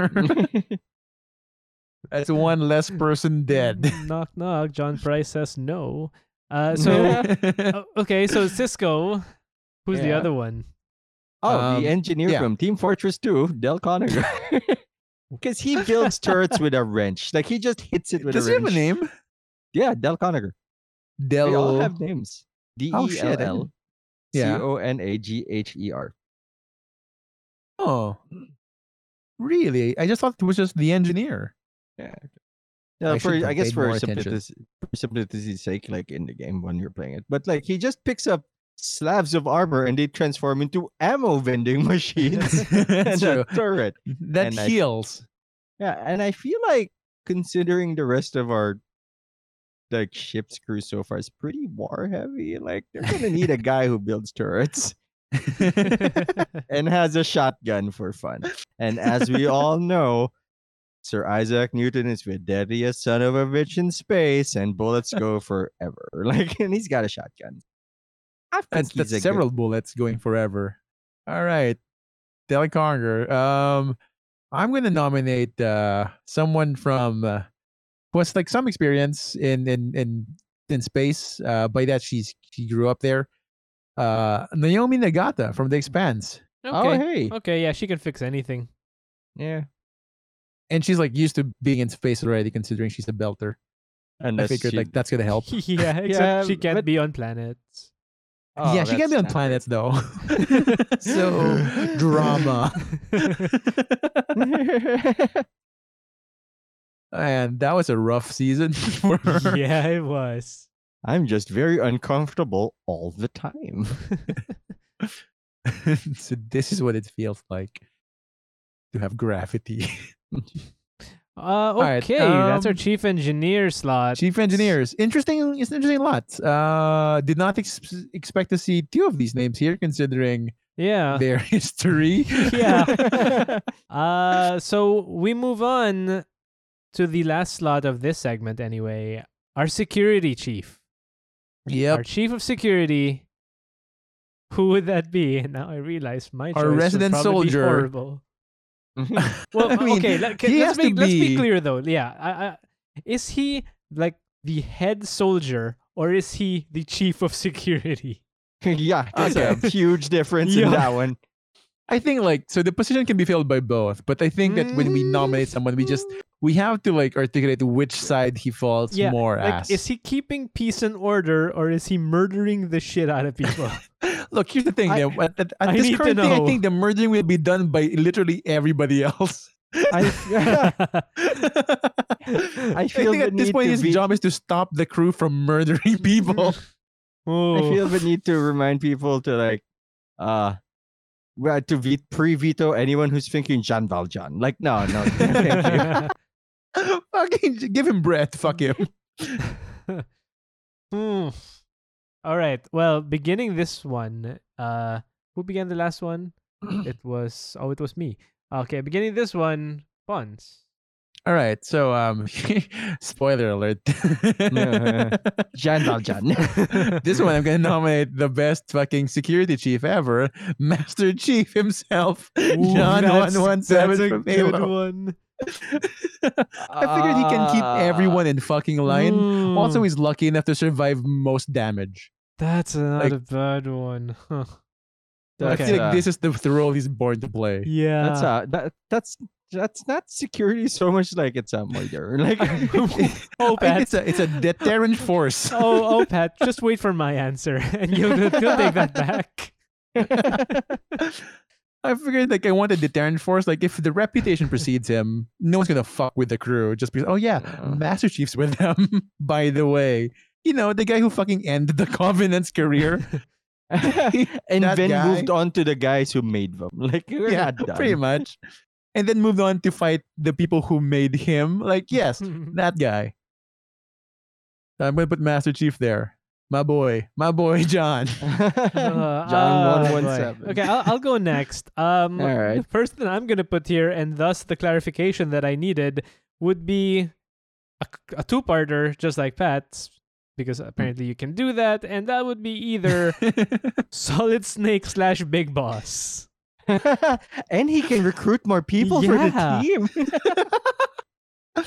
Speaker 3: That's one less person
Speaker 1: (laughs)
Speaker 3: dead. (laughs)
Speaker 2: (laughs) knock knock. John Price says no. Uh,
Speaker 3: (laughs)
Speaker 1: (laughs)
Speaker 2: so oh, okay, so Cisco, who's the
Speaker 1: Yeah.
Speaker 2: other one?
Speaker 1: oh
Speaker 3: Um,
Speaker 1: the engineer
Speaker 3: yeah.
Speaker 1: from team fortress 2 del conniger because (laughs)
Speaker 2: (laughs)
Speaker 1: he builds turrets with a wrench like he just hits it with
Speaker 3: does
Speaker 1: a
Speaker 3: he have
Speaker 1: wrench
Speaker 3: a name?
Speaker 1: yeah del conniger
Speaker 3: Del.
Speaker 1: They all have names. D
Speaker 3: Oh,
Speaker 1: E
Speaker 3: shit, I
Speaker 1: L L
Speaker 3: didn't-
Speaker 1: C
Speaker 3: Yeah.
Speaker 1: O N A G H E R.
Speaker 3: Oh, really? I just thought it was just the engineer.
Speaker 1: Yeah,
Speaker 3: I
Speaker 1: for
Speaker 3: should
Speaker 1: I
Speaker 3: have
Speaker 1: guess
Speaker 3: paid
Speaker 1: for
Speaker 3: more attention.
Speaker 1: simplicity's, for simplicity's sake, like in the game when you're playing it, but like he just picks up slabs of armor and they transform into ammo vending (laughs)
Speaker 3: (laughs)
Speaker 1: machines and (laughs)
Speaker 3: That's true.
Speaker 1: a turret.
Speaker 3: That
Speaker 1: and I- (laughs)
Speaker 3: heals. (laughs)
Speaker 1: Yeah, and I feel like considering the rest of our like ship's crew so far is pretty war heavy. Like they're gonna need a guy who builds turrets and has a shotgun for fun. And as we all know, Sir Isaac Newton is the deadliest son of a bitch in space, and bullets go forever. (laughs) Like, and he's got a shotgun. I think
Speaker 3: that's,
Speaker 1: he's a
Speaker 3: that's
Speaker 1: good-
Speaker 3: several bullets going forever. All right, Del Conger. Um, I'm gonna nominate uh someone from uh, who has like some experience in in in in space. Uh, by that she's she grew up there. Uh, Naomi Nagata from The Expanse,
Speaker 1: Oh
Speaker 2: Okay.
Speaker 1: hey,
Speaker 2: Okay, yeah, she can fix anything.
Speaker 1: yeah.
Speaker 3: and she's like used to being in space already, considering she's a belter.
Speaker 1: And
Speaker 3: I figured like that's gonna help.
Speaker 2: (laughs)
Speaker 3: (laughs)
Speaker 2: yeah, except
Speaker 1: Yeah,
Speaker 2: she can't
Speaker 1: but-
Speaker 2: be on planets.
Speaker 1: Oh,
Speaker 3: yeah, she can be on planets though. (laughs)
Speaker 2: (laughs)
Speaker 3: so drama. (laughs) and that was a rough season (laughs) for her.
Speaker 2: yeah, it was.
Speaker 1: I'm just very uncomfortable all the time. (laughs)
Speaker 3: (laughs) so this is what it feels like to have
Speaker 2: (laughs)
Speaker 3: gravity.
Speaker 2: Uh,
Speaker 3: right,
Speaker 2: okay, that's our
Speaker 3: um,
Speaker 2: chief engineer slot.
Speaker 3: Chief engineers, interesting. It's an interesting lot. Uh, did not ex- expect to see two of these names here, considering
Speaker 2: yeah.
Speaker 3: their (laughs) history.
Speaker 2: Uh. (laughs) Yeah. Uh, so we move on to the last slot of this segment, anyway. Our security chief, our
Speaker 3: (laughs) yep.
Speaker 2: chief of security. Who would that be? (laughs) And now I realize my choice
Speaker 3: Our
Speaker 2: would
Speaker 3: resident
Speaker 2: probably be
Speaker 3: soldier.
Speaker 2: horrible.
Speaker 1: I
Speaker 2: Well,
Speaker 3: (laughs)
Speaker 2: uh,
Speaker 3: I mean,
Speaker 2: okay. Let,
Speaker 3: he
Speaker 2: us
Speaker 3: has to
Speaker 2: be, let's be
Speaker 3: be-
Speaker 2: clear though. Yeah, I, I, is he like the head soldier or is he the chief of security?
Speaker 1: yeah, there's
Speaker 2: Okay.
Speaker 1: a huge difference
Speaker 2: Yeah.
Speaker 1: in that one.
Speaker 3: I think like so the position can be filled by both, but I think that when we
Speaker 2: Mm.
Speaker 3: nominate someone, we just we have to like articulate which side he falls
Speaker 2: Yeah, (laughs)
Speaker 3: more
Speaker 2: Like,
Speaker 3: as.
Speaker 2: is he keeping peace and order or is he murdering the shit out of
Speaker 3: (laughs)
Speaker 2: people?
Speaker 3: (gasps) Look, here's the thing.
Speaker 2: I-
Speaker 3: though. at, at- at
Speaker 2: I
Speaker 3: this
Speaker 2: need to
Speaker 3: current thing, I
Speaker 2: know.
Speaker 3: think the merging will be done by literally everybody (laughs) else.
Speaker 2: (laughs)
Speaker 1: I,
Speaker 3: I
Speaker 1: feel the
Speaker 3: think at this
Speaker 1: need
Speaker 3: point,
Speaker 1: to
Speaker 3: his
Speaker 1: be-
Speaker 3: job is to Mm-hmm. stop the crew from (laughs) murdering people.
Speaker 1: I
Speaker 2: Oh.
Speaker 1: feel the need to remind people to like, uh, well, to ve- pre-veto anyone who's thinking Jean Valjean. Like, no,
Speaker 3: (laughs)
Speaker 1: no, thank you.
Speaker 3: Fucking j- give him breath. Fuck him.
Speaker 2: (laughs) Hmm. All right. Well, beginning this one, uh, who began the last
Speaker 3: (clears throat)
Speaker 2: one? it was oh, it was me. Okay, beginning this one,
Speaker 3: (laughs)
Speaker 2: Pons.
Speaker 3: (laughs) All right. So, um, (laughs) spoiler alert. Uh-huh.
Speaker 1: Jean Valjean. (laughs)
Speaker 3: (laughs) this one, I'm gonna nominate the best fucking security chief ever, Master Chief himself, (laughs) John
Speaker 2: that's-
Speaker 3: One One Seven
Speaker 2: that's a
Speaker 3: from
Speaker 2: good
Speaker 3: Halo.
Speaker 2: one.
Speaker 3: I figured he can keep everyone in fucking line. Also,
Speaker 2: Mm,
Speaker 3: he's lucky enough to survive most damage.
Speaker 2: that's another bad one. Huh.
Speaker 1: That's,
Speaker 3: I feel
Speaker 1: uh,
Speaker 3: like this is the, the role he's born to play.
Speaker 2: Yeah.
Speaker 1: that's uh, that, that's that's not security so much like it's a murder. (laughs) Like,
Speaker 3: (laughs)
Speaker 2: oh, Pat.
Speaker 3: it's a it's a deterrent force.
Speaker 2: (laughs) oh, oh, Pat. Just wait for my answer, (laughs) and you'll, you'll take (laughs) that back. Uh, (laughs)
Speaker 3: I figured like I want a deterrent force. Like if the reputation precedes him, no one's gonna fuck with the crew just because. Oh yeah, Master Chief's with them. (laughs) By the way, you know the guy who fucking ended the (laughs) Covenant's career. (laughs)
Speaker 1: and
Speaker 3: That
Speaker 1: then
Speaker 3: guy.
Speaker 1: moved on to the guys who made them. (laughs) Like, we're
Speaker 3: yeah,
Speaker 1: not done.
Speaker 3: pretty much. And then moved on to fight the people who made him. Like yes,
Speaker 2: Mm-hmm.
Speaker 3: that guy. I'm gonna put Master Chief there. My boy, my boy (laughs) John.
Speaker 2: Uh,
Speaker 1: John
Speaker 2: oh,
Speaker 1: one
Speaker 2: boy.
Speaker 1: one seven.
Speaker 2: Okay, I'll, I'll go (laughs) next. Um,
Speaker 1: All right.
Speaker 2: The first that I'm going to put here, and thus the clarification that I needed, would be a, a two parter, just like Pat's, because apparently you can do that, and that would be either Solid Snake slash Big Boss.
Speaker 1: (laughs) and he can recruit more people
Speaker 2: Yeah.
Speaker 1: for the team. (laughs)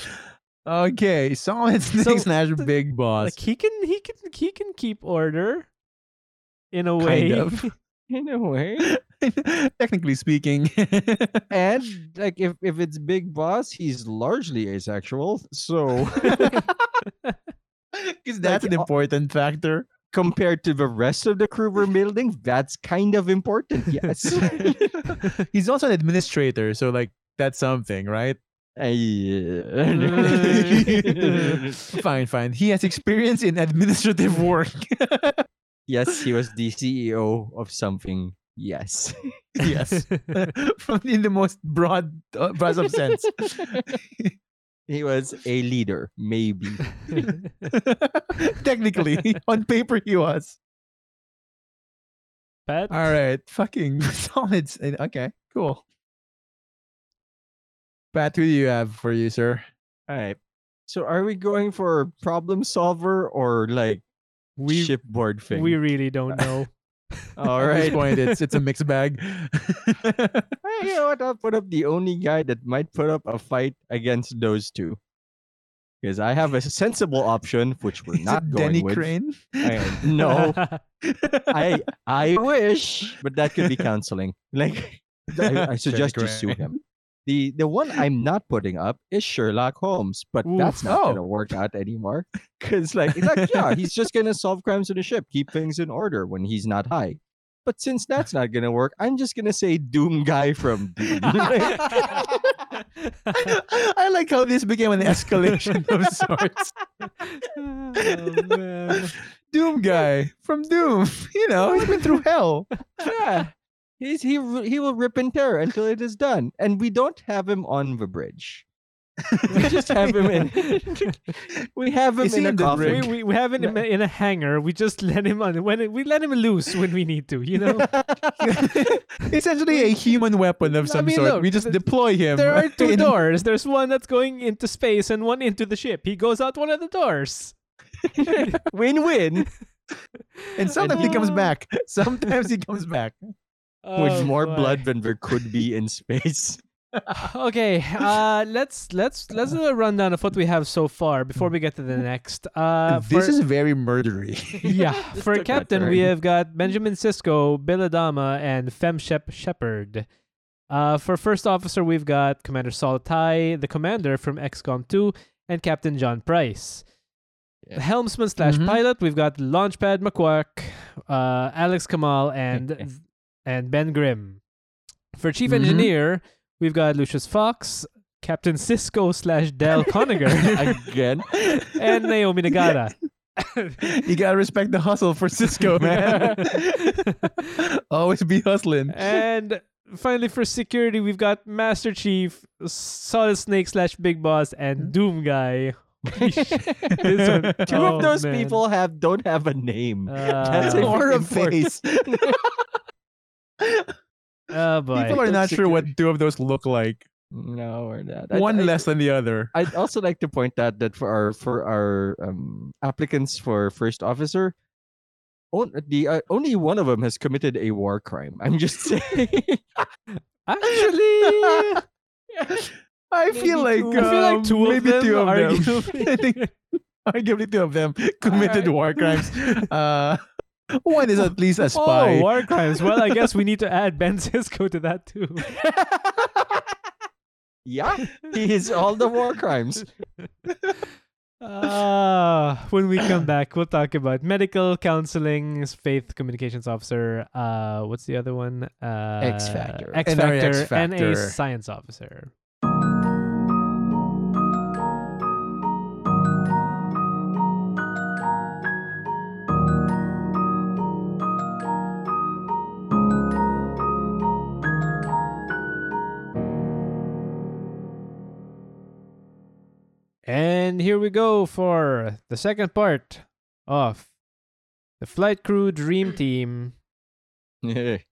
Speaker 3: Okay, solid (laughs) snake
Speaker 2: So,
Speaker 3: snatch big boss.
Speaker 2: Like he can, he can, he can keep order, in a way. (laughs)
Speaker 3: of.
Speaker 1: In a way.
Speaker 3: (laughs) Technically (laughs) speaking.
Speaker 1: And like if, if it's Big Boss, he's largely asexual.
Speaker 2: (laughs)
Speaker 1: So (laughs)
Speaker 3: Because that's an
Speaker 1: uh,
Speaker 3: important factor.
Speaker 1: compared to the rest of the crew we're building, that's kind of important.
Speaker 2: (laughs)
Speaker 1: Yes.
Speaker 3: (laughs)
Speaker 1: (laughs)
Speaker 3: He's also an administrator, so like that's something, right? (laughs)
Speaker 1: Ay-
Speaker 3: Mm. (laughs) Fine, fine. He has experience in administrative work.
Speaker 1: (laughs) Yes, he was the CEO of something. Yes. (laughs)
Speaker 3: (laughs)
Speaker 1: yes.
Speaker 3: From in the most broad uh, broad of sense.
Speaker 1: He was a leader,
Speaker 2: (laughs)
Speaker 1: maybe.
Speaker 3: Technically, (laughs) on paper he was.
Speaker 2: Pat?
Speaker 3: All right, fucking (laughs) solid. s- Okay, cool. Pat, who do you have for you, sir?
Speaker 1: All right. So are we going for problem solver or like
Speaker 2: We
Speaker 1: shipboard thing?
Speaker 2: we really don't know.
Speaker 1: (laughs) All
Speaker 3: At this
Speaker 1: right.
Speaker 3: point, it's (laughs) it's a mixed bag.
Speaker 1: Hey, you know what? I'll put up the only guy that might put up a fight against those two. Because I have a sensible option, which we're
Speaker 3: (laughs) Is it
Speaker 1: not going
Speaker 3: Denny
Speaker 1: with.
Speaker 3: Crane. (laughs)
Speaker 1: I-
Speaker 2: (laughs)
Speaker 1: no, (laughs) I
Speaker 3: (laughs)
Speaker 1: I wish, but that could be counseling. (laughs) Like,
Speaker 3: (laughs)
Speaker 1: I, I suggest you sue him. The the one I'm not putting up is Sherlock Holmes, but that's
Speaker 3: Oof.
Speaker 1: not
Speaker 3: Oh.
Speaker 1: gonna work out
Speaker 3: (laughs)
Speaker 1: anymore. Cause like, like yeah, he's just gonna solve crimes on the ship, keep things in order when he's not high. But since that's not gonna work, I'm just gonna say Doom Guy from
Speaker 3: (laughs)
Speaker 1: Doom. (laughs)
Speaker 2: Oh,
Speaker 1: Like,
Speaker 3: I like how this became an escalation of sorts.
Speaker 2: oh, man.
Speaker 3: (laughs) Doom guy from Doom. (laughs) You know, he's Oh,
Speaker 1: (laughs)
Speaker 3: been through hell.
Speaker 1: yeah. He's, he r- he will rip and tear until it is done, and we don't have him on the bridge. (laughs) We just have him
Speaker 3: (laughs)
Speaker 1: in. we have him
Speaker 3: Is he
Speaker 1: in a
Speaker 3: in the
Speaker 1: coffin.
Speaker 2: We, we, we have him in a- in a hangar. We just let him on when it, we let him loose when we need to. You
Speaker 1: (laughs)
Speaker 2: know,
Speaker 3: Essentially, a human weapon of
Speaker 2: I
Speaker 3: some
Speaker 2: mean,
Speaker 3: sort.
Speaker 2: look,
Speaker 3: we just
Speaker 2: th-
Speaker 3: deploy him.
Speaker 2: there are two
Speaker 3: in-
Speaker 2: doors. There's one that's going into space and one into the ship. He goes out one of the doors.
Speaker 1: win
Speaker 3: (laughs)
Speaker 1: win
Speaker 3: And sometimes he comes (laughs)
Speaker 2: Oh.
Speaker 3: back. Sometimes he comes (laughs) back.
Speaker 2: Oh,
Speaker 1: with more
Speaker 2: boy.
Speaker 1: blood than there could be in space. (laughs)
Speaker 2: (laughs) Okay, uh, let's let's let's do a rundown of what we have so far before we get to the next. Uh,
Speaker 3: this
Speaker 2: for-
Speaker 3: is very murdery. (laughs)
Speaker 2: yeah. For
Speaker 1: took a
Speaker 2: captain, we
Speaker 1: turn.
Speaker 2: have got Benjamin Sisko, Bill Adama, and Femshep Shepard. Uh, for first officer, we've got Commander Saul Tai, the commander from XCOM 2, and Captain John Price.
Speaker 1: Yeah.
Speaker 2: Helmsman slash
Speaker 3: Mhm.
Speaker 2: pilot, we've got Launchpad McQuark, uh, Alex
Speaker 1: (laughs)
Speaker 2: Kamal, and and Ben Grimm. For chief
Speaker 3: Mhm.
Speaker 2: engineer, we've got Lucius Fox, Captain Sisko slash Del Coniger,
Speaker 3: (laughs)
Speaker 1: Again,
Speaker 2: and Naomi Nagata.
Speaker 3: you gotta respect the hustle for (laughs) Cisco, man. (laughs) Always be hustling.
Speaker 2: and finally, for security, we've got Master Chief, Solid Snake slash Big Boss, and Doom Guy.
Speaker 3: (laughs)
Speaker 2: Holy shit. This one-
Speaker 1: two
Speaker 2: Oh, (laughs)
Speaker 1: of those
Speaker 2: man.
Speaker 1: people have don't have a name. That's
Speaker 2: Uh,
Speaker 1: it.
Speaker 3: (laughs) or a
Speaker 1: important.
Speaker 3: face.
Speaker 2: (laughs) oh boy.
Speaker 3: People are not sure what two of those look like.
Speaker 1: (laughs) no, we're not. I-
Speaker 3: One
Speaker 1: I-
Speaker 3: less than the other.
Speaker 1: I'd also like to point out that for our for our um, applicants for first officer, on, the uh, only one of them has committed a war crime. I'm just (laughs)
Speaker 2: (laughs)
Speaker 1: saying.
Speaker 2: Actually, oh,
Speaker 3: I feel like,
Speaker 2: maybe two- I feel like
Speaker 3: um,
Speaker 2: two of
Speaker 3: maybe
Speaker 2: them
Speaker 3: two of
Speaker 2: are
Speaker 3: them.
Speaker 2: guilty.
Speaker 3: (laughs) I think arguably two
Speaker 2: (laughs)
Speaker 3: of them committed war crimes. Uh, one
Speaker 2: (laughs)
Speaker 3: is at least a spy.
Speaker 2: oh, war crimes. Well, I guess we need to add Ben (laughs) Sisko to that too.
Speaker 1: yeah, he is all the war
Speaker 2: (laughs)
Speaker 1: crimes.
Speaker 2: Uh, when we come back, we'll talk about medical counseling, faith communications officer. Uh, what's the other one? Uh,
Speaker 3: X Factor.
Speaker 2: X
Speaker 3: NRA
Speaker 2: Factor,
Speaker 3: X
Speaker 2: and a
Speaker 3: Factor.
Speaker 2: science officer. And here we go for the second part of the flight crew
Speaker 3: (clears throat)
Speaker 2: dream team. Guys,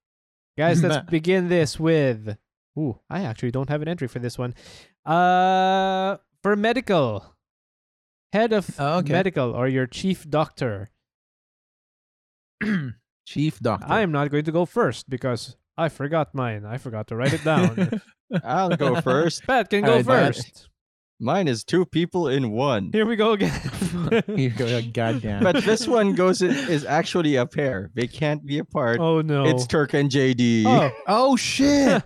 Speaker 3: (laughs)
Speaker 2: let's begin this with. Ooh, I actually don't have an entry for this one. Uh, for medical, head of
Speaker 3: Oh, okay.
Speaker 2: medical or your chief doctor.
Speaker 3: Chief doctor.
Speaker 2: I am not going to go first because I forgot mine. I forgot to write it
Speaker 3: (laughs)
Speaker 2: down.
Speaker 1: I'll go first.
Speaker 2: Pat can
Speaker 3: All
Speaker 2: go
Speaker 3: right, Pat.
Speaker 2: first.
Speaker 1: Mine is two people in
Speaker 2: (laughs)
Speaker 1: one.
Speaker 2: Here we go
Speaker 3: (laughs)
Speaker 2: again. (laughs)
Speaker 3: you go, goddamn.
Speaker 1: But this one goes in, is actually a pair. They can't be apart.
Speaker 2: oh no!
Speaker 1: It's Turk and JD.
Speaker 2: oh,
Speaker 3: (laughs)
Speaker 2: (laughs)
Speaker 3: oh shit.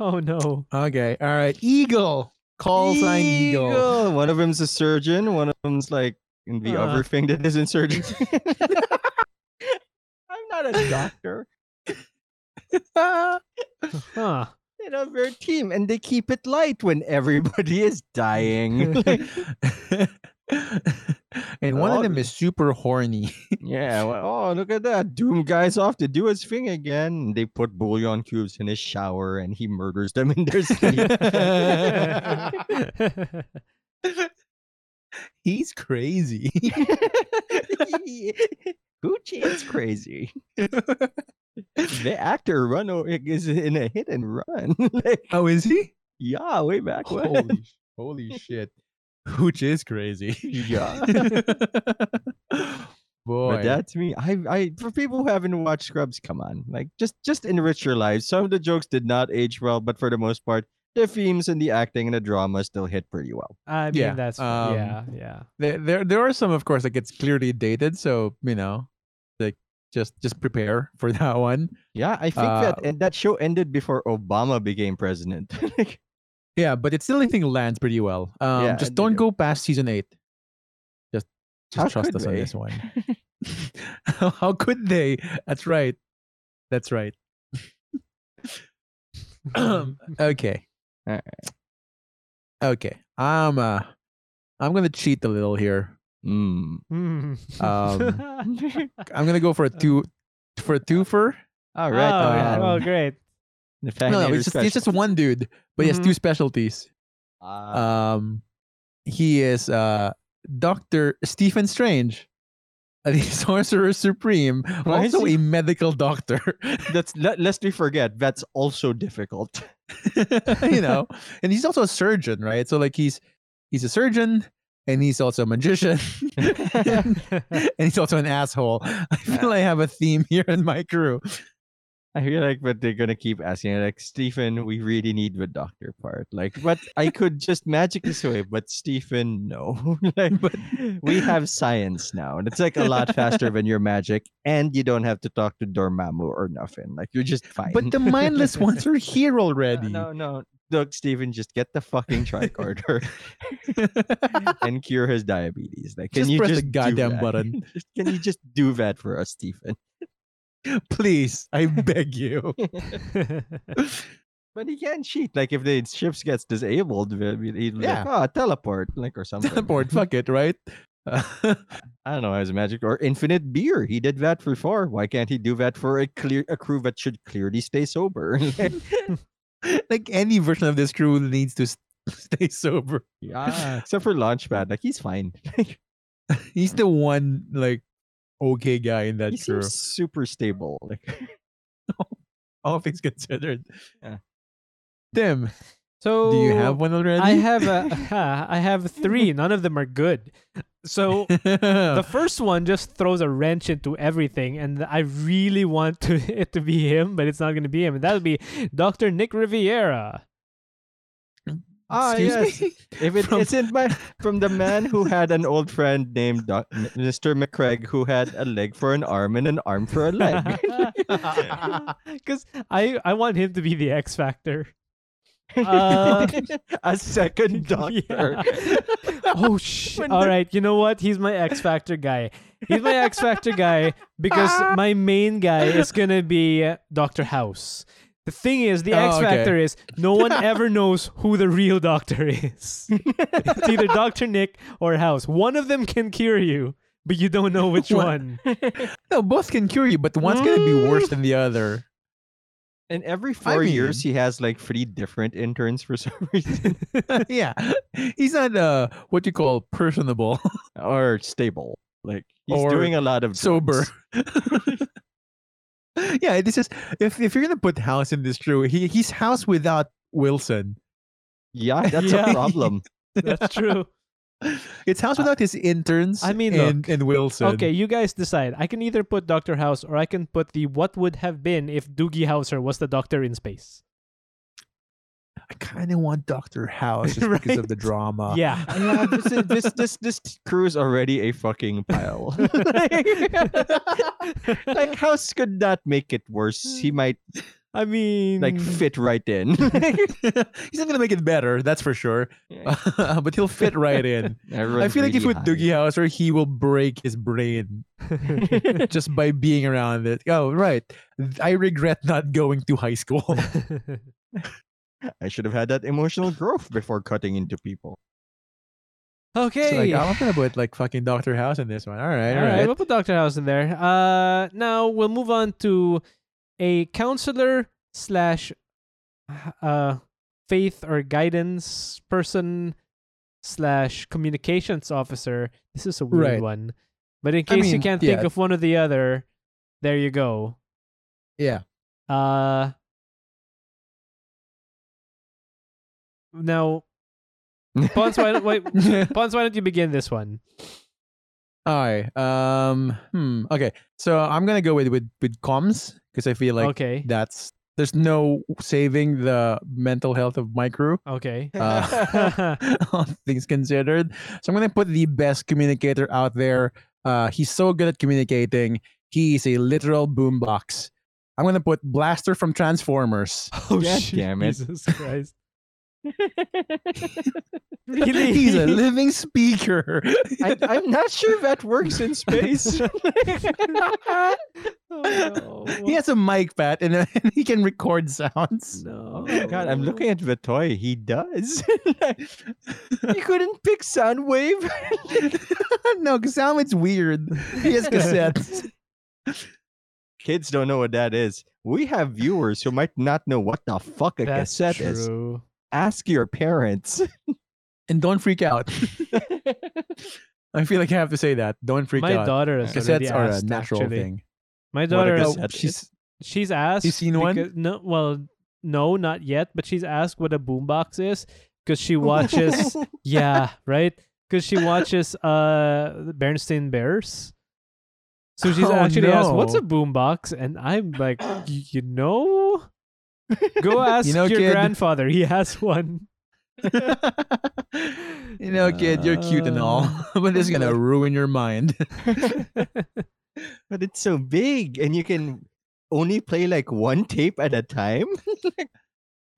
Speaker 2: oh no!
Speaker 3: okay. All right. Eagle. Call sign Eagle.
Speaker 1: Eagle. One of them's a surgeon. One of them's like in the
Speaker 2: Uh.
Speaker 1: other thing that isn't surgeon. (laughs) I'm not a doctor.
Speaker 2: Huh.
Speaker 1: You know, they're a team, and they keep it (laughs) light when everybody is dying.
Speaker 3: and (laughs) and one
Speaker 1: Oh,
Speaker 3: of them is super horny.
Speaker 1: Yeah. Well, oh, look at that. Doom guy's off to do his thing again. They put bouillon cubes in his shower and he murders them in their sleep.
Speaker 3: (laughs)
Speaker 2: (laughs)
Speaker 3: He's crazy.
Speaker 1: (laughs) Gucci is crazy. (laughs) The actor run o- is in a hit and run. (laughs) like,
Speaker 3: oh, is he?
Speaker 1: yeah, way
Speaker 3: (laughs)
Speaker 1: back when.
Speaker 3: Holy, sh- holy shit. Which is crazy. (laughs)
Speaker 1: Yeah. (laughs)
Speaker 3: Boy.
Speaker 1: But that to me, I, I for people who haven't watched Scrubs, come on, like just just enrich your lives. Some of the jokes did not age well, but for the most part, the themes and the acting and the drama still hit pretty well.
Speaker 2: (laughs) I mean,
Speaker 3: Yeah,
Speaker 2: that's
Speaker 3: um,
Speaker 2: yeah,
Speaker 3: (clears throat)
Speaker 2: yeah.
Speaker 3: there, there there are some of course like it's clearly dated so you know like just just prepare for (laughs) that one
Speaker 1: Yeah, I think that and that show ended before Obama became president. (laughs) like,
Speaker 3: yeah but it still i think lands pretty well um
Speaker 1: Yeah,
Speaker 3: just
Speaker 1: they
Speaker 3: don't
Speaker 1: do.
Speaker 3: go past season eight just just
Speaker 1: How
Speaker 3: trust
Speaker 1: could
Speaker 3: us on
Speaker 1: they?
Speaker 3: this one
Speaker 1: (laughs)
Speaker 3: how (laughs) how could they that's right that's right um,
Speaker 2: (laughs)
Speaker 3: okay
Speaker 1: Alright.
Speaker 3: okay i'm uh i'm gonna cheat a little here
Speaker 1: (laughs) mm.
Speaker 2: Mm.
Speaker 3: Um, i'm gonna go for
Speaker 1: Uh,
Speaker 3: a two for a twofer
Speaker 1: All
Speaker 2: oh,
Speaker 1: right,
Speaker 2: yeah.
Speaker 3: um,
Speaker 2: oh,
Speaker 3: (laughs)
Speaker 2: great.
Speaker 1: the
Speaker 3: no, no,
Speaker 1: Fandango
Speaker 3: it's just,
Speaker 1: special. Mm-hmm.
Speaker 3: it's just one dude, but he has two specialties.
Speaker 1: Ah,
Speaker 3: Um, he is uh Doctor Stephen Strange, (laughs) the Sorcerer Supreme,
Speaker 1: Why is
Speaker 3: also
Speaker 1: he-
Speaker 3: a medical doctor. (laughs)
Speaker 1: that's let, lest we forget that's also difficult.
Speaker 3: (laughs) you know, and he's also a surgeon, right? So like he's he's a surgeon and he's also a magician (laughs) and he's also an asshole. I feel I have a theme here in my crew.
Speaker 1: I feel like, but they're gonna keep asking, like Stephen, we really need the doctor part. Like, but I could just magic this away, but Stephen, no. (laughs) like,
Speaker 3: But-
Speaker 1: we have science now, and it's like a lot faster than your magic, and you don't have to talk to Dormammu or nothing. Like, you're just fine. (laughs)
Speaker 3: But the mindless ones are here already.
Speaker 1: no, no, look, Stephen, just get the fucking
Speaker 3: (laughs)
Speaker 1: tricorder and cure his diabetes. Like, can
Speaker 3: Just
Speaker 1: you
Speaker 3: press the
Speaker 1: just do
Speaker 3: goddamn
Speaker 1: that?
Speaker 3: button.
Speaker 1: (laughs) Just- can you just do that for us, Stephen?
Speaker 3: Please, I beg you.
Speaker 1: But he can cheat. Like if the ships gets disabled, he'll be he'd be
Speaker 3: Yeah.
Speaker 1: like, oh, teleport, like or something.
Speaker 3: Teleport, fuck it, right? (laughs) Uh,
Speaker 1: I don't know. As magic or infinite beer. He did that before. Why can't he do that for a clear a crew that should clearly stay sober? (laughs)
Speaker 3: like any version of this crew needs to s- (laughs) stay sober.
Speaker 1: yeah. Except for Launchpad, like he's fine.
Speaker 3: He's the one like okay guy in that
Speaker 1: he
Speaker 3: crew.
Speaker 1: seems super stable. Like
Speaker 3: All things considered.
Speaker 1: Yeah.
Speaker 3: Tim,
Speaker 2: so
Speaker 3: do you have one already?
Speaker 2: I
Speaker 3: (laughs)
Speaker 2: have a, (laughs) I have three. None of them are good. So
Speaker 3: Uh.
Speaker 2: the first one just throws a wrench into everything, and I really want to, (laughs) it to be him, but it's not going to be him. And that'll be Dr. Nick Riviera.
Speaker 1: ah
Speaker 3: (laughs)
Speaker 1: yes.
Speaker 3: Excuse me? (laughs)
Speaker 1: If it,
Speaker 3: From-
Speaker 1: it's in my from the man
Speaker 3: (laughs)
Speaker 1: who had an old friend named Doc, Mr. McCraig, who had a leg for an arm and an arm for a (laughs)
Speaker 2: (laughs)
Speaker 3: (laughs)
Speaker 1: leg.
Speaker 2: Because I, I want him to be the X Factor. Uh,
Speaker 1: a second doctor.
Speaker 2: Yeah. oh sh!
Speaker 1: When
Speaker 2: All
Speaker 1: the-
Speaker 2: right, you know what? He's my X Factor guy. He's my X Factor guy because my main guy is gonna be Doctor House. The thing is, the
Speaker 3: Oh,
Speaker 2: X
Speaker 3: okay.
Speaker 2: Factor is no one ever knows who the real doctor (laughs) is. it's either Doctor Nick or House. One of them can cure you, but you don't know which
Speaker 3: One.
Speaker 2: one.
Speaker 3: No, both can cure you, but one's gonna be worse than
Speaker 2: (laughs)
Speaker 3: the other.
Speaker 1: And every
Speaker 3: I
Speaker 1: four years, he has like three different interns for some (laughs) reason,
Speaker 3: yeah. (laughs) He's not uh what you call personable, (laughs)
Speaker 1: or stable. Like he's
Speaker 3: Or
Speaker 1: doing a lot of
Speaker 3: sober. (laughs)
Speaker 1: drugs.
Speaker 3: yeah, this is if if you're gonna put House in this crew, he he's House without
Speaker 1: (laughs)
Speaker 3: Wilson.
Speaker 1: (laughs) Yeah, that's
Speaker 2: Yeah.
Speaker 1: a problem.
Speaker 2: That's true.
Speaker 3: It's House without his interns.
Speaker 2: Uh, I mean,
Speaker 3: and,
Speaker 2: look,
Speaker 3: and Wilson.
Speaker 2: Okay, you guys decide. I can either put Doctor House or I can put the what would have been if Doogie Howser was the doctor in space.
Speaker 3: I kind of want Doctor
Speaker 2: (laughs)
Speaker 3: House just because of the
Speaker 2: Right?
Speaker 3: drama.
Speaker 1: Uh.
Speaker 2: yeah. (laughs)
Speaker 3: (laughs)
Speaker 1: yeah, this, is- this this (laughs) this crew is already a fucking pile. (laughs) like House could not make it worse. He might
Speaker 2: I mean,
Speaker 1: like fit right in. (laughs)
Speaker 3: he's not gonna make it better, that's for sure. (laughs) but he'll fit right in. I feel like if with Doogie Howser, he will break his
Speaker 2: (laughs)
Speaker 3: brain (laughs) just by being around it. Oh, right. I regret not going to high school. (laughs)
Speaker 1: (laughs) I should have had that emotional growth before cutting into people.
Speaker 3: It's
Speaker 2: Okay.
Speaker 3: like, I'm gonna put like fucking Doctor House in this one. All right, all
Speaker 2: All right,
Speaker 3: right.
Speaker 2: we'll put Doctor House in there. Uh, now we'll move on to a counselor slash uh faith or guidance person slash communications officer. This is a weird
Speaker 3: Right.
Speaker 2: one, but in
Speaker 3: I
Speaker 2: case you
Speaker 3: mean,
Speaker 2: can't think
Speaker 3: yeah.
Speaker 2: of one or the other, there you go.
Speaker 3: Yeah. (laughs)
Speaker 2: Uh, now, Pons, why don't
Speaker 3: (laughs)
Speaker 2: wait, Pons, why don't you begin this one?
Speaker 3: all right. Um. Hmm. Okay. So I'm gonna go with with with comms because I feel like
Speaker 2: okay.
Speaker 3: that's there's no saving the mental health of my crew.
Speaker 2: okay. (laughs)
Speaker 3: Uh, (laughs) all things considered. So I'm gonna put the best communicator out there. Uh, he's so good at communicating. He's a literal boombox. I'm gonna put Blaster from Transformers. (laughs)
Speaker 2: Oh
Speaker 1: God
Speaker 2: shit,
Speaker 1: damn it.
Speaker 2: Jesus Christ. (laughs) really?
Speaker 3: He's a living speaker.
Speaker 1: I, I'm not sure that works in space.
Speaker 2: oh, no.
Speaker 3: (laughs) he has a mic, Pat, and, uh, and (laughs) he can record sounds. (laughs)
Speaker 2: no.
Speaker 1: (laughs) Oh my god, I'm looking at the toy. He does. (laughs) you couldn't pick sound wave.
Speaker 3: no, because sound it's weird. He
Speaker 2: (laughs)
Speaker 3: has cassettes.
Speaker 1: Kids don't know what that is. We have viewers who might not know what the fuck a
Speaker 2: That's
Speaker 1: cassette is.
Speaker 2: true.
Speaker 1: Ask your parents.
Speaker 3: and don't freak out. (laughs) I feel like I have to say that. Don't freak
Speaker 2: My
Speaker 3: out.
Speaker 2: daughter has already
Speaker 3: Cassettes are
Speaker 2: asked,
Speaker 3: a natural
Speaker 2: actually.
Speaker 3: thing.
Speaker 2: My
Speaker 1: What a
Speaker 2: daughter, uh,
Speaker 1: Yes,
Speaker 3: No,
Speaker 1: cassette- that is.
Speaker 3: she's
Speaker 2: she's asked.
Speaker 3: seen one?
Speaker 2: because- No, well, no, not yet. But she's asked what a boombox is because
Speaker 3: (laughs)
Speaker 2: she watches. yeah, right. Because she watches uh the Bernstein Bears. So she's
Speaker 3: Oh,
Speaker 2: actually asked, "What's a
Speaker 3: no.
Speaker 2: boombox?" And I'm
Speaker 3: (gasps)
Speaker 2: like, "Y- "You know,
Speaker 3: (laughs)
Speaker 2: go ask
Speaker 3: know,
Speaker 2: your
Speaker 3: kid."
Speaker 2: grandfather. He has
Speaker 3: (laughs)
Speaker 2: one."
Speaker 3: you know, kid, you're cute and all,
Speaker 2: Um,
Speaker 3: (laughs) but it's gonna ruin your mind.
Speaker 1: (laughs)
Speaker 3: (laughs)
Speaker 2: Uh,
Speaker 1: but it's so big and you can only play like one tape at a time.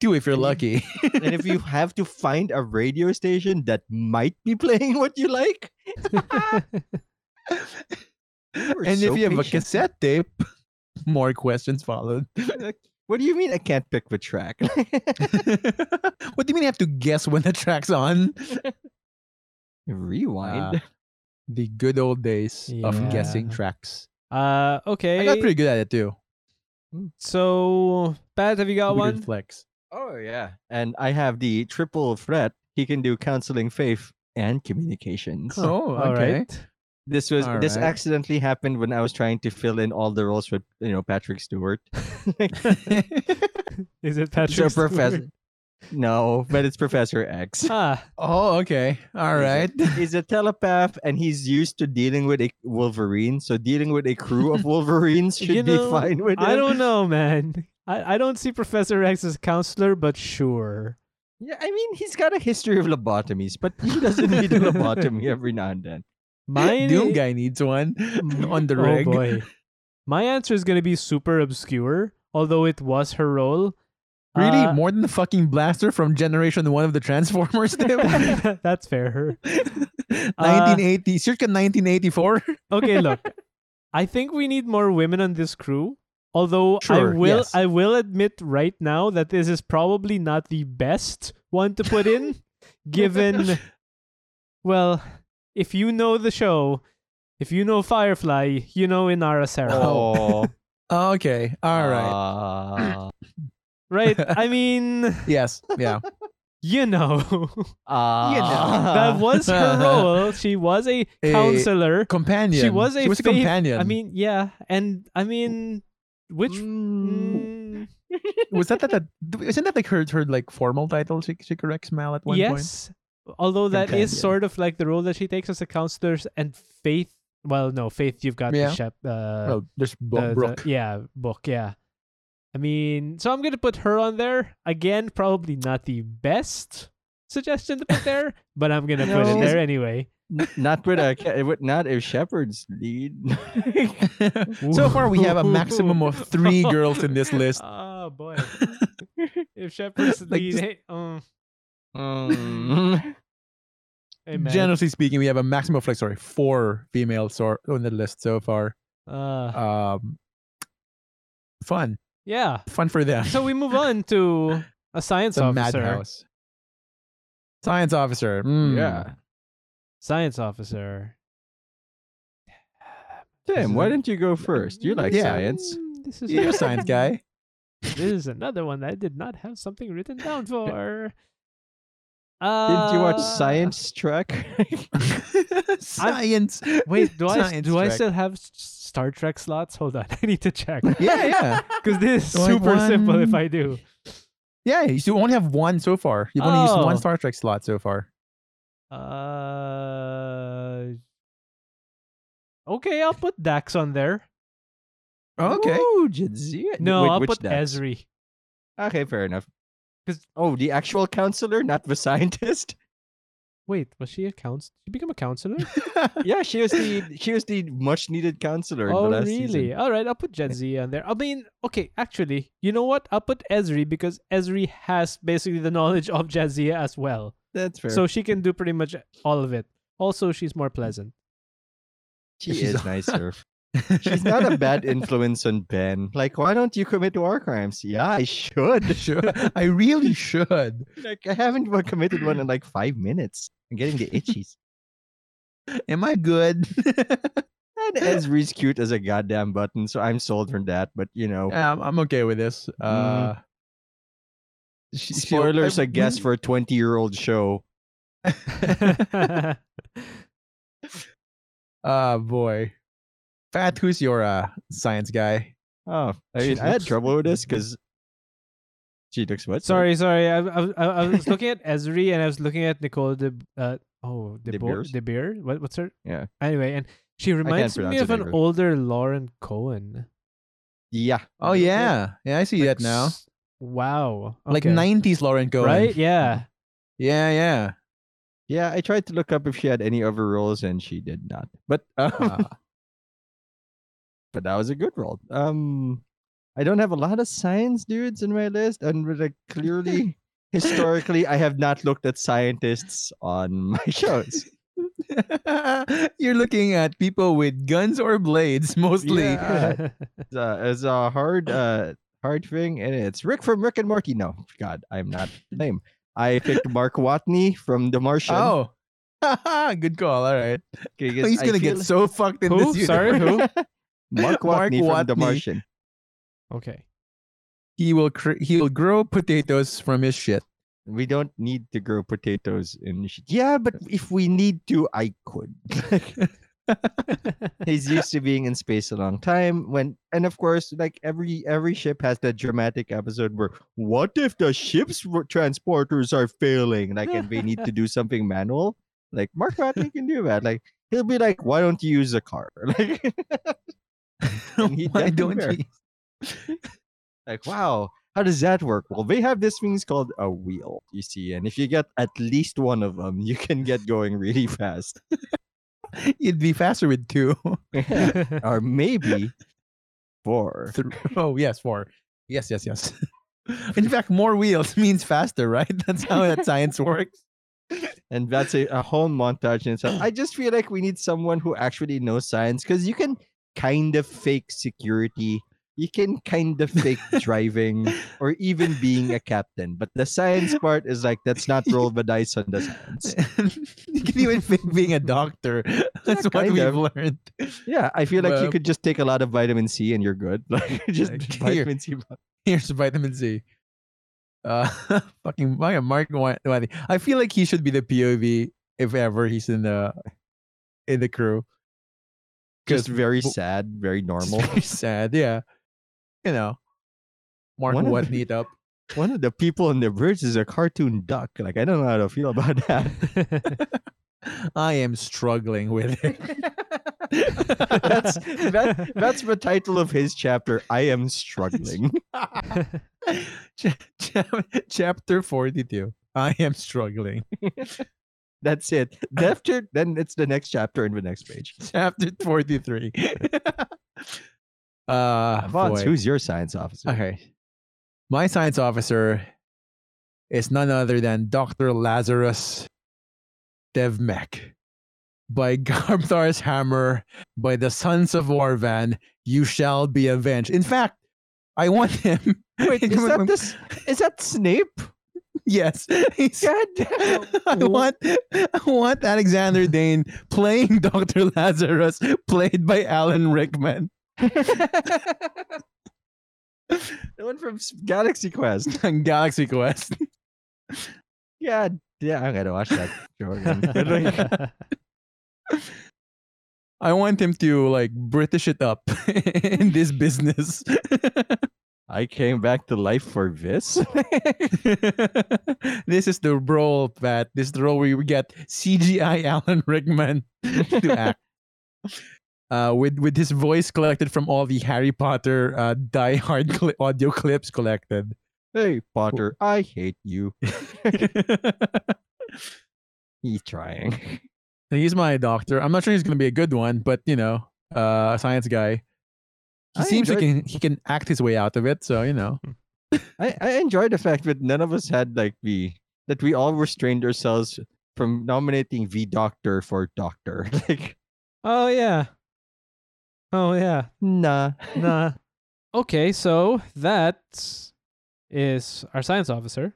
Speaker 3: Too, if you're lucky.
Speaker 1: and if
Speaker 2: (laughs)
Speaker 1: you have to find a radio station that might be playing (laughs) what you like, you were
Speaker 3: (laughs) and
Speaker 1: so
Speaker 3: if you have a
Speaker 1: patient.
Speaker 3: cassette tape, (laughs) more questions followed. (laughs)
Speaker 1: what do you mean I can't pick the track? (laughs)
Speaker 3: what do you mean? I have to guess when the track's on?
Speaker 1: Rewind.
Speaker 3: Ah, (laughs) the good old days of guessing
Speaker 2: Yeah.
Speaker 3: tracks.
Speaker 2: uh, okay.
Speaker 3: I got pretty good at it too.
Speaker 2: so, Pat, have you got
Speaker 3: Weird
Speaker 2: one?
Speaker 3: flex.
Speaker 1: Oh yeah, and I have the triple threat. He can do counseling, faith, and communications.
Speaker 3: Oh,
Speaker 2: All
Speaker 3: okay.
Speaker 2: right.
Speaker 1: This was this
Speaker 3: alright.
Speaker 1: accidentally happened when I was trying to fill in all the roles with you know Patrick Stewart.
Speaker 2: Is
Speaker 1: so
Speaker 2: it (laughs) Patrick? Stewart?
Speaker 1: Professor, no, but it's Professor X.
Speaker 2: (laughs) Ah,
Speaker 3: (laughs) oh, okay. All right. (laughs)
Speaker 2: (laughs)
Speaker 1: He's a telepath, and he's used to dealing with a Wolverine. So dealing with a crew
Speaker 2: (laughs)
Speaker 1: of Wolverines should
Speaker 2: You know,
Speaker 1: be fine with
Speaker 2: I
Speaker 1: him.
Speaker 2: don't know, man. I, I don't see Professor X as counselor, but sure.
Speaker 1: Yeah, I mean he's got a history of lobotomies, but he doesn't need a
Speaker 2: (laughs)
Speaker 1: lobotomy every now and then.
Speaker 2: Mine
Speaker 3: Doom
Speaker 2: i-
Speaker 3: guy needs one (laughs) on the
Speaker 2: oh
Speaker 3: rig.
Speaker 2: boy. My answer is gonna be super obscure, although it was her role.
Speaker 3: Really,
Speaker 2: Uh,
Speaker 3: more than the fucking blaster from Generation One of the Transformers.
Speaker 2: (laughs)
Speaker 3: Tim?
Speaker 2: that's fair. Uh,
Speaker 3: 1980, circa 1984.
Speaker 2: Okay, look. I think we need more women on this crew. Although
Speaker 3: Sure,
Speaker 2: I will
Speaker 3: yes.
Speaker 2: I will admit right now that this is probably not the best one to put in
Speaker 3: (laughs)
Speaker 2: given well, if you know the show, if you know Firefly, you know Inara Sarah.
Speaker 1: Oh,
Speaker 3: Okay, all right.
Speaker 1: right.
Speaker 2: Right?
Speaker 3: (laughs)
Speaker 2: I mean,
Speaker 3: yes,
Speaker 2: (laughs)
Speaker 3: yeah.
Speaker 2: you know. (laughs)
Speaker 1: Uh,
Speaker 2: that was
Speaker 3: (laughs)
Speaker 2: her role. She was a
Speaker 3: A
Speaker 2: counselor.
Speaker 3: Companion.
Speaker 2: was a
Speaker 3: She was
Speaker 2: fav-
Speaker 3: a companion.
Speaker 2: I mean, yeah. And I mean, which Mm,
Speaker 3: (laughs) was that that? that isn't that like her her like formal title? She she corrects Mal at one point.
Speaker 2: yes. Although that is
Speaker 3: Companion.
Speaker 2: sort of like the role that she takes as a counselor and Faith. Well, no, Faith, you've got
Speaker 3: Yeah.
Speaker 2: the Shep. Uh,
Speaker 3: Well, there's
Speaker 2: the-
Speaker 3: Bo-
Speaker 2: the-
Speaker 3: Brooke.
Speaker 2: yeah, book. Yeah. I mean, so I'm going to put her on there. Again, probably not the best suggestion to put
Speaker 3: (laughs)
Speaker 2: there, but I'm going to put it
Speaker 1: No.
Speaker 2: there anyway.
Speaker 1: N- not with a
Speaker 2: (laughs)
Speaker 1: ca- with not if shepherds lead.
Speaker 3: (laughs) so far, we have a maximum of
Speaker 2: (laughs)
Speaker 3: three girls in this list.
Speaker 2: Oh, boy. if Shepard's
Speaker 3: (laughs) Like,
Speaker 2: lead.
Speaker 3: just-
Speaker 2: hey, um,
Speaker 1: (laughs) Mm.
Speaker 2: hey, man.
Speaker 3: Generally speaking, we have a maximum of like sorry four females or on the list so far.
Speaker 2: Uh,
Speaker 3: Um, fun,
Speaker 2: yeah.
Speaker 3: fun for them.
Speaker 2: So we move on to a science
Speaker 3: the
Speaker 2: officer. Hmm.
Speaker 3: madhouse. Science officer. mm.
Speaker 1: Yeah.
Speaker 2: science officer.
Speaker 1: Tim,
Speaker 2: is
Speaker 1: why
Speaker 2: a-
Speaker 1: didn't you go first? You like
Speaker 3: Yeah.
Speaker 1: science.
Speaker 2: Mm, This is
Speaker 3: You're
Speaker 2: (laughs)
Speaker 3: a science guy.
Speaker 2: This is another one that I did not have something written
Speaker 3: (laughs)
Speaker 2: down for.
Speaker 1: Didn't you watch
Speaker 2: Uh,
Speaker 1: Science Trek? (laughs)
Speaker 3: science.
Speaker 2: (laughs) Wait, do I
Speaker 3: Science
Speaker 2: do I
Speaker 3: track.
Speaker 2: still have s- Star Trek slots? Hold on, (laughs) I need to check
Speaker 3: Yeah, yeah,
Speaker 2: because this is
Speaker 3: Like
Speaker 2: super simple. If
Speaker 3: one-
Speaker 2: I do,
Speaker 3: (laughs) yeah. You still only have one so far. You've only used one
Speaker 2: Oh.
Speaker 3: Star Trek slot so far.
Speaker 2: uh, okay, I'll put Dax on there.
Speaker 1: (laughs)
Speaker 3: Okay.
Speaker 1: Ooh, Jadzia.
Speaker 2: No,
Speaker 1: Wait,
Speaker 2: I'll
Speaker 1: which
Speaker 2: put
Speaker 1: Dax?
Speaker 2: Ezri.
Speaker 1: Okay, fair enough.
Speaker 2: 'Cause-
Speaker 1: oh, the actual counselor, not the
Speaker 2: (laughs)
Speaker 1: scientist.
Speaker 2: Wait, was she a counsel? She become a counselor?
Speaker 1: (laughs) yeah, she was the she was the much needed counselor.
Speaker 2: oh,
Speaker 1: in the last
Speaker 2: really?
Speaker 1: Season.
Speaker 2: All right, I'll put
Speaker 1: (laughs)
Speaker 2: Gen Z on there. I mean, okay, actually, you know what? I'll put Ezri because Ezri has basically the knowledge of Jadzia as well,
Speaker 1: That's fair.
Speaker 2: so she can do pretty much all of it. Also, she's more
Speaker 1: (laughs)
Speaker 2: pleasant.
Speaker 1: she
Speaker 2: (laughs)
Speaker 3: she's
Speaker 1: is
Speaker 3: a-
Speaker 1: nicer. She's not a
Speaker 3: (laughs)
Speaker 1: bad influence on Ben. Like, why don't you commit war crimes? Yeah, I should.
Speaker 3: Sure. I really should.
Speaker 1: Like, I haven't wa- committed one in like five minutes. I'm getting the itchies.
Speaker 3: Am I good?
Speaker 1: And Ezri's cute as a goddamn button, so I'm sold for that. But you know,
Speaker 3: (laughs) um, I'm okay with this. Uh, she- she'll-
Speaker 1: spoilers,
Speaker 3: I
Speaker 1: I guess,
Speaker 3: wouldn't-
Speaker 1: for a 20 year old show.
Speaker 3: Ah, boy. Fat, who's your uh, science guy?
Speaker 1: Oh, I
Speaker 3: She
Speaker 1: mean, I had
Speaker 3: looks-
Speaker 1: trouble with this because she looks what?
Speaker 2: sorry, sorry. I, I, I, I was looking at Ezri and I was looking at Nicole de uh, oh de,
Speaker 1: De
Speaker 2: Bo-
Speaker 1: Beers?
Speaker 2: de Beer. What, what's her?
Speaker 1: Yeah.
Speaker 2: Anyway, and she reminds me
Speaker 1: pronounce
Speaker 2: of
Speaker 1: it
Speaker 2: an
Speaker 1: either.
Speaker 2: older Lauren Cohen.
Speaker 1: Yeah.
Speaker 3: Oh yeah, yeah, I see that now.
Speaker 2: S- Wow.
Speaker 3: Like
Speaker 2: okay.
Speaker 3: '90s Lauren Cohen.
Speaker 1: (laughs)
Speaker 2: Right? Yeah. (laughs)
Speaker 3: Yeah, yeah.
Speaker 1: Yeah, I tried to look up if she had any other roles and she did not. But um,
Speaker 3: (laughs) Ah.
Speaker 1: but that was a good role. Um I don't have a lot of science dudes in my list and we're, like clearly historically I have not looked at scientists on my (laughs) shows.
Speaker 3: (laughs) You're looking at people with guns or blades mostly.
Speaker 1: Yeah. It's a, it's a hard uh hard thing and it's Rick from Rick and Morty. No, god, I'm
Speaker 3: (laughs)
Speaker 1: not lame. I picked Mark Watney from The Martian.
Speaker 3: Oh. (laughs) Good call. All right.
Speaker 1: 'kay, 'cause
Speaker 3: He's
Speaker 1: I
Speaker 3: going to
Speaker 1: feel-
Speaker 3: get so fucked in
Speaker 2: Who?
Speaker 3: this
Speaker 2: Sorry,
Speaker 3: universe.
Speaker 2: who?
Speaker 1: Mark
Speaker 3: Mark
Speaker 1: Watney from The
Speaker 3: Watney.
Speaker 1: Martian.
Speaker 2: okay.
Speaker 3: (laughs) He will cr- he will grow potatoes from his shit. (laughs)
Speaker 1: We don't need to grow potatoes in sh- Yeah, but if we need to, I could. He's used to being in space a long time. When and of course, like every every ship has that dramatic episode where what if the ship's r- transporters are failing? Like and they need to do something manual. Like Mark Watney can do that. Like he'll be like, why don't you use a car? (laughs) Like And he
Speaker 3: Why
Speaker 1: definitely
Speaker 3: don't
Speaker 1: bear.
Speaker 3: we?
Speaker 1: like wow how does that work well they have this things called a wheel you see and if you get at least one of them you can get going really fast
Speaker 3: You'd be faster
Speaker 1: (laughs)
Speaker 3: with two.
Speaker 1: or maybe four
Speaker 3: Thr- oh yes, four. Yes, yes, yes. (laughs) In fact, more wheels (laughs) means faster, right? (laughs) That's how
Speaker 1: (laughs)
Speaker 3: that science works. (laughs)
Speaker 1: and that's a, a whole montage and stuff
Speaker 3: (clears throat)
Speaker 1: i just feel like we need someone who actually knows science because you can kind of fake security you can kind of fake driving or even being a captain but the science part is like that's not roll the dice on
Speaker 3: (laughs)
Speaker 1: the science
Speaker 3: you can even fake being a doctor. That's what
Speaker 1: kind
Speaker 3: we've
Speaker 1: of.
Speaker 3: learned.
Speaker 1: Yeah, I feel like you
Speaker 3: Well-
Speaker 1: could just take a lot of vitamin C and you're good. (laughs) Like just
Speaker 3: Like, (laughs) here.
Speaker 1: vitamin C. bar-
Speaker 3: Here's vitamin C. Uh, (laughs) fucking fucking Mark Wa- Watney. I feel like he should be the POV if ever he's in the in the crew.
Speaker 1: Just
Speaker 3: 'Cause
Speaker 1: very (laughs)
Speaker 3: (laughs) w-
Speaker 1: sad, very
Speaker 3: It's
Speaker 1: normal.
Speaker 3: very sad, yeah. You know, Mark
Speaker 1: One of the-
Speaker 3: Watney it up.
Speaker 1: (laughs) One of the people on the bridge is a cartoon duck. Like I don't know how to feel about (laughs) that.
Speaker 3: I am struggling with it. (laughs)
Speaker 1: That's that,
Speaker 2: (laughs)
Speaker 1: that's (laughs) the title of his chapter. I (laughs) am struggling.
Speaker 3: Cha- cha- Chapter 42. I am struggling. (laughs)
Speaker 1: That's it. After then it's the next chapter in the next page.
Speaker 3: Chapter (laughs) 43.
Speaker 1: Vance,
Speaker 3: uh, boy.
Speaker 1: who's your science officer? (laughs)
Speaker 3: okay. My science officer is none other than Dr. Lazarus Devmek. By (laughs) Garbthar's hammer, by the sons of Orvan, you shall be avenged. In fact, I want him. (laughs)
Speaker 1: (laughs) Wait, is that this? Is that Snape?
Speaker 3: yes. (laughs) He's-
Speaker 2: God damn.
Speaker 3: I want I want Alexander Dane playing (laughs) Dr. Lazarus, played by Alan Rickman.
Speaker 1: The one from S- Galaxy Quest.
Speaker 3: on Galaxy Quest.
Speaker 1: Yeah, yeah, I'm gonna watch (laughs) that. show again. (laughs)
Speaker 2: I
Speaker 3: I want him to like British it up (laughs) in this business. (laughs)
Speaker 1: I came back to life for this.
Speaker 3: this is the role, Pat. This is the role where we get CGI (laughs) Alan Rickman to
Speaker 1: (laughs)
Speaker 3: act. Uh, with with his voice collected from all the Harry Potter uh, Die Hard (laughs) cli- audio clips collected. (laughs)
Speaker 1: Hey, Potter, I hate you. He's trying. (laughs)
Speaker 3: He's my doctor. I'm not sure he's gonna be a good one, but you know, uh, a science guy. He
Speaker 1: I
Speaker 3: seems like
Speaker 1: enjoyed-
Speaker 3: he, he can act his way out of it. So you know,
Speaker 1: I, I enjoy the fact that none of us had like the that we all restrained ourselves from nominating the doctor for doctor. (laughs) Like,
Speaker 2: oh yeah. Oh yeah.
Speaker 1: nah.
Speaker 2: Nah. Okay, so that is our science officer,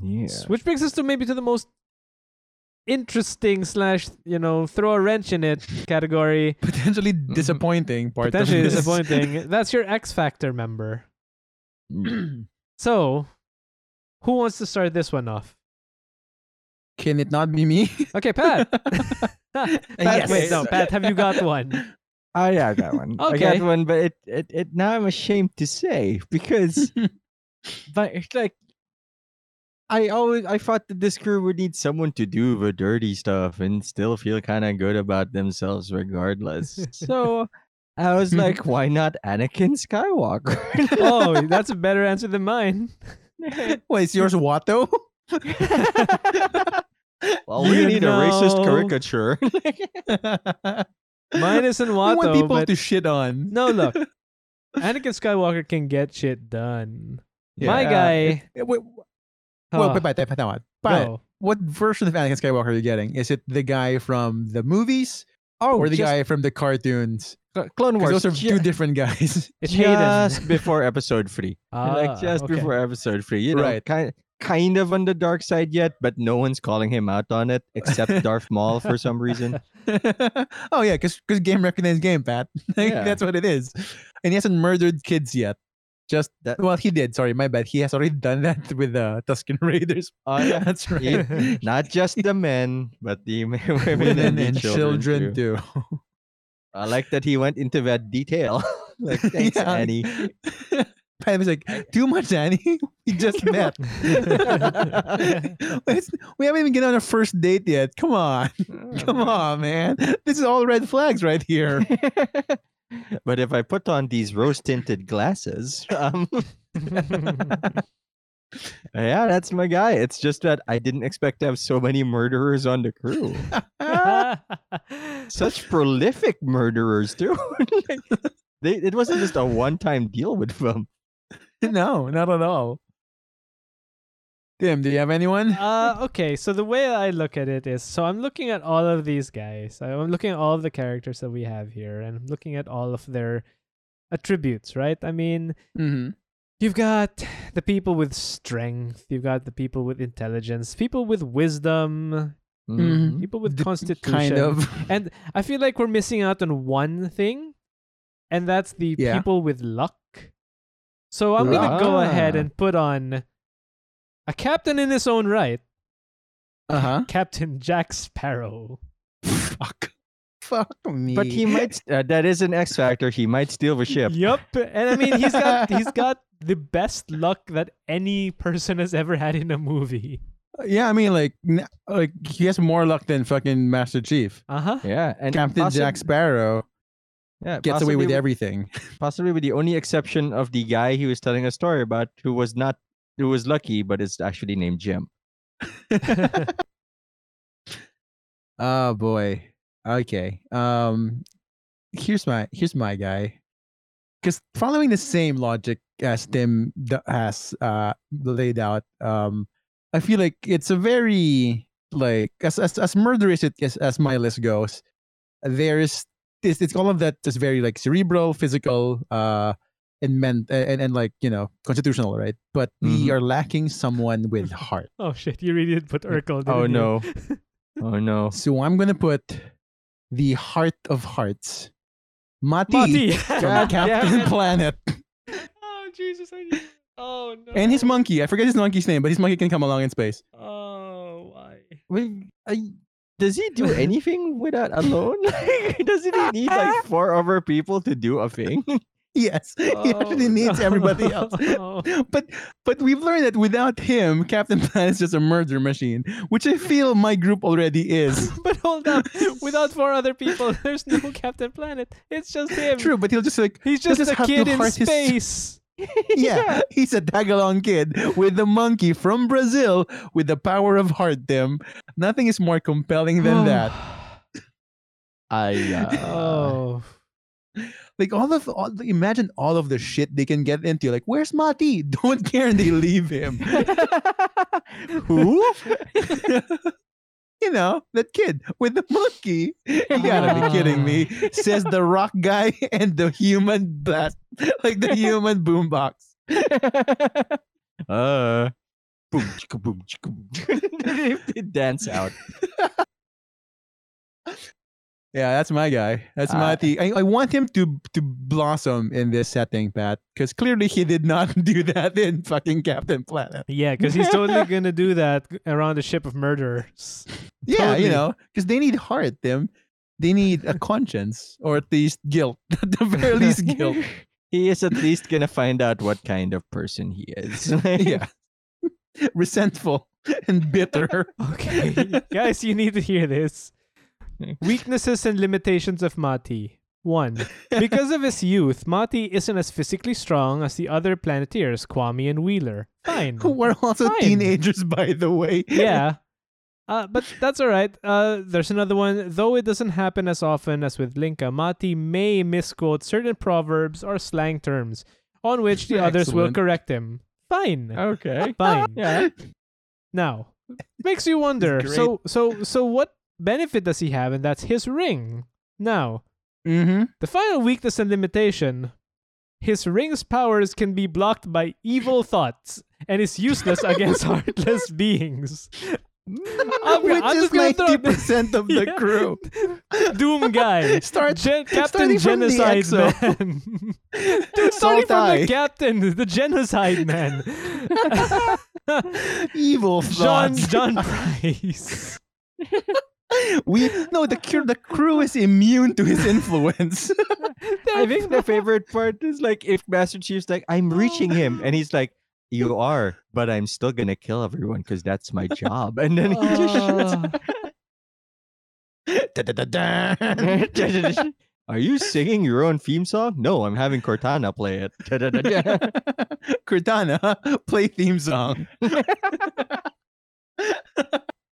Speaker 1: Yeah.
Speaker 2: s- which brings us to maybe to the most interesting slash you know throw a wrench in
Speaker 3: (laughs)
Speaker 2: it category.
Speaker 3: potentially disappointing part. (laughs)
Speaker 2: Potentially
Speaker 3: of this.
Speaker 2: disappointing. That's your X Factor member.
Speaker 3: Mm.
Speaker 2: So, who wants to start this one off?
Speaker 3: Can it not
Speaker 1: (laughs)
Speaker 3: be me?
Speaker 2: Okay,
Speaker 3: (laughs)
Speaker 2: Pat. (laughs) Pat,
Speaker 3: Yes.
Speaker 2: wait,
Speaker 3: (laughs)
Speaker 2: no, Pat, have you got one?
Speaker 1: I have that one. I
Speaker 2: Okay.
Speaker 1: got one, but it, it, it now I'm ashamed to say because but it's like I always I thought that this crew would need someone to do the dirty stuff and still feel kind of good about themselves regardless. so I was like, why not Anakin Skywalker?
Speaker 2: Oh, that's a better answer than
Speaker 3: (laughs)
Speaker 2: mine.
Speaker 3: Wait, is yours Watto? (laughs)
Speaker 1: well, we
Speaker 2: You
Speaker 1: need a racist
Speaker 2: know.
Speaker 1: caricature. (laughs)
Speaker 2: Mine isn't
Speaker 3: I want
Speaker 2: Watto,
Speaker 3: people
Speaker 2: but
Speaker 3: to shit on.
Speaker 2: no, look, Anakin Skywalker can get shit done. My
Speaker 3: Yeah.
Speaker 2: guy.
Speaker 3: Eh, Wait,
Speaker 2: huh,
Speaker 3: well, but, but, but, but, but, but
Speaker 2: go.
Speaker 3: what version of Anakin Skywalker are you getting? Is it the guy from the movies
Speaker 1: oh,
Speaker 3: or the
Speaker 1: just
Speaker 3: guy from the cartoons?
Speaker 1: Cl- Clone
Speaker 3: 'Cause
Speaker 1: Wars.
Speaker 3: those are
Speaker 1: ju-
Speaker 3: two different guys. (laughs)
Speaker 2: it's
Speaker 1: just
Speaker 2: Hayden.
Speaker 1: before episode three. (laughs) like
Speaker 2: Ah,
Speaker 1: just
Speaker 2: okay. (laughs)
Speaker 1: before episode three, you know,
Speaker 3: Right.
Speaker 1: kind kind of on the dark side yet, but no one's calling him out on it (laughs) except Darth Maul for some reason.
Speaker 3: oh yeah, because game recognized game, Pat. (laughs) Like,
Speaker 1: Yeah.
Speaker 3: That's what it is. And he hasn't murdered kids yet. Just
Speaker 1: That-
Speaker 3: well, he did. Sorry, my bad. He has already done that with the uh, Tuscan Raiders.
Speaker 1: (laughs) Oh, yeah.
Speaker 3: (laughs) That's right.
Speaker 1: He- Not just the men, but the (laughs) m- women
Speaker 3: Women
Speaker 1: and, the
Speaker 3: and
Speaker 1: children,
Speaker 3: children,
Speaker 1: too.
Speaker 3: too.
Speaker 1: I like that he went into that detail. (laughs) like, thanks,
Speaker 3: Yeah. (laughs)
Speaker 1: Annie.
Speaker 3: Pat was like, too much, Annie. (laughs) We just met. It's- we haven't even gotten on a first date yet. Come on. (laughs) Come on, man. This is all red flags right here. (laughs)
Speaker 1: But if I put on these rose tinted glasses, (laughs) um,
Speaker 2: (laughs)
Speaker 1: yeah, that's my guy. It's just that I didn't expect to have so many murderers on the crew.
Speaker 3: (laughs)
Speaker 1: such prolific murderers too. (laughs) Like, they, it wasn't just a one-time deal with them.
Speaker 3: no, not at all. Tim, do you have anyone?
Speaker 2: uh, okay, so the way I look at it is so I'm looking at all of these guys. I- I'm looking at all of the characters that we have here and I'm looking at all of their attributes, right? I mean,
Speaker 3: Mm-hmm.
Speaker 2: You've got the people with strength. You've got the people with intelligence. People with wisdom. People with
Speaker 3: The-
Speaker 2: constitution.
Speaker 3: Kind (laughs) of.
Speaker 2: And I feel like we're missing out on one thing, and that's the
Speaker 3: Yeah.
Speaker 2: people with luck. So I'm gonna go ahead
Speaker 1: Ah.
Speaker 2: and put on a captain in his own right, (laughs)
Speaker 3: Uh huh.
Speaker 2: Captain Jack Sparrow.
Speaker 3: Fuck. Fuck me.
Speaker 1: But he might. st- Uh, that is an X factor. He might steal the ship.
Speaker 2: Yup. And I mean, he's
Speaker 3: (laughs)
Speaker 2: got he's got the best luck that any person has ever had in a movie.
Speaker 3: Yeah, I mean, like, n- like he has more luck than fucking Master Chief.
Speaker 2: Uh huh.
Speaker 1: Yeah, and
Speaker 3: Captain
Speaker 1: possi-
Speaker 3: Jack Sparrow
Speaker 1: yeah,
Speaker 3: gets away
Speaker 1: possibly
Speaker 3: with
Speaker 1: w-
Speaker 3: everything.
Speaker 1: Possibly with the only exception of the guy he was telling a story about, who was not, who was lucky, but is actually named Jim.
Speaker 3: Oh boy. Okay. Um here's my here's my guy. Cuz following the same logic as Tim d- has uh laid out, um I feel like it's a very like as as as murderous it as, as my list goes, there's it's, it's all of that just very like cerebral, physical, uh and meant and, and like you know constitutional, right? But we
Speaker 1: Mhm.
Speaker 3: are lacking someone with heart.
Speaker 2: (laughs) Oh shit! You really did put Urkel.
Speaker 1: Oh
Speaker 2: didn't you? (laughs)
Speaker 1: no. (laughs) Oh no.
Speaker 3: So I'm gonna put the heart of hearts, Mati,
Speaker 2: Mati.
Speaker 3: (laughs) from
Speaker 2: God (laughs) damn
Speaker 3: Captain
Speaker 2: it.
Speaker 3: Planet,
Speaker 2: Oh Jesus! I knew. Oh no.
Speaker 3: and his monkey. I forget his monkey's name, but his monkey can come along in space.
Speaker 2: Oh why?
Speaker 1: Well, I, does he (laughs) do anything with that alone? (laughs) Like, Doesn't he need (laughs) like four other people to do a thing?
Speaker 3: Yes, he actually
Speaker 2: Oh,
Speaker 3: needs
Speaker 2: no. (laughs) Oh.
Speaker 3: everybody else. But but we've learned that without him, Captain Planet is just a murder machine, which I feel my group already
Speaker 2: (laughs)
Speaker 3: is.
Speaker 2: but hold on. Without four other people, (laughs) there's no Captain Planet. It's just him.
Speaker 3: True, but he'll
Speaker 2: (laughs)
Speaker 3: just like
Speaker 2: He's
Speaker 3: He'll
Speaker 2: just,
Speaker 3: just
Speaker 2: a
Speaker 3: have to
Speaker 2: kid in
Speaker 3: heart his-
Speaker 2: space.
Speaker 3: yeah, he's a tagalong kid with the monkey from Brazil with the power of heart. Them, nothing is more compelling than that.
Speaker 1: (laughs) I uh, (laughs)
Speaker 2: oh.
Speaker 3: Like all of all, the- imagine all of the shit they can get into. Like where's Mati? (laughs) Don't care, and they leave him. (laughs)
Speaker 2: (sighs) Oh.
Speaker 1: who?
Speaker 3: You know that kid with the monkey. You gotta be kidding me. Says the rock guy (laughs) and the human blast, (laughs) like the human boombox.
Speaker 1: (laughs) Uh boom chicka boom chicka boom. (laughs) they dance out.
Speaker 3: Yeah, that's my guy. That's
Speaker 1: Uh,
Speaker 3: Mati. I, I want him to to blossom in this setting, Pat, because clearly he did not (laughs) do that in fucking Captain Planet.
Speaker 2: (laughs) Yeah, because he's totally gonna do that around the ship of murderers.
Speaker 3: Yeah,
Speaker 2: Totally.
Speaker 3: you know, because they need heart, them. They need a conscience, or at least guilt. (laughs) At the very least, guilt.
Speaker 1: He is at least gonna find out what kind of person he is. (laughs)
Speaker 3: Yeah, (laughs) resentful
Speaker 2: (laughs)
Speaker 3: and bitter. (laughs)
Speaker 2: Okay, guys, you need to hear this. Weaknesses and limitations of Mati. One, because of his youth, Mati isn't as physically strong as the other Planeteers, Kwame and Wheeler.
Speaker 3: (laughs)
Speaker 2: Fine.
Speaker 3: Who are also
Speaker 2: Fine.
Speaker 3: teenagers, by the way.
Speaker 2: yeah. Uh, but that's all right. Uh, there's another one. Though it doesn't happen as often as with Linka, Mati may misquote certain proverbs or slang terms, on which the others will
Speaker 3: Excellent.
Speaker 2: correct him. Fine.
Speaker 1: Okay.
Speaker 2: Fine.
Speaker 1: Yeah.
Speaker 2: Now, makes you wonder.
Speaker 3: great.
Speaker 2: So, so, so, what benefit does he have? And that's his ring. Now,
Speaker 3: (laughs) Mm-hmm.
Speaker 2: the final weakness and limitation: his ring's powers can be blocked by evil thoughts and is
Speaker 3: (laughs)
Speaker 2: useless against heartless beings. I'm-
Speaker 3: Which
Speaker 2: I'm
Speaker 3: is
Speaker 2: just gonna throw
Speaker 3: ninety percent of the
Speaker 2: (laughs) Yeah.
Speaker 3: crew.
Speaker 2: Doom guy.
Speaker 3: (laughs) Start
Speaker 2: Gen- Captain
Speaker 3: starting from the
Speaker 2: Genocide
Speaker 3: EXO. (laughs)
Speaker 2: Man.
Speaker 3: Dude,
Speaker 2: Starting from the captain, the Genocide
Speaker 3: (laughs)
Speaker 2: Man. (laughs)
Speaker 3: evil
Speaker 2: John
Speaker 3: thoughts.
Speaker 2: John Price.
Speaker 3: (laughs)
Speaker 2: (laughs)
Speaker 3: We no the cure the crew is immune to his
Speaker 2: (laughs)
Speaker 3: influence. (laughs)
Speaker 1: I think the favorite part is like if Master Chief's like, I'm reaching him, and he's like, You are, but I'm still gonna kill everyone because that's my job. And then he just
Speaker 2: Oh.
Speaker 1: shoots.
Speaker 3: Da-da-da-da.
Speaker 1: (laughs) Are you singing your own theme song? No, I'm having Cortana play it. (laughs)
Speaker 3: Cortana, play theme
Speaker 2: (laughs)
Speaker 3: song.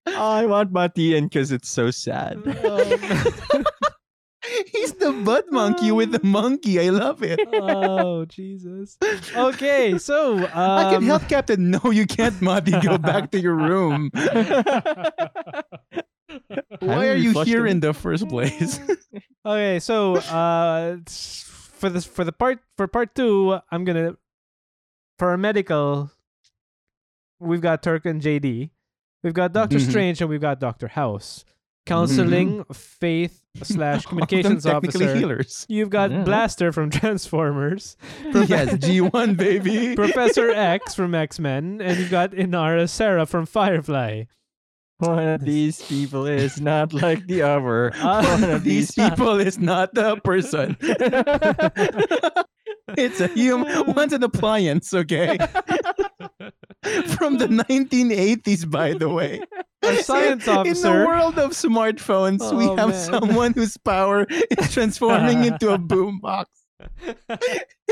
Speaker 1: I want Mati in because it's so sad.
Speaker 3: He's the butt monkey with the monkey. I love it.
Speaker 2: (laughs) oh Jesus. Okay, so um,
Speaker 3: I can
Speaker 2: (laughs)
Speaker 3: help Captain. No, you can't, Mati. Go back to your room. Why
Speaker 1: Haven't
Speaker 3: are
Speaker 1: we
Speaker 3: you
Speaker 1: flushed
Speaker 3: here
Speaker 1: it?
Speaker 3: in the first (laughs) place?
Speaker 2: Okay, so uh, s- for this for the part for part two, I'm gonna for our medical. We've got Turk and JD. We've got Doctor
Speaker 3: Mhm.
Speaker 2: Strange and we've got Doctor House. Counseling, faith slash
Speaker 3: Mm-hmm. (laughs) All of them
Speaker 2: communications
Speaker 3: technically
Speaker 2: officer. (laughs)
Speaker 3: healers.
Speaker 2: You've got
Speaker 1: Yeah.
Speaker 2: Blaster from (laughs) Transformers,
Speaker 3: yes, G1 baby.
Speaker 2: (laughs) Professor X from X Men, and you've got Inara Sarah from Firefly.
Speaker 1: One of these people is not like the other. (laughs)
Speaker 2: Uh,
Speaker 3: (laughs)
Speaker 1: One of
Speaker 3: (laughs) These
Speaker 1: these
Speaker 3: people is not a
Speaker 2: (laughs)
Speaker 3: person. it's a human. One's an appliance, okay? (laughs) From the 1980s, by the way.
Speaker 2: Our science
Speaker 3: In
Speaker 2: officer.
Speaker 3: the world of smartphones, we
Speaker 2: Oh,
Speaker 3: have
Speaker 2: man.
Speaker 3: someone whose power is
Speaker 2: (laughs)
Speaker 3: transforming into a boombox (laughs)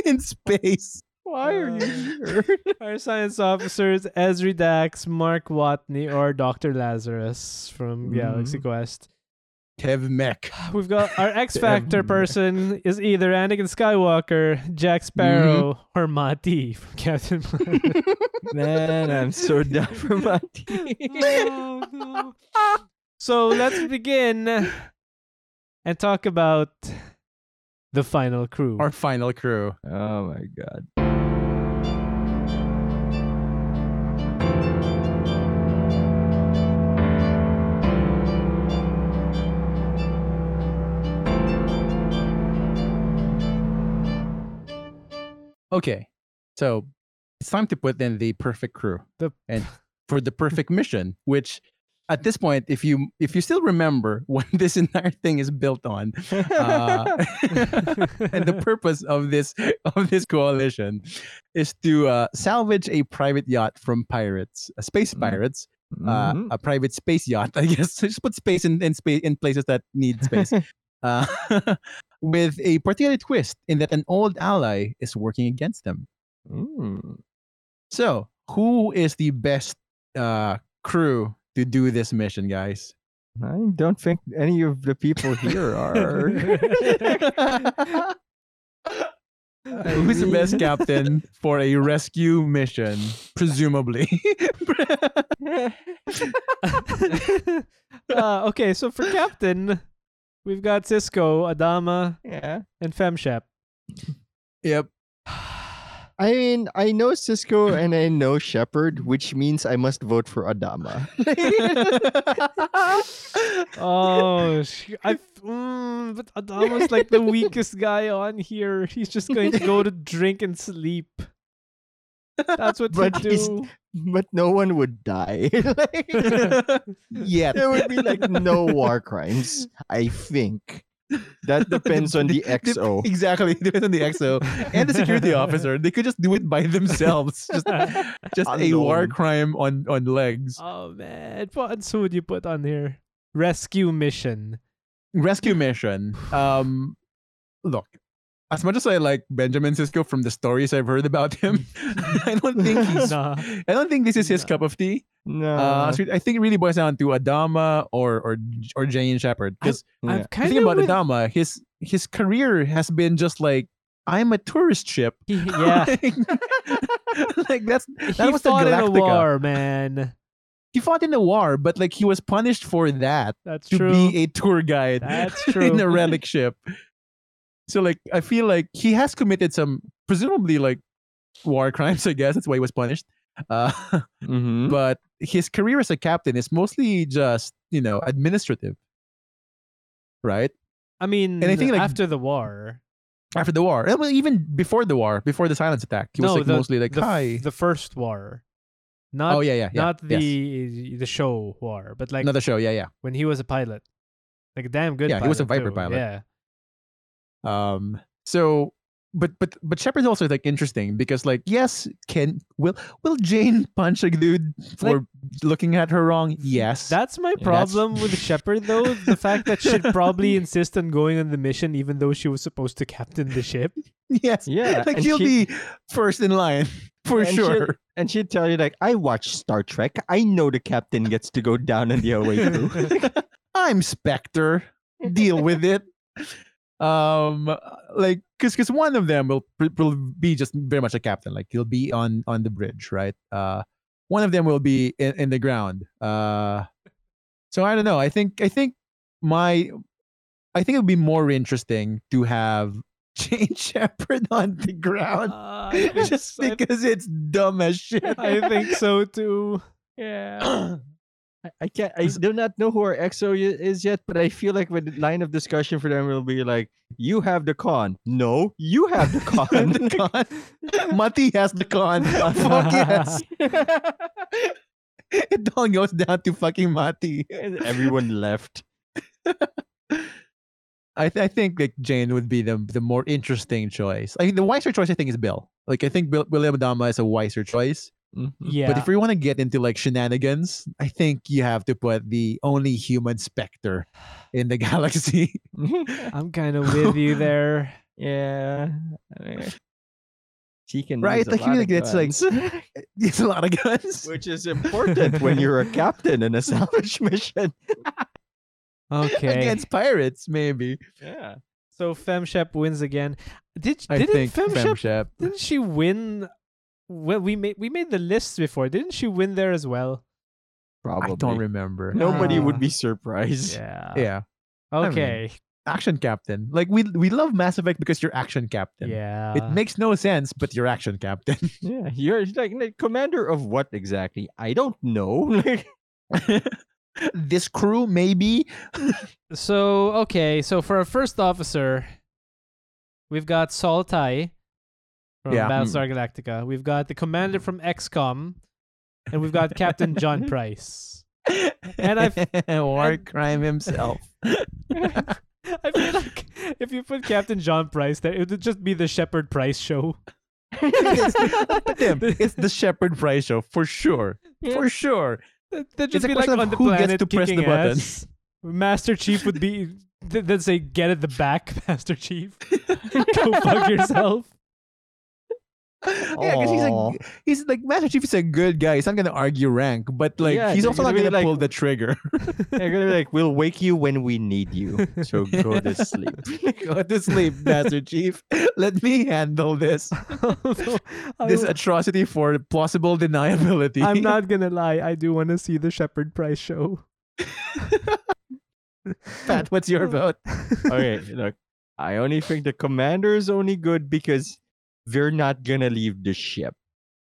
Speaker 3: in space.
Speaker 1: Why are you here?
Speaker 2: Our science officers, Ezri Dax, Mark Watney, or Dr. Lazarus from
Speaker 3: Mm-hmm.
Speaker 2: Galaxy Quest.
Speaker 3: Kev Mech.
Speaker 2: We've got our X
Speaker 3: (laughs)
Speaker 2: Factor
Speaker 1: Damn.
Speaker 2: person is either Anakin Skywalker, Jack Sparrow,
Speaker 3: Mm-hmm.
Speaker 2: or Mati from
Speaker 3: (laughs)
Speaker 2: Captain Planet.
Speaker 1: Man, I'm so down for Mati.
Speaker 2: oh, no. So let's begin and talk about the final crew.
Speaker 3: Our final crew.
Speaker 1: (laughs) Oh my (laughs) god.
Speaker 3: Okay. So it's time to put in the perfect crew
Speaker 2: The-
Speaker 3: (laughs)
Speaker 2: (laughs)
Speaker 3: and for the perfect mission, which at this point, if you if you still remember (laughs) what this entire thing is built on, uh, and
Speaker 2: (laughs)
Speaker 3: the purpose of this of this coalition is to uh, salvage a private yacht from pirates, uh, space
Speaker 1: Mm.
Speaker 3: pirates,
Speaker 1: Mhm.
Speaker 3: uh, a private space yacht, (laughs) I guess. Just put space in, in space in places that need space. uh, (laughs) with a particular twist in that an old ally is working against them.
Speaker 1: Mm.
Speaker 3: So, who is the best uh, crew to do this mission, guys?
Speaker 1: (laughs) Mm-hmm. I don't think any of the people here are. (laughs)
Speaker 3: Who's the best captain for a rescue mission? Presumably.
Speaker 2: (laughs)
Speaker 1: (laughs)
Speaker 2: uh, okay, so for captain, we've got Cisco, Adama,
Speaker 1: yeah.
Speaker 2: and Femshap.
Speaker 3: yep.
Speaker 1: I mean, I know Cisco and I know Shepard, which means I must vote for Adama.
Speaker 2: Oh, sh- I mm, but Adama's like the weakest guy on here. He's just going to go to drink and sleep. That's what
Speaker 1: But
Speaker 2: he'd
Speaker 1: he's-
Speaker 2: do.
Speaker 1: But no one would die. (laughs) like,
Speaker 3: Yet.
Speaker 1: there would be like no war crimes, I think. (laughs) That depends on the
Speaker 3: (laughs) Dep-
Speaker 1: XO.
Speaker 3: Exactly. (laughs) Depends on the XO and
Speaker 1: (laughs)
Speaker 3: the security officer. They could just do it by themselves. (laughs) Just, just a war
Speaker 1: Alone.
Speaker 3: crime on, on legs.
Speaker 2: (laughs) oh man, what so would you put on here? Rescue mission.
Speaker 3: rescue mission. Um, look, as much as I like Benjamin Cisco from the stories I've heard about him, (laughs) I don't think he's.
Speaker 2: Nah.
Speaker 3: (laughs) I don't think this is his
Speaker 2: Nah.
Speaker 3: cup of tea.
Speaker 1: No.
Speaker 3: Uh, so I think it really boils down to Adama or or or Jane Shepard. Because
Speaker 1: Yeah.
Speaker 2: I'm
Speaker 3: the
Speaker 2: kind
Speaker 3: thing about
Speaker 2: of with,
Speaker 3: Adama, his his career has been just like I'm a tourist ship. (laughs)
Speaker 2: (laughs) he, yeah.
Speaker 3: like that's
Speaker 2: he
Speaker 3: that was the
Speaker 2: fought in a
Speaker 3: Galactica.
Speaker 2: war, man.
Speaker 3: he fought in the war, but like he was punished for that.
Speaker 2: That's
Speaker 3: to
Speaker 2: true.
Speaker 3: (laughs) be a tour guide
Speaker 2: That's
Speaker 3: (laughs) in
Speaker 2: true.
Speaker 3: a relic ship. So like I feel like he has committed some presumably like war crimes, I guess. That's why he was punished. Uh, (laughs)
Speaker 2: Mm-hmm.
Speaker 1: Mhm.
Speaker 3: but his career as a captain is mostly just, you know, administrative. Right?
Speaker 2: I mean,
Speaker 3: and I think, like,
Speaker 2: after the war,
Speaker 3: After the war. eh, well, even before the war, before the silence attack. He was
Speaker 2: No,
Speaker 3: like
Speaker 2: the-
Speaker 3: mostly like
Speaker 2: the, f-
Speaker 3: hi.
Speaker 2: the first war, not
Speaker 3: Oh yeah, yeah, yeah.
Speaker 2: not
Speaker 3: yes.
Speaker 2: the the show war, but like
Speaker 3: another show, yeah, yeah.
Speaker 2: when he was a pilot, like a damn good.
Speaker 3: Yeah, he was a Viper
Speaker 2: too.
Speaker 3: pilot.
Speaker 2: Yeah,
Speaker 3: Um, so, but but but Shepard's also like interesting because like yes, can will will Jane punch a dude for looking at her wrong? Yes,
Speaker 2: that's my
Speaker 3: Yeah, that's-
Speaker 2: problem with Shepard though. The fact that she'd
Speaker 3: (laughs)
Speaker 2: probably insist on going on the mission even though she was supposed to captain the
Speaker 3: (laughs)
Speaker 2: ship.
Speaker 3: (laughs) yes,
Speaker 1: Yeah,
Speaker 3: Like
Speaker 1: and
Speaker 3: she'll
Speaker 1: she-
Speaker 3: be first in line (laughs) for
Speaker 1: and she'll-
Speaker 3: sure.
Speaker 1: And she'd tell you, like, I watch Star Trek. I know the captain gets to go down on the away crew.
Speaker 3: (laughs) I'm Spectre. Deal with it. Um, like, cause, cause one of them will pr- will be just very much a captain. Like he'll be on on the bridge, right? Uh, one of them will be in, in the ground. Uh, so I don't know. I think I think my I think it would be more interesting to have (laughs) Jane Shepherd on the ground
Speaker 2: Uh, I think
Speaker 3: just
Speaker 2: so- (laughs) I-
Speaker 3: because it's dumb as shit.
Speaker 2: I
Speaker 3: (laughs)
Speaker 2: think so too.
Speaker 3: (clears throat)
Speaker 2: Yeah.
Speaker 1: I- (laughs) I can't. I do not know who our XO y- is yet, but I feel like with the line of discussion for them will be like, "You have the con." No, you have the con.
Speaker 3: the
Speaker 2: (laughs)
Speaker 3: con. Mati has the con. Fuck (laughs) yes. (laughs) it all goes down to fucking Mati.
Speaker 1: And (laughs) Everyone left.
Speaker 3: I, th- I think like Jane would be the the more interesting choice. I think the wiser choice I think is Bill. Like I think Bill, William Adama is a wiser choice.
Speaker 1: Mm-hmm.
Speaker 2: Yeah.
Speaker 3: But if we want to get into like shenanigans, I think you have to put the only human specter in the (laughs) galaxy.
Speaker 1: Mhm.
Speaker 2: I'm kind of with (laughs) you there.
Speaker 1: yeah. Eh. (laughs) She can
Speaker 3: right?
Speaker 1: use a
Speaker 3: Like
Speaker 1: lot
Speaker 3: you
Speaker 1: of
Speaker 3: think that's like
Speaker 1: guns,
Speaker 3: (laughs) it's a lot of
Speaker 1: (laughs)
Speaker 3: guns.
Speaker 1: which is important when you're a captain in a salvage (laughs) mission.
Speaker 2: Okay.
Speaker 3: Against pirates, maybe.
Speaker 1: Yeah.
Speaker 2: So FemShep wins again. Did
Speaker 3: I
Speaker 2: didn't
Speaker 3: think
Speaker 2: FemShep
Speaker 3: Femshep-
Speaker 2: didn't she win? Well, we made we made the lists before. Didn't she win there as well?
Speaker 1: Probably.
Speaker 3: I don't remember.
Speaker 1: Nobody would
Speaker 2: Ah.
Speaker 1: be surprised.
Speaker 2: Yeah.
Speaker 3: Yeah. mean-
Speaker 2: Okay.
Speaker 3: action captain. Like we we love Mass Effect because you're action captain.
Speaker 2: Yeah.
Speaker 3: It makes no sense, but you're action captain.
Speaker 1: (laughs)
Speaker 3: (laughs)
Speaker 1: Yeah, you're like, like, commander of what exactly? I don't know. (laughs) Like,
Speaker 3: this crew maybe
Speaker 2: So okay, so for our first officer, we've got Soltai from
Speaker 3: Yeah.
Speaker 2: Battlestar Galactica. We've got the commander from XCOM, and we've got Captain (laughs) John Price. And
Speaker 3: (laughs) war
Speaker 2: and-
Speaker 3: crime
Speaker 2: (laughs)
Speaker 3: himself.
Speaker 2: I feel like if you put Captain John Price there, it would just be the Shepherd Price show.
Speaker 3: Put him. (laughs) It's the Shepherd Price show for sure. For sure.
Speaker 2: (laughs)
Speaker 3: (laughs)
Speaker 2: Th- They'd
Speaker 3: It's
Speaker 2: just
Speaker 3: a
Speaker 2: be like
Speaker 3: question of
Speaker 2: on the
Speaker 3: who gets
Speaker 2: planet
Speaker 3: to press the
Speaker 2: kicking
Speaker 3: button.
Speaker 2: ass. Master Chief would be. th- They'd say, "Get at the back, (laughs) Master Chief. Go fuck
Speaker 3: (laughs)
Speaker 2: yourself."
Speaker 3: Yeah, because
Speaker 1: Aw.
Speaker 3: he's like he's like Master Chief is a good guy. He's not gonna argue rank, but like
Speaker 1: Yeah,
Speaker 3: he's
Speaker 1: they're
Speaker 3: also
Speaker 1: gonna
Speaker 3: not
Speaker 1: be
Speaker 3: gonna
Speaker 1: like-
Speaker 3: pull the trigger. (laughs)
Speaker 1: They're gonna be like, we'll wake you when we need you.
Speaker 3: (laughs)
Speaker 1: So go to sleep.
Speaker 3: Go to sleep, Master Chief. Let me handle this.
Speaker 2: Although (laughs) I
Speaker 3: (laughs) this
Speaker 2: will-
Speaker 3: atrocity for plausible deniability.
Speaker 2: I'm not gonna lie. I do want to see the Shepherd Price show.
Speaker 3: (laughs) Pat,
Speaker 2: (laughs)
Speaker 3: what's your vote? (laughs)
Speaker 1: okay, look, I only think the commander is only good because they're not gonna leave the ship.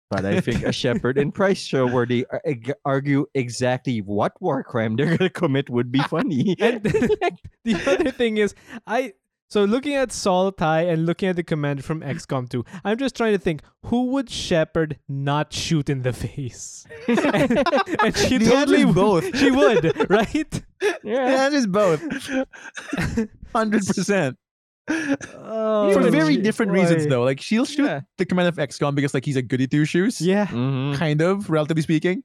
Speaker 1: But I think a Shepherd and Price show where they ar- eg- argue exactly what war crime they're gonna commit would be
Speaker 2: (laughs)
Speaker 1: funny.
Speaker 2: And the other thing is, I so looking at Saul Tai and looking at the commander from XCOM 2, I'm just trying to think who would Shepard not shoot in the face, and, and she
Speaker 3: The answer
Speaker 2: totally
Speaker 3: is
Speaker 2: would-
Speaker 3: both.
Speaker 2: She would, right?
Speaker 1: yeah.
Speaker 3: That is
Speaker 2: (laughs)
Speaker 3: both. 100%.
Speaker 2: Oh,
Speaker 3: for
Speaker 1: would
Speaker 3: very
Speaker 1: shoot-
Speaker 3: different reasons,
Speaker 2: boy.
Speaker 3: though. Like, she'll shoot
Speaker 1: Yeah.
Speaker 3: the commander of XCOM because, like, he's a goody two shoes,
Speaker 2: Yeah.
Speaker 1: Mhm.
Speaker 3: kind of, relatively speaking.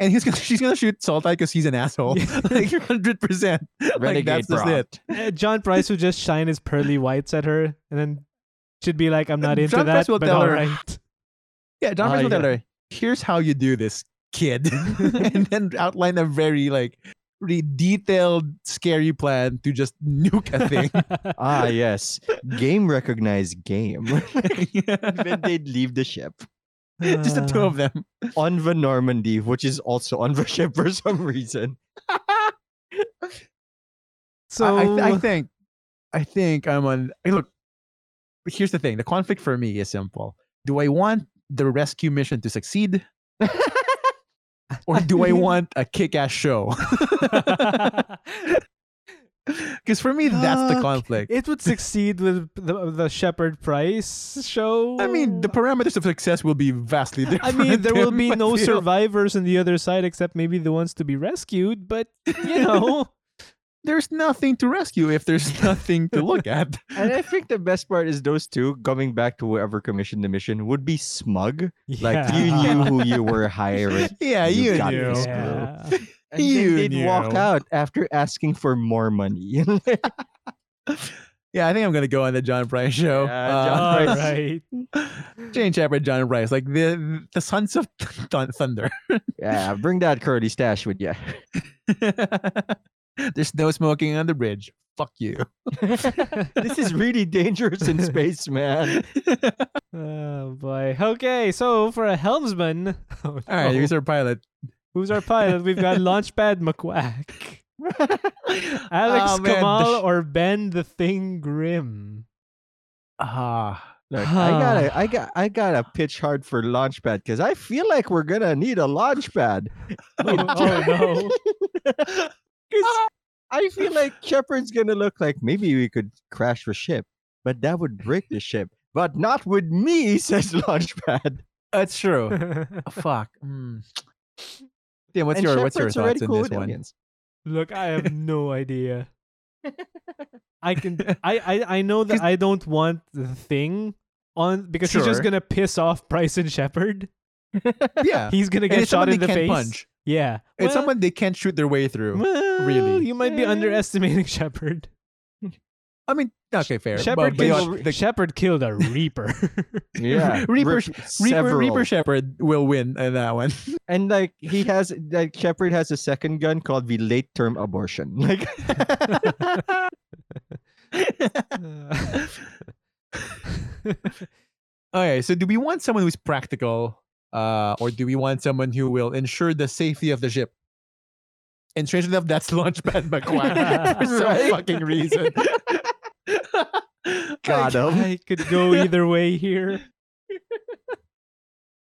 Speaker 3: And he's gonna, (laughs) she's gonna shoot Saltai because he's an asshole. (laughs) like, 100%.
Speaker 1: (laughs)
Speaker 3: like,
Speaker 1: Renegade
Speaker 3: that's just
Speaker 1: bra.
Speaker 3: it.
Speaker 2: Uh, John Price would just shine his pearly whites at her, and then she'd be like, "I'm not into
Speaker 3: John Price
Speaker 2: that,
Speaker 3: will
Speaker 2: but
Speaker 3: tell
Speaker 2: all
Speaker 3: her,
Speaker 2: right."
Speaker 3: Yeah, John
Speaker 1: Ah,
Speaker 3: Price will
Speaker 1: yeah.
Speaker 3: tell her, here's how you do this,
Speaker 2: (laughs)
Speaker 3: kid. (laughs) and then outline a very, like, really detailed, scary plan to just nuke
Speaker 2: (laughs)
Speaker 3: a thing.
Speaker 1: (laughs) Ah, yes. Game recognized game. (laughs) then they'd leave the ship
Speaker 3: (laughs) just the two
Speaker 2: Ah.
Speaker 3: of them.
Speaker 1: on the Normandy, which is also on the ship for some reason.
Speaker 2: So Uh,
Speaker 3: I, I, th- I think I think I'm on hey, look here's the thing the conflict for me is simple do I want the rescue mission to
Speaker 2: (laughs)
Speaker 3: succeed or do I want a
Speaker 2: (laughs)
Speaker 3: kick-ass show because for me (laughs) that's the
Speaker 2: Fuck.
Speaker 3: conflict
Speaker 2: it would succeed with the the Shepherd Price show.
Speaker 3: I mean the parameters of success will be vastly
Speaker 2: (laughs)
Speaker 3: different
Speaker 2: I mean, there will
Speaker 3: than (laughs)
Speaker 2: be
Speaker 3: my
Speaker 2: no
Speaker 3: field.
Speaker 2: survivors on the other side except maybe the ones to be rescued. But
Speaker 3: (laughs)
Speaker 2: you know,
Speaker 3: there's nothing to rescue if there's (laughs) nothing to
Speaker 2: (laughs)
Speaker 3: look at
Speaker 1: And I think the best part is those two, coming back to whoever commissioned the mission, would be smug. Like, you
Speaker 2: Yeah. (laughs)
Speaker 1: knew who (laughs) you were hiring.
Speaker 3: (laughs) yeah
Speaker 1: You
Speaker 3: you,
Speaker 1: got
Speaker 3: knew.
Speaker 1: this.
Speaker 2: Yeah. (laughs)
Speaker 1: And then
Speaker 3: You
Speaker 1: they'd walk
Speaker 3: knew.
Speaker 1: out after asking for more money. (laughs)
Speaker 3: yeah I think I'm gonna go on the John Price show
Speaker 1: Yeah, John
Speaker 3: Uh,
Speaker 2: All
Speaker 1: Price.
Speaker 2: right.
Speaker 3: Jane Shepard, John Price, like the the sons of (laughs) thun- thunder. (laughs)
Speaker 1: yeah, bring that curly stash with you. (laughs)
Speaker 3: There's no smoking on the bridge. Fuck you.
Speaker 1: This is really dangerous (laughs) in space, man.
Speaker 2: (laughs) Oh boy. Okay, so for a helmsman, (laughs) oh,
Speaker 3: All right,
Speaker 2: no.
Speaker 3: here's our pilot.
Speaker 2: (laughs) who's our pilot? We've
Speaker 3: (laughs)
Speaker 2: got Launchpad McQuack, Alex
Speaker 3: Oh, man, the
Speaker 2: Kamal,
Speaker 3: sh-
Speaker 2: or Ben the Thing Grim.
Speaker 3: Ah,
Speaker 1: Look, I gotta, I got, I gotta pitch hard for launchpad because I feel like we're gonna need a launchpad.
Speaker 2: Oh, oh (laughs) no.
Speaker 3: (laughs)
Speaker 1: 'Cause I feel like Shepard's gonna look like maybe we could crash the ship, but that would break the ship. But not with me, (laughs) says Launchpad.
Speaker 3: that's true. Fuck. Mm. Tim, what's
Speaker 1: And
Speaker 3: your what's your
Speaker 1: Shepard's already
Speaker 3: thoughts on
Speaker 1: cool
Speaker 3: this
Speaker 1: with
Speaker 3: one?
Speaker 1: aliens.
Speaker 2: Look, I have no idea. I
Speaker 3: (laughs)
Speaker 2: can I, I I know that
Speaker 3: 'Cause-
Speaker 2: I don't want the thing on because he's just
Speaker 3: Sure.
Speaker 2: gonna piss off Bryce and Shepard.
Speaker 3: (laughs)
Speaker 2: (laughs)
Speaker 3: Yeah,
Speaker 2: He's gonna get
Speaker 3: it's
Speaker 2: shot
Speaker 3: someone
Speaker 2: in the
Speaker 3: they can't
Speaker 2: face.
Speaker 3: punch.
Speaker 2: Yeah.
Speaker 3: It's
Speaker 2: Well,
Speaker 3: someone they can't shoot their way through.
Speaker 2: well,
Speaker 3: really.
Speaker 2: You might be
Speaker 1: Eh.
Speaker 2: underestimating Shepard.
Speaker 3: I mean, okay, fair.
Speaker 2: Shepard,
Speaker 3: but beyond
Speaker 2: killed,
Speaker 3: the-
Speaker 2: Shepard killed a Reaper.
Speaker 3: (laughs)
Speaker 1: Yeah,
Speaker 3: Reaper-
Speaker 1: rip-
Speaker 3: Reaper,
Speaker 1: several.
Speaker 3: Reaper Shepard will win in that one.
Speaker 1: and like he has, like Shepard has a second gun called the late term abortion. (laughs) Like,
Speaker 2: (laughs) Uh,
Speaker 3: Okay, so do we want someone who's practical, uh, or do we want someone who will ensure the safety of the ship? And strange enough, that's (laughs)
Speaker 1: (laughs)
Speaker 3: Launchpad McQuack for some
Speaker 2: Right? (laughs)
Speaker 3: fucking reason.
Speaker 1: Got
Speaker 3: Like,
Speaker 1: him.
Speaker 2: I could go either way here.
Speaker 3: (laughs)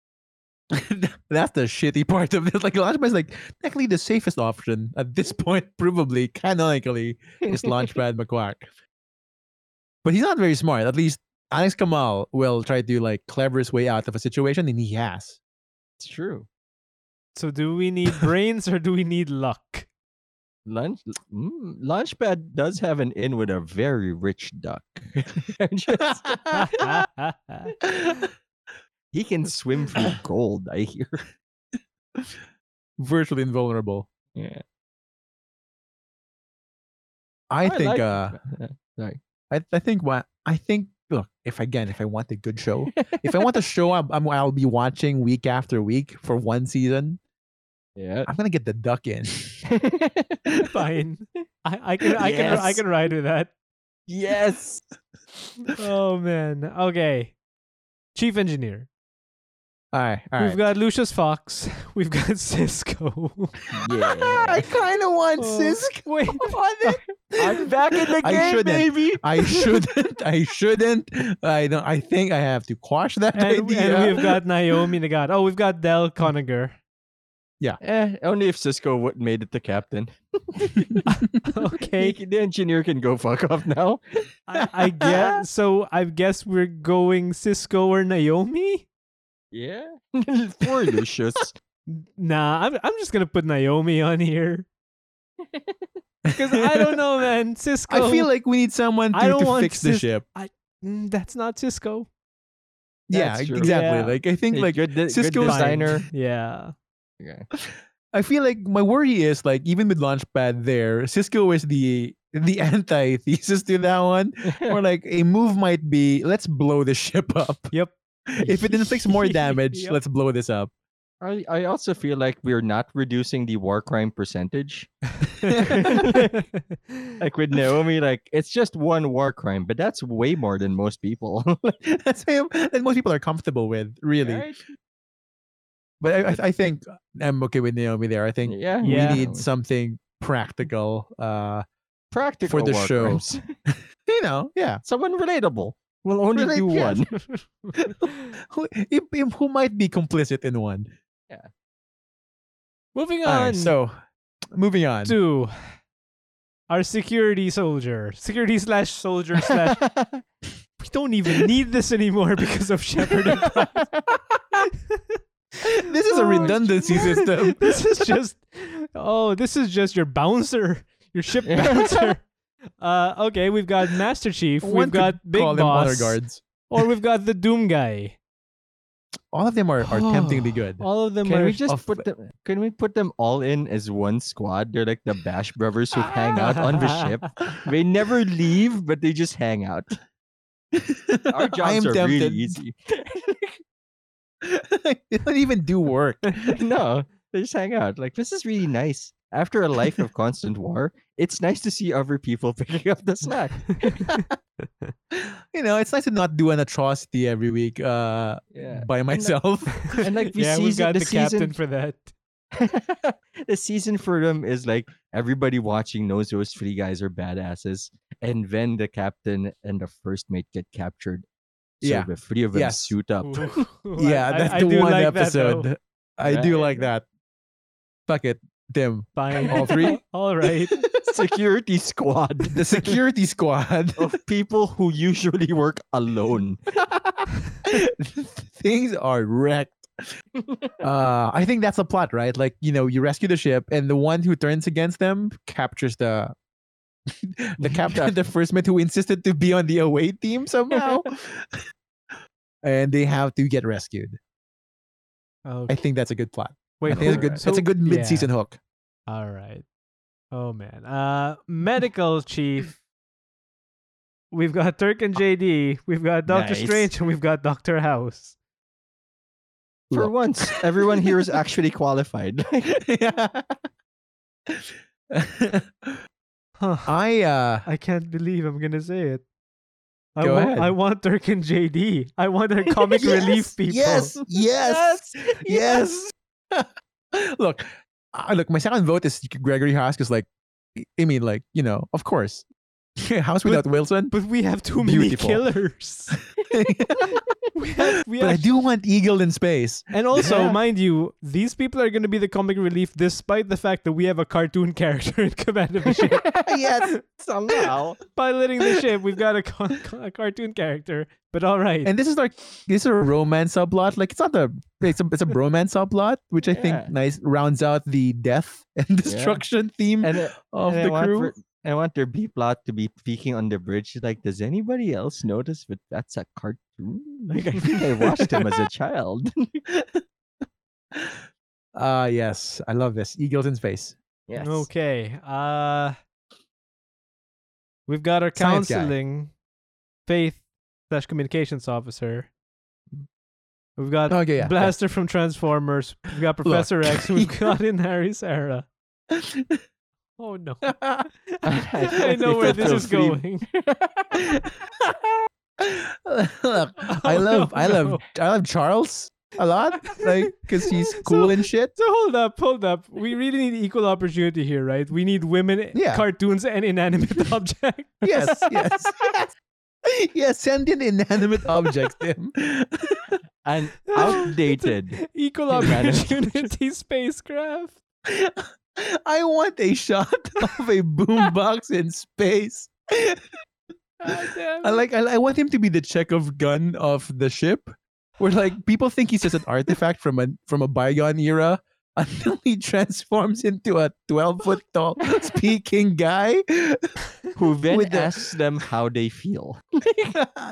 Speaker 3: that's the shitty part of this. Like Launchpad is like technically the safest option at this (laughs) point, probably canonically,
Speaker 1: (laughs)
Speaker 3: is Launchpad McQuack. But he's not very smart. At least Alex Kamal will try to do like cleverest way out of a situation, and he has.
Speaker 1: It's true.
Speaker 2: So do we need brains or do we
Speaker 1: (laughs)
Speaker 2: need luck?
Speaker 1: Lunch mm, Launchpad does have an in with a very rich duck. (laughs) I'm
Speaker 3: (laughs)
Speaker 1: just- (laughs) he can swim (laughs) through gold, I hear.
Speaker 3: Virtually invulnerable.
Speaker 1: Yeah.
Speaker 3: I,
Speaker 1: I
Speaker 3: think
Speaker 1: like
Speaker 3: uh I, I think what I think look if again if I want a
Speaker 2: (laughs)
Speaker 3: good show if I want a show I'm, I'm I'll be watching week after week for one season
Speaker 1: Yeah.
Speaker 3: I'm gonna get the duck in
Speaker 2: Fine. I, I can I can I
Speaker 1: Yes.
Speaker 2: can ride with that.
Speaker 1: (laughs) yes.
Speaker 2: Oh man. Okay. Chief engineer.
Speaker 3: all right all
Speaker 2: We've (laughs)
Speaker 3: right
Speaker 2: got Lucius Fox. (laughs) We've got Cisco.
Speaker 1: Yeah.
Speaker 3: (laughs)
Speaker 1: (laughs)
Speaker 3: I kind of want
Speaker 2: Oh,
Speaker 3: Cisco
Speaker 2: Wait.
Speaker 3: on
Speaker 2: (laughs)
Speaker 3: it
Speaker 1: I'm back in the
Speaker 3: I
Speaker 1: game,
Speaker 3: shouldn't.
Speaker 1: baby.
Speaker 3: I shouldn't I shouldn't I don't I think I have to quash that
Speaker 2: And,
Speaker 3: idea
Speaker 2: and we've got Naomi Nagata. Oh, we've got
Speaker 1: (laughs)
Speaker 2: Del Coniger.
Speaker 1: Eh, only if Cisco would made it the captain.
Speaker 2: Okay.
Speaker 1: He- the engineer can go fuck off now.
Speaker 2: I, I guess so. I guess we're going Cisco or Naomi.
Speaker 1: Yeah. (laughs) Poor (laughs) Lucius.
Speaker 2: Nah, I'm I'm just gonna put Naomi on here because I don't know, man. Cisco.
Speaker 3: (laughs) I feel like we need someone to,
Speaker 2: I don't
Speaker 3: to
Speaker 2: want
Speaker 3: fix the
Speaker 2: Cis-
Speaker 3: ship
Speaker 2: Mm, that's not Cisco.
Speaker 3: yeah e-,
Speaker 1: That's true.
Speaker 3: exactly
Speaker 2: Yeah.
Speaker 3: like I think
Speaker 1: Hey,
Speaker 3: like
Speaker 1: good, de- good
Speaker 3: Cisco's-
Speaker 2: Fine.
Speaker 1: designer.
Speaker 3: (laughs)
Speaker 2: Yeah. (laughs)
Speaker 1: (laughs) Yeah.
Speaker 3: I feel like my worry is like even with Launchpad there, Cisco is the the (laughs) antithesis to that one. or like a move might be let's blow the (laughs) ship up.
Speaker 2: Yep.
Speaker 3: If it
Speaker 2: (laughs)
Speaker 3: inflicts more damage,
Speaker 2: Yep.
Speaker 3: let's blow this up. (laughs)
Speaker 1: I, I also feel like we're not reducing the war crime percentage. Like (laughs) with Naomi, like it's just one war crime, but that's way more than most people. (laughs)
Speaker 3: That's how- that most people are comfortable with, really.
Speaker 1: Right?
Speaker 3: But I, I, I think I'm okay with Naomi there. I think
Speaker 1: Yeah.
Speaker 3: we
Speaker 2: Yeah.
Speaker 3: need something practical. Uh,
Speaker 1: practical
Speaker 3: the
Speaker 1: war
Speaker 3: show.
Speaker 1: crimes.
Speaker 3: you know,
Speaker 2: (laughs)
Speaker 3: yeah.
Speaker 1: Someone relatable. We'll only
Speaker 3: Relate-
Speaker 1: do
Speaker 3: yes.
Speaker 1: one.
Speaker 3: Who, if, if- who might be complicit in one?
Speaker 2: Moving
Speaker 3: All
Speaker 2: on
Speaker 3: right, so moving on.
Speaker 2: to our security soldier, security slash
Speaker 3: (laughs)
Speaker 2: soldier (laughs) slash.
Speaker 1: (laughs)
Speaker 2: we don't even need this anymore because of Shepard.
Speaker 3: (laughs)
Speaker 2: and Price.
Speaker 3: this is a
Speaker 2: Oh,
Speaker 3: redundancy system.
Speaker 2: (laughs) this is just oh, this is just your bouncer, your
Speaker 3: (laughs)
Speaker 2: ship bouncer. Uh, okay, we've got Master Chief,
Speaker 3: One
Speaker 2: we've
Speaker 3: could
Speaker 2: got Big
Speaker 3: Call them honor
Speaker 2: Boss,
Speaker 3: guards.
Speaker 2: or we've got the Doom guy.
Speaker 3: All of them are, are
Speaker 2: Oh.
Speaker 3: temptingly good.
Speaker 2: All of them
Speaker 1: Can
Speaker 2: are
Speaker 1: we just
Speaker 3: (laughs) of-
Speaker 1: put them? Can we put them all in as one squad? They're like the Bash brothers who hang out on the
Speaker 2: (laughs)
Speaker 1: ship. They never leave, but they just hang out. Our
Speaker 3: (laughs) I am
Speaker 1: jobs are
Speaker 3: tempted.
Speaker 1: really easy.
Speaker 3: (laughs)
Speaker 1: (laughs)
Speaker 3: they don't even do work.
Speaker 2: (laughs)
Speaker 1: no, they just hang out. Like this is really nice. After a life of constant war, it's nice to see other people (laughs) picking up the slack.
Speaker 3: You know, it's nice to not do an atrocity every week uh,
Speaker 1: Yeah.
Speaker 2: (laughs)
Speaker 3: by myself.
Speaker 1: And like the
Speaker 2: yeah, we've
Speaker 1: season,
Speaker 2: got
Speaker 1: the,
Speaker 2: the,
Speaker 1: season,
Speaker 2: captain for that.
Speaker 1: (laughs) the season for them is like everybody watching knows those three guys are badasses, and then the captain and the first mate get captured. So
Speaker 3: Yeah.
Speaker 1: the three of them
Speaker 3: Yes. Mm-hmm.
Speaker 1: suit up.
Speaker 2: Ooh, I-
Speaker 3: (laughs) yeah,
Speaker 2: I-
Speaker 3: that's
Speaker 2: I
Speaker 3: the
Speaker 2: do
Speaker 3: one
Speaker 2: like that, though.
Speaker 3: episode. I
Speaker 1: Yeah.
Speaker 3: do like that. Fuck it, Tim.
Speaker 2: Fine.
Speaker 3: All three?
Speaker 2: (laughs) All right.
Speaker 1: (laughs) Security squad
Speaker 3: (laughs) The security squad.
Speaker 1: of people who usually work alone.
Speaker 3: Things are wrecked. uh, I think that's the plot, right? Like, you know, you rescue the ship, and the one who turns against them captures the (laughs) the
Speaker 2: (laughs)
Speaker 3: captain, the first mate who insisted to be on the away team somehow. and they have to get rescued. I
Speaker 2: Okay.
Speaker 3: think that's a good plot.
Speaker 2: Wait,
Speaker 3: I think that's a
Speaker 2: who-
Speaker 3: good
Speaker 2: so-
Speaker 3: that's a good
Speaker 2: yeah.
Speaker 3: mid-season hook.
Speaker 2: (laughs) All right. Oh man. Uh medical chief. We've got Turk and JD. We've got Doctor
Speaker 1: Nice.
Speaker 2: Strange and we've got Doctor House.
Speaker 1: For
Speaker 3: Look.
Speaker 1: once, everyone here is actually
Speaker 3: (laughs)
Speaker 1: qualified.
Speaker 2: Huh.
Speaker 3: I uh
Speaker 2: I can't believe I'm gonna say it. I,
Speaker 3: Go
Speaker 2: wa-
Speaker 3: ahead.
Speaker 2: I want Turk and JD. I want
Speaker 3: (laughs)
Speaker 2: our comic relief people.
Speaker 3: Yes, (laughs) yes, yes. Look, uh, look, my second vote is Gregory Haas because, like, I mean, like, you know, of course, (laughs) House without
Speaker 1: (laughs)
Speaker 3: Wilson. (laughs)
Speaker 1: But we have too many
Speaker 2: (laughs)
Speaker 3: Beautiful.
Speaker 1: killers. we have, we
Speaker 3: But I
Speaker 1: have,
Speaker 3: do want Eagle in space.
Speaker 2: And also,
Speaker 3: Yeah.
Speaker 2: mind you, these people are going to be the comic relief despite the fact that we have a cartoon (laughs) character in command of the
Speaker 3: (laughs)
Speaker 2: ship.
Speaker 1: yes, somehow.
Speaker 2: Piloting the ship, we've got a, con- con- a cartoon character. But all right.
Speaker 3: And this is like this is a romance subplot. Like it's not a it's a it's a bromance subplot, which I
Speaker 1: Yeah.
Speaker 3: think nice rounds out the death (laughs) and destruction theme
Speaker 1: (laughs) And, uh,
Speaker 3: of
Speaker 1: and I
Speaker 3: the
Speaker 1: want
Speaker 3: crew.
Speaker 1: for- I want their B plot to be peeking on the bridge. Like, does anybody else notice that that's a cartoon? (laughs) Like, I think I watched him as a child.
Speaker 3: Ah, yes, I love this. Eagles in space.
Speaker 1: yes. (laughs)
Speaker 2: Okay. Uh, we've got our
Speaker 3: Science guy.
Speaker 2: counseling, faith slash communications officer. We've got
Speaker 3: Okay, Oh, yeah, yeah.
Speaker 2: Blaster from Transformers. We've got Professor X. We've got in Harry Sarah.
Speaker 3: (laughs)
Speaker 2: Oh no! (laughs) I know where this is going.
Speaker 3: (laughs) Look, (laughs) I
Speaker 2: Oh, no,
Speaker 3: love, I love,
Speaker 2: no.
Speaker 3: I love Charles a lot, like because he's
Speaker 2: (laughs)
Speaker 3: cool
Speaker 2: So-
Speaker 3: and shit.
Speaker 2: So hold up, hold up. We really need equal opportunity here, right? We need women,
Speaker 3: Yeah.
Speaker 2: cartoons, and
Speaker 3: (laughs)
Speaker 2: inanimate objects.
Speaker 3: Yes,
Speaker 2: (laughs)
Speaker 3: yes, (laughs) yes. Yes, send in inanimate objects, Tim. (laughs)
Speaker 1: (laughs) And
Speaker 2: It's an
Speaker 1: outdated.
Speaker 2: Equal
Speaker 1: Inanimate
Speaker 2: opportunity spacecraft.
Speaker 3: I want a shot (laughs) of a boombox in space.
Speaker 2: God damn
Speaker 3: I
Speaker 2: it.
Speaker 3: like. I, I want him to be the Chekhov gun of the ship, where like people think he's
Speaker 2: (laughs)
Speaker 3: just an artifact from a from a bygone era until he transforms into a twelve foot tall
Speaker 2: (laughs)
Speaker 3: speaking guy. (laughs)
Speaker 1: (laughs) Who then
Speaker 3: With the-
Speaker 1: asks them how they feel.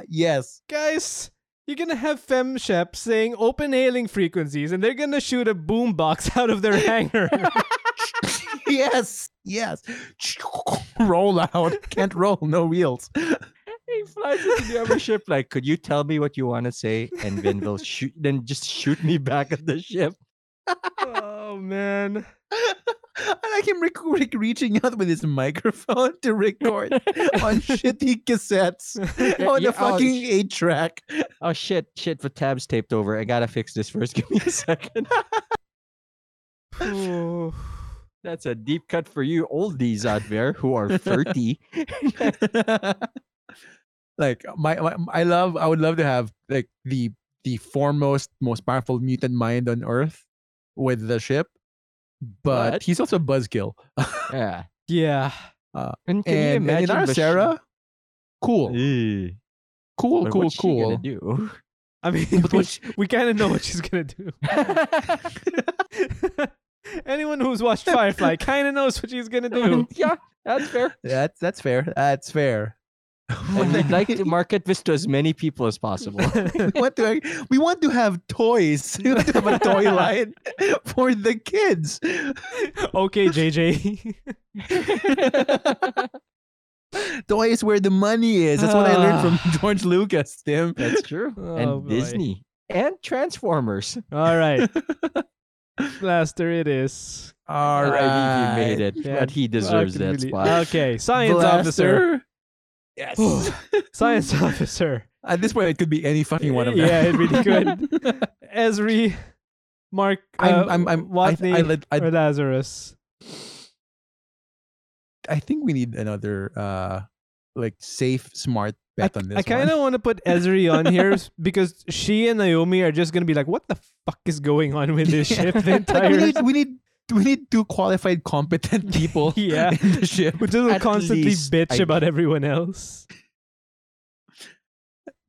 Speaker 3: yes,
Speaker 2: guys, you're gonna have FemShep saying open hailing frequencies, and they're gonna shoot a boombox (laughs) out of
Speaker 3: (laughs)
Speaker 2: their hangar.
Speaker 3: yes, yes. (laughs) roll out. Can't roll. No wheels.
Speaker 1: He flies into the other ship. Like, could you tell me what you want to say? And then (laughs) they'll shoot. Then just shoot me back at the (laughs) ship.
Speaker 2: oh man.
Speaker 3: (laughs) I like him rec- rec- reaching out with his microphone
Speaker 1: (laughs)
Speaker 3: to record on shitty cassettes on
Speaker 1: yeah, oh,
Speaker 3: a fucking
Speaker 1: sh-
Speaker 3: eight track. (laughs)
Speaker 1: Oh shit! Shit, the tab's taped over. I gotta fix this first. (laughs) Give me a second.
Speaker 2: Ooh.
Speaker 1: That's a deep cut for you oldies out there who are (laughs) thirty.
Speaker 3: like my, my I love I would love to have like the the foremost most powerful mutant mind on earth with the ship but
Speaker 1: But-
Speaker 3: he's also a buzzkill
Speaker 1: yeah.
Speaker 2: Yeah.
Speaker 1: And can you
Speaker 3: and, and
Speaker 1: imagine
Speaker 3: in our
Speaker 1: the sh-
Speaker 3: Sarah cool
Speaker 1: Eh,
Speaker 3: cool
Speaker 1: but
Speaker 3: cool
Speaker 1: what's she
Speaker 3: cool
Speaker 1: gonna do?
Speaker 2: I mean,
Speaker 3: But
Speaker 2: we,
Speaker 3: what-
Speaker 2: (laughs) we kind of know what she's gonna do. (laughs) Anyone who's watched Firefly kind of knows what she's gonna
Speaker 3: (laughs)
Speaker 2: do.
Speaker 1: (laughs)
Speaker 2: (laughs)
Speaker 1: yeah, that's fair.
Speaker 3: that's that's fair that's fair (laughs)
Speaker 1: And we'd like to market this to as many people as possible.
Speaker 3: we want to we want to have toys (laughs) we want to have
Speaker 2: (laughs)
Speaker 3: a toy line for the kids
Speaker 2: okay, JJ.
Speaker 3: toys where the money is that's what I learned
Speaker 2: Ah.
Speaker 3: from (laughs) George Lucas Tim
Speaker 1: That's true. (laughs)
Speaker 2: Oh,
Speaker 1: and
Speaker 2: boy.
Speaker 1: Disney and Transformers.
Speaker 2: (laughs) All right. Blaster, it is.
Speaker 3: All
Speaker 1: All right, he made it,
Speaker 2: Yeah,
Speaker 1: but he deserves
Speaker 2: Fucking
Speaker 1: that
Speaker 2: really-
Speaker 1: spot.
Speaker 2: Okay, science officer.
Speaker 3: Yes. (sighs)
Speaker 2: Science (laughs) officer.
Speaker 3: At this point, it could be any fucking one of them.
Speaker 2: Yeah, it
Speaker 3: (laughs)
Speaker 2: really could. Esri, Mark,
Speaker 3: I'm,
Speaker 2: uh,
Speaker 3: I'm, I'm, I,
Speaker 2: Watney,
Speaker 3: I, let- I,
Speaker 2: or Lazarus.
Speaker 3: I think we need another, uh, like safe, smart bet on this.
Speaker 2: I kind of want to put Esri on
Speaker 3: (laughs)
Speaker 2: here s- because she and Naomi are just gonna be like, "What the fuck is going on with this ship?"
Speaker 3: (laughs)
Speaker 2: The
Speaker 3: like, we
Speaker 2: entire
Speaker 3: need, we need, we need two qualified, competent people.
Speaker 2: (laughs) Yeah.
Speaker 3: in the ship.
Speaker 2: who doesn't
Speaker 1: At
Speaker 2: constantly
Speaker 1: least
Speaker 2: bitch
Speaker 1: I-
Speaker 2: about everyone else.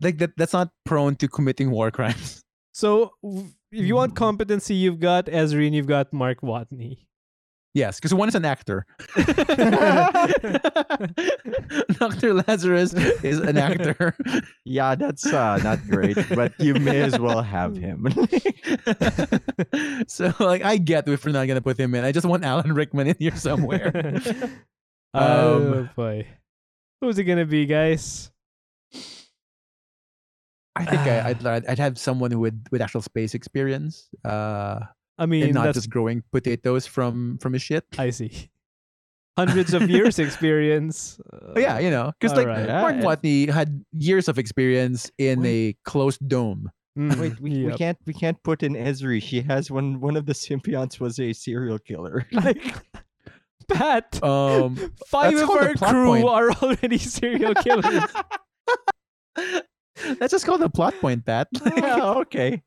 Speaker 3: Like that. That's not prone to committing war crimes. (laughs)
Speaker 2: So, w- if you
Speaker 3: Hmm.
Speaker 2: want competency, you've got Esri and you've got Mark Watney.
Speaker 3: Yes, because one is an actor. (laughs) Doctor Lazarus is an actor. (laughs)
Speaker 1: Yeah, that's uh, not great, but you may as well have him.
Speaker 3: so like I get if we're not gonna put him in. I just want Alan Rickman in
Speaker 2: (laughs)
Speaker 3: here somewhere. Um,
Speaker 2: oh boy, who's it gonna be, guys?
Speaker 3: I think I,
Speaker 2: Ah. (sighs)
Speaker 3: I'd li- I'd have someone who would with actual space experience, uh,
Speaker 2: I mean,
Speaker 3: and not
Speaker 2: that's
Speaker 3: just growing potatoes from from his shit.
Speaker 2: (laughs) I see. Hundreds of
Speaker 3: (laughs)
Speaker 2: years experience.
Speaker 3: But Oh, yeah, you know, because like
Speaker 2: Alright.
Speaker 3: Mark
Speaker 1: Yeah,
Speaker 3: Watney had years of experience in
Speaker 1: Wait.
Speaker 3: a closed dome.
Speaker 2: Hmm.
Speaker 1: Wait, we, we
Speaker 2: Yep.
Speaker 1: can't we can't put in Esri. She has one one of the symbionts was a serial killer. (laughs)
Speaker 2: (laughs) like Pat.
Speaker 3: Um,
Speaker 2: Five
Speaker 3: that's
Speaker 2: of
Speaker 3: called a
Speaker 2: our
Speaker 3: plot
Speaker 2: crew
Speaker 3: point.
Speaker 2: are already (laughs) serial killers.
Speaker 3: (laughs) that's just called a plot point,
Speaker 1: (laughs)
Speaker 3: Pat.
Speaker 1: yeah, Oh, okay.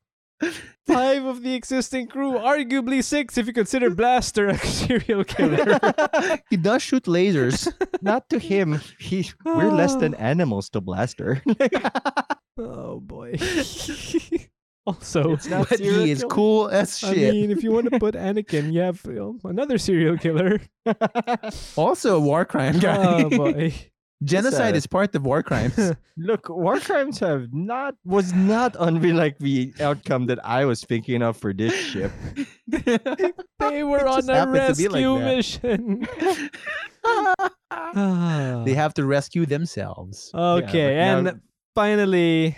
Speaker 2: Five of the existing crew, arguably six if you consider Blaster a (laughs) serial killer.
Speaker 3: (laughs) he does shoot lasers.
Speaker 1: Not to him. He we're less (laughs) than animals to Blaster.
Speaker 2: oh boy. (laughs) also,
Speaker 1: It's not (laughs)
Speaker 3: but
Speaker 1: serial
Speaker 3: he is
Speaker 1: killer.
Speaker 3: cool as
Speaker 2: I
Speaker 3: shit.
Speaker 2: mean, if you
Speaker 3: (laughs)
Speaker 2: want to put Anakin, you have you know, another serial killer.
Speaker 3: also a war crime guy.
Speaker 2: Oh boy.
Speaker 3: (laughs) Genocide
Speaker 1: uh,
Speaker 3: is part of
Speaker 1: (laughs)
Speaker 3: war crimes. (laughs)
Speaker 1: Look, war crimes have not was not unlike the outcome that I was thinking of for this
Speaker 3: (laughs)
Speaker 1: ship.
Speaker 2: They were on
Speaker 3: just
Speaker 2: a
Speaker 3: happened to
Speaker 2: rescue
Speaker 3: be like that.
Speaker 2: mission.
Speaker 3: (laughs)
Speaker 2: (laughs) Ah.
Speaker 3: they have to rescue themselves.
Speaker 2: okay,
Speaker 1: Yeah,
Speaker 2: and
Speaker 1: but now-
Speaker 2: finally,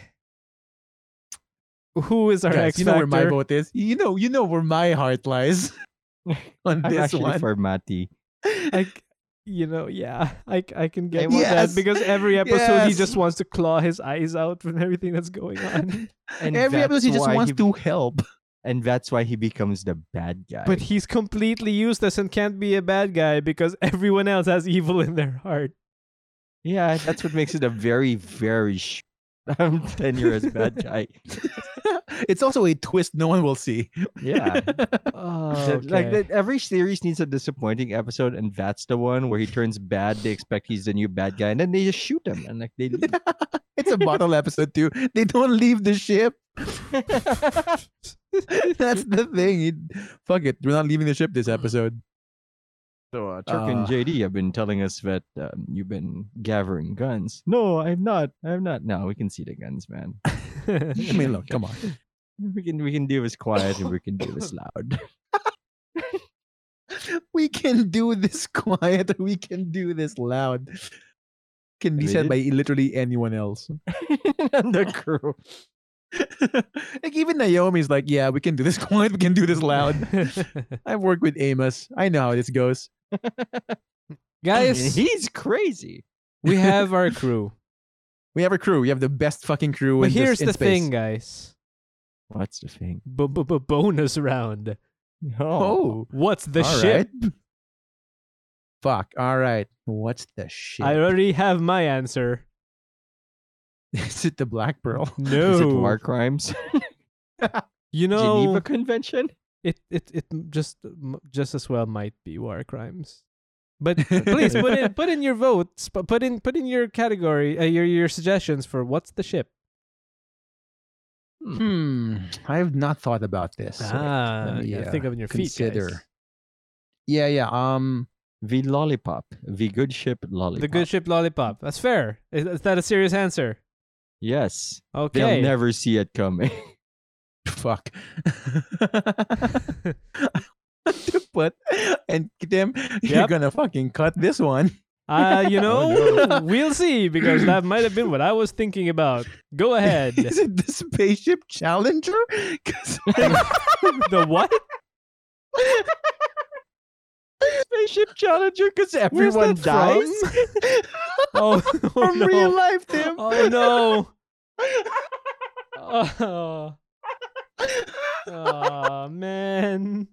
Speaker 2: who is our
Speaker 3: Guys,
Speaker 2: X
Speaker 3: you know where my
Speaker 2: Factor?
Speaker 3: vote is. You know, you know where my
Speaker 1: (laughs)
Speaker 3: heart lies on
Speaker 1: I'm
Speaker 3: this
Speaker 1: actually
Speaker 3: one.
Speaker 1: for Mati.
Speaker 2: I, c- you know, yeah, I, c- I can get
Speaker 1: want-
Speaker 2: that
Speaker 3: Yes!
Speaker 2: because every episode he
Speaker 3: Yes!
Speaker 2: just wants to claw his eyes out from everything that's going on.
Speaker 1: And
Speaker 3: Every episode, he
Speaker 1: that's
Speaker 3: just
Speaker 1: why
Speaker 3: wants
Speaker 1: he-
Speaker 3: to help. (laughs)
Speaker 1: and that's why he becomes the bad guy.
Speaker 2: But he's completely useless and can't be a bad guy because (laughs) everyone else has evil in their heart.
Speaker 1: yeah, that's what makes it a very, very sh- I'm tenure as bad
Speaker 3: (laughs)
Speaker 1: guy.
Speaker 3: it's also a twist no one will see.
Speaker 1: Yeah,
Speaker 2: Oh,
Speaker 1: So, like that, every series needs a disappointing episode, and that's the one where he turns bad. They expect he's the new bad guy, and then they just shoot him, and like they leave. (laughs)
Speaker 3: It's a bottle episode too. They don't leave the ship. (laughs) That's the thing. It- fuck it. We're not leaving the ship this
Speaker 2: Mm.
Speaker 3: episode.
Speaker 1: So uh, Turk and
Speaker 3: Uh,
Speaker 1: JD have been telling us that um, you've been gathering guns. No, I'm not. I'm not. No, we can see the guns, (laughs) man.
Speaker 3: (laughs) I mean, look,
Speaker 2: (laughs)
Speaker 3: come on.
Speaker 1: We can we can do this quiet and we can do this loud.
Speaker 3: We can do this (laughs) quiet. or We can do this loud. Can be
Speaker 1: They
Speaker 3: said
Speaker 1: did-
Speaker 3: by literally anyone
Speaker 1: (laughs)
Speaker 3: else. (laughs)
Speaker 1: and the crew.
Speaker 3: like even Naomi's like, yeah, we can do this (laughs) quiet. We can do
Speaker 2: (laughs)
Speaker 3: this loud. I've worked with Amos. I know how this goes.
Speaker 1: And
Speaker 2: Guys,
Speaker 1: he's crazy.
Speaker 2: we have our (laughs) crew.
Speaker 3: We have a crew. We have the best fucking crew.
Speaker 2: But
Speaker 3: in this-
Speaker 2: here's
Speaker 3: in
Speaker 2: the
Speaker 3: space.
Speaker 2: thing, guys.
Speaker 1: What's the thing?
Speaker 2: B- b- b- bonus round.
Speaker 3: Oh,
Speaker 2: What's the
Speaker 3: all
Speaker 2: ship?
Speaker 3: right. Fuck. All right. What's the shit?
Speaker 2: I already have my answer.
Speaker 3: (laughs) Is it the Black Pearl?
Speaker 2: No.
Speaker 1: Is it war (laughs) crimes?
Speaker 2: You know,
Speaker 1: Geneva Convention?
Speaker 2: it it it m- just m- just as well might be war (laughs) crimes. But please put in put in your votes. pu- Put in put in your category uh, your your suggestions for what's the ship.
Speaker 3: (laughs) Hmm. I have not thought about this. Like,
Speaker 2: ah,
Speaker 3: me,
Speaker 2: you gotta
Speaker 3: uh,
Speaker 2: think of your feet. guys.
Speaker 3: consider. Yeah, yeah. Um.
Speaker 1: The lollipop. The good ship lollipop.
Speaker 2: The good ship lollipop. That's fair. Is, is that a serious answer?
Speaker 1: Yes. They'll
Speaker 2: Okay.
Speaker 1: never see it coming. (laughs)
Speaker 3: Fuck. (laughs) to put and Tim, you're
Speaker 2: Yep.
Speaker 3: gonna fucking cut
Speaker 2: (laughs)
Speaker 3: this one.
Speaker 2: uh, you know,
Speaker 1: Oh,
Speaker 2: (laughs) we'll see because that might have been what I was thinking about. Go ahead.
Speaker 3: (laughs) Is it the spaceship Challenger? (laughs) 'Cause-
Speaker 2: (laughs) the what?
Speaker 1: Spaceship Challenger, because
Speaker 2: Where's
Speaker 1: everyone
Speaker 2: that
Speaker 1: dies.
Speaker 2: from? (laughs) Oh, oh
Speaker 3: from
Speaker 2: no.
Speaker 3: real life, (laughs) Tim.
Speaker 2: Oh no. Oh, Aw, man.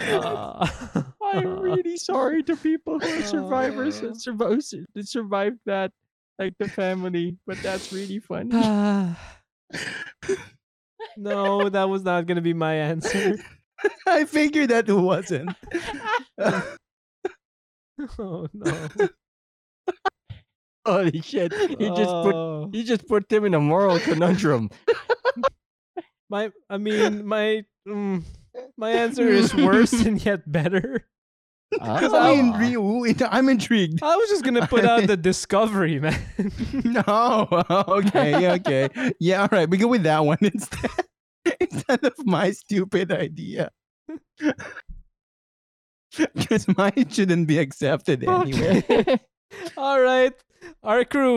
Speaker 1: Uh,
Speaker 2: Aw. (laughs)
Speaker 1: I'm really sorry to people who are survivors
Speaker 2: Oh.
Speaker 1: and survi- who sur- that survived that, like the family. But that's really funny.
Speaker 2: Ah. no, that was not gonna be my answer.
Speaker 3: I figured that
Speaker 2: (laughs)
Speaker 3: it wasn't. (laughs)
Speaker 2: Oh no.
Speaker 1: (laughs) Holy shit! You just put
Speaker 2: Oh.
Speaker 1: you just put them in a moral (laughs) conundrum.
Speaker 2: (laughs) my I mean my mm, my (laughs) answer is worse and yet better.
Speaker 3: Because
Speaker 2: Oh.
Speaker 1: Ah.
Speaker 3: I'm,
Speaker 1: (laughs)
Speaker 3: intrigued. Ooh, it- I'm intrigued.
Speaker 2: I was just gonna put out (laughs) the discovery, man.
Speaker 3: (laughs) No. Okay. yeah, Okay. Yeah. All right. We go with that one (laughs) instead. instead of my stupid idea. (laughs) Because mine shouldn't be accepted
Speaker 2: Oh,
Speaker 3: anyway.
Speaker 2: (laughs)
Speaker 1: (laughs)
Speaker 2: All right, our (laughs) crew,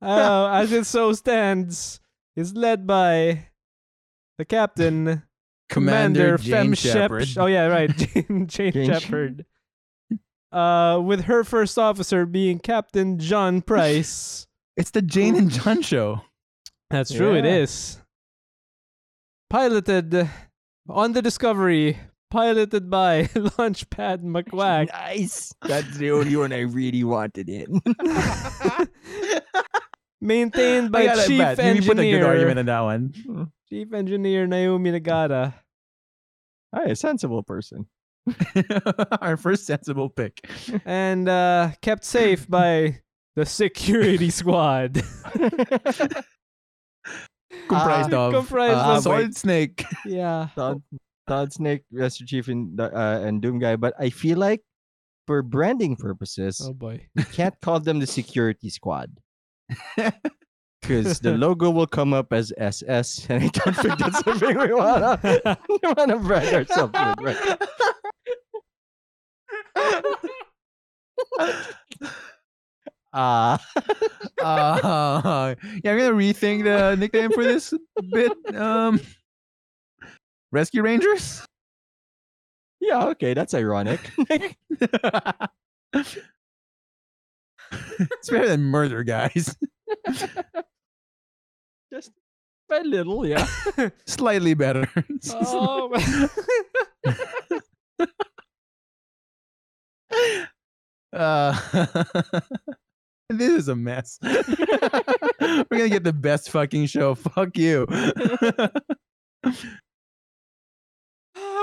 Speaker 2: uh, as it so stands, is led by the captain, Commander, Fem Shepard. Oh yeah, (laughs) right, Jane, Jane,
Speaker 1: Jane
Speaker 2: Shepherd. Uh, with her first officer being Captain John Price.
Speaker 3: It's the Jane and John show.
Speaker 2: That's true. It
Speaker 1: Yeah.
Speaker 2: is piloted on the Discovery, piloted by (laughs) Launchpad
Speaker 3: (laughs)
Speaker 2: McQuack.
Speaker 1: Nice. That's the only one I really wanted it. (laughs)
Speaker 2: maintained by
Speaker 3: Yeah, like,
Speaker 2: chief
Speaker 3: Matt, You put a good argument
Speaker 2: engineer
Speaker 3: on that one.
Speaker 2: chief engineer Naomi Nagata.
Speaker 1: I a sensible person.
Speaker 3: (laughs) Our first sensible pick.
Speaker 2: and uh, kept
Speaker 3: (laughs)
Speaker 2: safe by the security squad. (laughs)
Speaker 3: Comprised of
Speaker 2: Ah, comprised
Speaker 3: uh,
Speaker 2: of-
Speaker 3: Solid Snake.
Speaker 2: yeah.
Speaker 1: Todd, Todd Snake, Master Chief, and the- uh, and Doom Guy. But I feel like for branding purposes,
Speaker 2: Oh (laughs) boy.
Speaker 1: we can't call them the Security Squad because the logo will come up as SS, (laughs) and I don't think that's something we wanna (laughs) we wanna brand ourselves with, right? Ah,
Speaker 3: Uh, (laughs) yeah, I'm gonna rethink the nickname for this bit. Um, Rescue Rangers.
Speaker 1: yeah, okay, that's ironic.
Speaker 3: it's better than murder, guys. (laughs)
Speaker 1: Just by little,
Speaker 3: (laughs)
Speaker 1: yeah.
Speaker 3: Slightly better.
Speaker 2: Oh,
Speaker 3: (laughs)
Speaker 2: (laughs)
Speaker 3: Uh, (laughs) this is a mess. (laughs) We're gonna get the best fucking show.
Speaker 2: (laughs)
Speaker 3: Fuck you.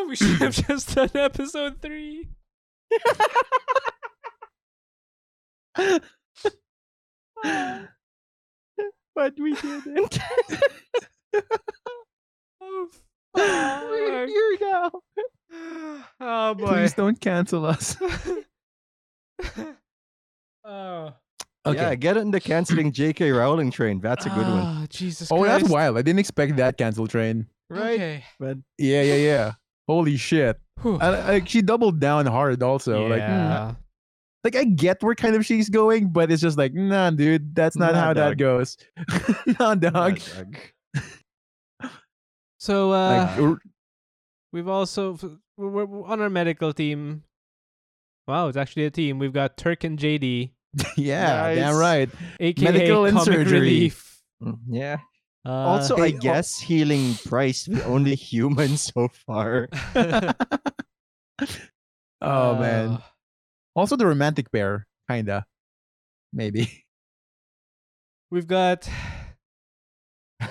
Speaker 2: we should have (laughs) just done episode three.
Speaker 1: but we
Speaker 2: (laughs)
Speaker 3: (laughs)
Speaker 1: didn't.
Speaker 2: Oh,
Speaker 1: We're here now.
Speaker 2: oh boy.
Speaker 3: Please don't cancel us.
Speaker 2: (laughs) oh.
Speaker 1: Yeah, get on the canceling J.K. Rowling train. That's a good one,
Speaker 2: Ah, Jesus
Speaker 3: Oh,
Speaker 2: Christ.
Speaker 3: that's wild. I didn't expect that cancel train.
Speaker 1: right?
Speaker 2: Okay.
Speaker 1: But
Speaker 3: Yeah, yeah, yeah. Holy shit.
Speaker 2: Whew.
Speaker 3: I, I- she doubled down hard also. Like, mm,
Speaker 2: Yeah.
Speaker 3: like I get where kind of she's going, but it's just like, nah, dude, that's not
Speaker 1: Nah,
Speaker 3: how that
Speaker 1: dog.
Speaker 3: goes. (laughs) nah, Ah, dog.
Speaker 1: Yeah, dog.
Speaker 2: so uh,
Speaker 3: Like, (laughs) r-
Speaker 2: We've also f- we're, we're on our medical team. Wow, it's actually a team. We've got Turk and JD,
Speaker 3: yeah,
Speaker 1: Nice.
Speaker 3: damn right.
Speaker 2: aka
Speaker 3: Medical and
Speaker 2: Comic
Speaker 3: surgery.
Speaker 2: Relief.
Speaker 1: Mm, Yeah.
Speaker 2: Uh,
Speaker 1: also, I
Speaker 3: hey, al-
Speaker 1: guess healing price the only human so far. (laughs)
Speaker 3: (laughs) Oh man.
Speaker 2: uh,
Speaker 3: Also the romantic pair, kinda. Maybe.
Speaker 2: (laughs)
Speaker 3: (laughs)
Speaker 2: we've got (laughs)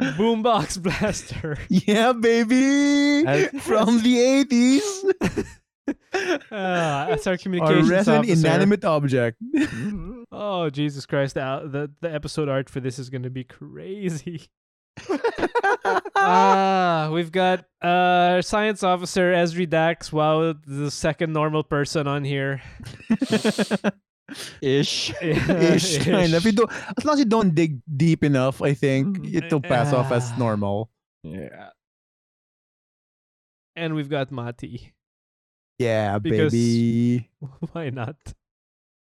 Speaker 2: Boombox
Speaker 3: (laughs)
Speaker 2: Blaster.
Speaker 3: yeah, baby.
Speaker 1: As-
Speaker 3: (laughs) From the eighties.
Speaker 2: Uh, that's our
Speaker 3: Or
Speaker 2: communications
Speaker 3: rest an
Speaker 2: officer.
Speaker 3: inanimate object. (laughs)
Speaker 1: Mm,
Speaker 2: Oh Jesus Christ! The, out- the the episode art for this is gonna be
Speaker 3: (laughs)
Speaker 2: crazy. Ah, we've got uh science officer Esri Dax. Wow, the second normal person on here. (laughs)
Speaker 1: Ish.
Speaker 3: ish, kind of. You
Speaker 2: Ish.
Speaker 3: don't, as long as you don't dig deep enough, I think
Speaker 1: Mhm.
Speaker 3: it'll pass off as
Speaker 2: Ah.
Speaker 3: normal.
Speaker 1: Yeah.
Speaker 2: And we've got Mati. (laughs)
Speaker 3: Yeah,
Speaker 2: Because-
Speaker 3: baby.
Speaker 2: Why not?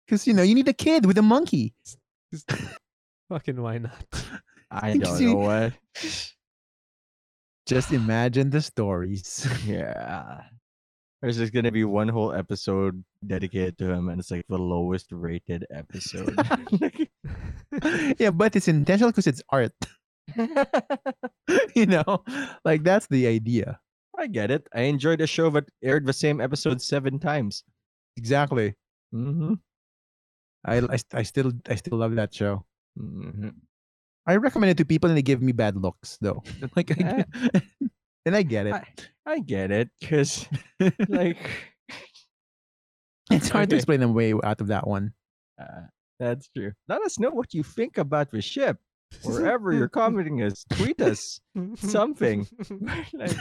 Speaker 3: Because you know you need a kid with a monkey.
Speaker 2: Fucking why not?
Speaker 1: I
Speaker 3: Think
Speaker 1: don't
Speaker 3: you-
Speaker 1: know what.
Speaker 3: Just imagine the stories.
Speaker 1: Yeah. There's just gonna be one whole episode dedicated to him, and it's like the lowest rated
Speaker 3: (laughs)
Speaker 1: episode.
Speaker 3: (laughs) yeah, but it's intentional because it's art. (laughs) you know, like that's the idea.
Speaker 1: I get it. I enjoyed a show that aired the same episode seven times.
Speaker 3: Exactly.
Speaker 1: Mm-hmm.
Speaker 3: I, I, I still I still love that show.
Speaker 1: Mm-hmm.
Speaker 3: I recommend it to people and they give me bad looks though. (laughs) Like, I, (laughs) and I get it.
Speaker 1: I- I get it, cause (laughs) like
Speaker 3: (laughs) it's hard to
Speaker 1: okay.
Speaker 3: explain the way out of that one.
Speaker 1: uh, that's true. Let us know what you think about the ship wherever
Speaker 2: (laughs)
Speaker 3: (laughs)
Speaker 1: you're commenting us. Tweet us something. like,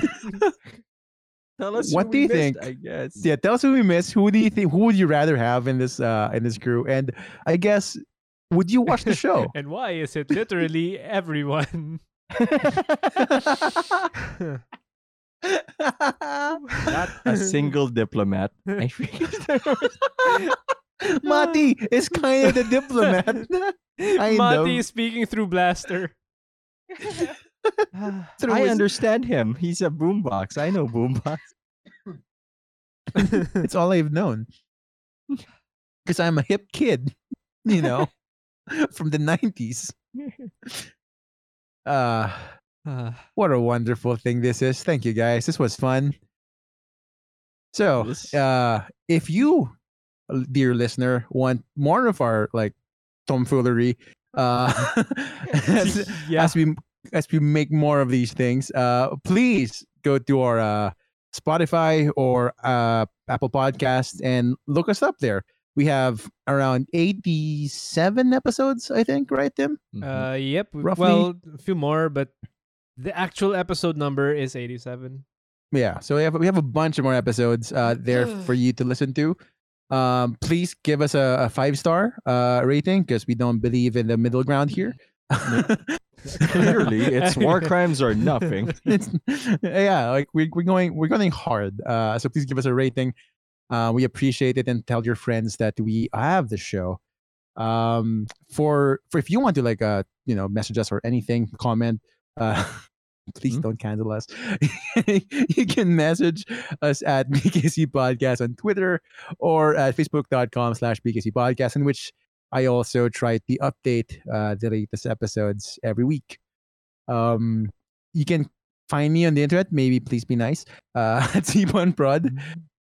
Speaker 1: tell us who
Speaker 3: What do
Speaker 1: we
Speaker 3: you
Speaker 1: missed,
Speaker 3: think?
Speaker 1: I guess.
Speaker 3: Yeah, tell us who we miss. Who do you think? Who would you rather have in this uh in this crew? And I guess would you watch the
Speaker 1: (laughs)
Speaker 3: show?
Speaker 2: and why is it literally everyone?
Speaker 1: Not
Speaker 3: (laughs)
Speaker 1: a single diplomat. I think.
Speaker 3: (laughs) Mati is kind of the diplomat (laughs) Kind
Speaker 2: Mati
Speaker 3: of.
Speaker 2: is speaking through Blaster.
Speaker 3: Through
Speaker 1: I
Speaker 3: his-
Speaker 1: understand him. He's a boombox. I know boombox.
Speaker 3: It's all I've known because I'm a hip kid, (laughs) you know. from the 90s. Uh, what a wonderful thing this is. Thank you guys. This was fun. So,
Speaker 1: This-
Speaker 3: uh, if you, uh, dear listener, want more of our like tomfoolery, uh, (laughs) as,
Speaker 2: Yeah.
Speaker 3: as we as we make more of these things, uh, please go to our uh, Spotify or uh, Apple Podcasts and look us up there. We have around eighty-seven episodes, I think, right, Tim?
Speaker 1: Mhm.
Speaker 2: Uh, yep. w-
Speaker 3: Roughly-
Speaker 2: Well, a few more, but the actual episode number is 87.
Speaker 3: Yeah. So we have we have a bunch of more episodes uh, there for you to listen to. Um, please give us a, a five star uh, rating because we don't believe in the middle ground here.
Speaker 1: (laughs) Clearly, it's
Speaker 2: (laughs)
Speaker 1: war crimes or nothing.
Speaker 3: (laughs) it's, yeah, like we, we're going we're going hard. Uh, so please give us a rating. Uh, we appreciate it and tell your friends that we have the show. Um, for for if you want to like uh you know message us or anything, comment. Uh, (laughs) please
Speaker 1: Hmm?
Speaker 3: don't cancel us. (laughs) you can message us at (laughs) BKC Podcast on Twitter or at facebook.com slash BKC Podcast, in which I also try to update uh, the latest episodes every week. Um, you can find me on the internet. Maybe please be nice uh, (laughs) at Cbon Prod.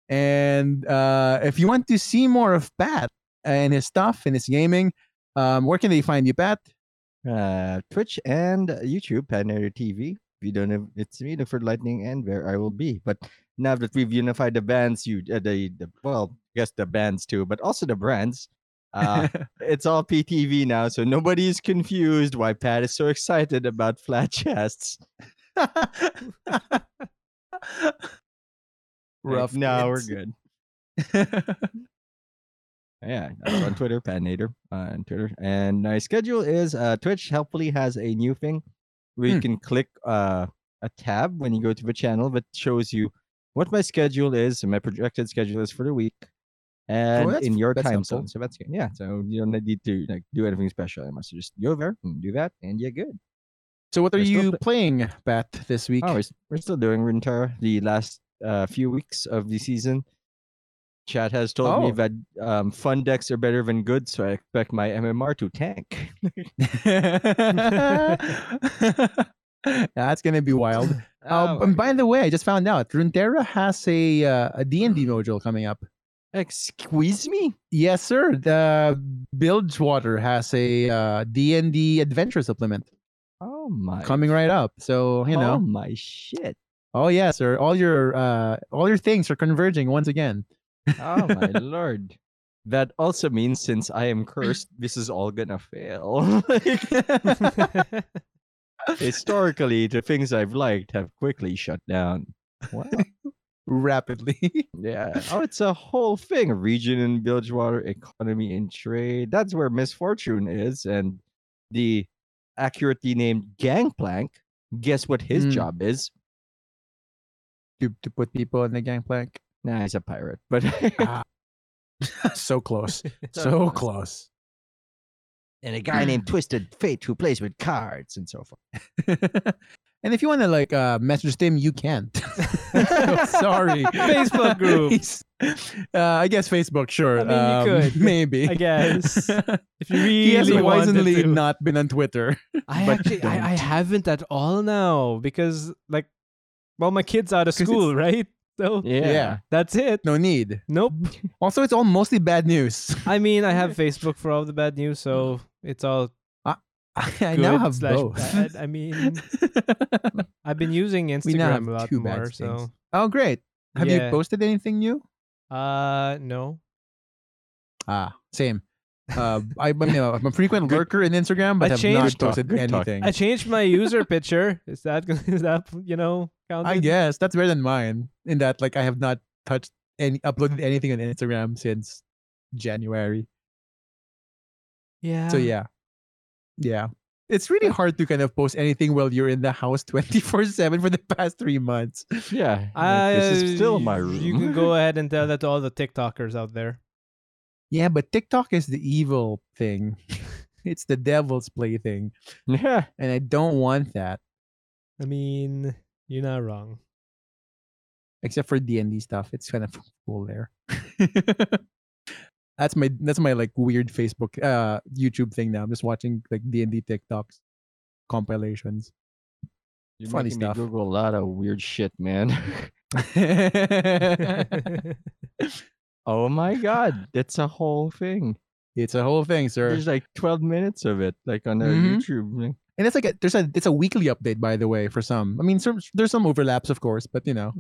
Speaker 3: And uh, if you want to see more of Pat and his stuff and his gaming, um, where can they find you, Pat?
Speaker 1: (laughs)
Speaker 3: (laughs)
Speaker 1: Uh, Twitch and YouTube, Panair TV. If you don't know, it's me, the for Lightning, and where I will be. But now that we've unified the bands, you uh, the, the well, I guess the bands too, but also the brands. Uh, it's all PTV now, so nobody is confused why Pat is so (laughs) excited about flat chests. Like,
Speaker 3: Rough
Speaker 1: now we're
Speaker 3: kids.
Speaker 1: good. Yeah, that's
Speaker 3: (clears throat)
Speaker 1: on Twitter, Patnader uh, on Twitter. And my schedule is uh, Twitch helpfully has a new thing where you
Speaker 3: Hmm.
Speaker 1: can click uh, a tab when you go to the channel that shows you what my schedule is and my projected schedule is for the week and
Speaker 3: Oh, that's-
Speaker 1: in your
Speaker 3: that's
Speaker 1: time
Speaker 3: helpful.
Speaker 1: zone. So that's good. Yeah, so you don't need to like do anything special. You must just go there and do that, and you're good.
Speaker 3: so what are
Speaker 1: We're still
Speaker 3: you
Speaker 1: pla-
Speaker 3: playing, Pat, this week?
Speaker 1: Oh, we're, s- we're still doing Runeterra the last uh, few weeks of the season. Chat has told me
Speaker 3: Oh.
Speaker 1: that um, fun decks are better than good, so I expect my MMR to tank.
Speaker 3: (laughs) That's gonna be
Speaker 1: (laughs)
Speaker 3: wild. Uh,
Speaker 1: Oh,
Speaker 3: and by the way, I just found out Runeterra has a uh, a D and D
Speaker 1: Mm.
Speaker 3: module coming up.
Speaker 1: excuse me?
Speaker 3: Yes, sir. The Bilgewater has a uh, D and D adventure supplement
Speaker 1: Oh my!
Speaker 3: coming right up. So you
Speaker 1: Oh
Speaker 3: know,
Speaker 1: my shit!
Speaker 3: oh yes, yeah, sir. All your uh, all your things are converging once
Speaker 1: (laughs)
Speaker 3: again.
Speaker 1: Oh
Speaker 3: (laughs)
Speaker 1: my lord! That also means since I am cursed, this is all gonna
Speaker 3: (laughs)
Speaker 1: fail. (laughs) Historically, the things I've liked have quickly shut down.
Speaker 3: (laughs)
Speaker 1: Wow.
Speaker 3: Rapidly. (laughs)
Speaker 1: Yeah. Oh, it's a whole thing. Region in Bilgewater, economy and trade. That's where misfortune is. And the accurately named gangplank. Guess what his
Speaker 3: Mm.
Speaker 1: job is?
Speaker 3: to, to put people in the gangplank. Ah.
Speaker 1: Nah, he's a pirate.
Speaker 3: (laughs)
Speaker 1: But (laughs)
Speaker 3: so close. so close.
Speaker 1: and a guy named Twisted Fate who plays with cards and so forth.
Speaker 3: and if you want to like uh message Tim, you (laughs) can't. (laughs)
Speaker 1: (laughs)
Speaker 3: Sorry.
Speaker 2: Facebook group.
Speaker 3: He's- uh, I guess Facebook, sure.
Speaker 2: I mean, you
Speaker 3: Um,
Speaker 2: could,
Speaker 3: Maybe.
Speaker 2: I (laughs)
Speaker 1: (laughs)
Speaker 2: guess. If you really
Speaker 3: he has
Speaker 2: wanted
Speaker 3: wisely
Speaker 2: to.
Speaker 3: not been on Twitter.
Speaker 2: I
Speaker 1: but
Speaker 2: actually, I, I
Speaker 1: don't.
Speaker 2: haven't at all now because, like, well, my kid's out of
Speaker 3: 'Cause it's-
Speaker 2: school, right? So
Speaker 3: Yeah.
Speaker 2: that's it.
Speaker 3: No need.
Speaker 2: Nope.
Speaker 3: Also, it's all mostly bad news. (laughs)
Speaker 2: I mean, I have Facebook for all the bad news, so it's all
Speaker 3: I
Speaker 2: good
Speaker 3: now have
Speaker 2: slash
Speaker 3: both. (laughs)
Speaker 2: bad. I mean, I've been using
Speaker 3: we now have
Speaker 2: Instagram a lot
Speaker 3: two bad
Speaker 2: more,
Speaker 3: things.
Speaker 2: so
Speaker 3: Oh, great. Have
Speaker 2: Yeah.
Speaker 3: you posted anything new?
Speaker 2: uh, no.
Speaker 3: Ah, same. Uh, I, am a frequent lurker in Instagram, but
Speaker 2: I
Speaker 3: have
Speaker 2: changed-
Speaker 3: not
Speaker 1: Good talk,
Speaker 3: posted
Speaker 1: good talk.
Speaker 3: anything.
Speaker 2: I changed my
Speaker 3: (laughs)
Speaker 2: user picture. Is that gonna- is that you know counted?
Speaker 3: I guess that's better than mine. In that, like, I have not touched any uploaded anything on Instagram since January.
Speaker 2: Yeah.
Speaker 3: So yeah, yeah, it's really hard to kind of post anything while you're in the house (laughs) twenty four seven for the past three months.
Speaker 1: Yeah.
Speaker 2: I,
Speaker 1: like, this is still my room.
Speaker 2: You can
Speaker 3: (laughs)
Speaker 2: go ahead and tell that to all the TikTokers out there.
Speaker 3: Yeah, but TikTok is the evil thing. (laughs) it's the devil's plaything,
Speaker 1: (laughs) yeah.
Speaker 3: and I don't want that.
Speaker 2: I mean, you're not wrong.
Speaker 3: Except for D and D stuff, it's kind of cool there. (laughs) That's my that's my like weird Facebook uh YouTube thing now. I'm just watching like D and D TikToks compilations. (laughs)
Speaker 1: You're
Speaker 3: Funny
Speaker 1: making me
Speaker 3: stuff.
Speaker 1: Google a lot of weird shit, man. (laughs) oh my god, it's a whole thing.
Speaker 3: it's a whole thing, sir.
Speaker 1: There's like 12 minutes of it, like on a
Speaker 3: Mhm.
Speaker 1: YouTube. link.
Speaker 3: and it's like a, there's a it's a weekly update by the way for some. I mean, some, there's some overlaps of course, but you know,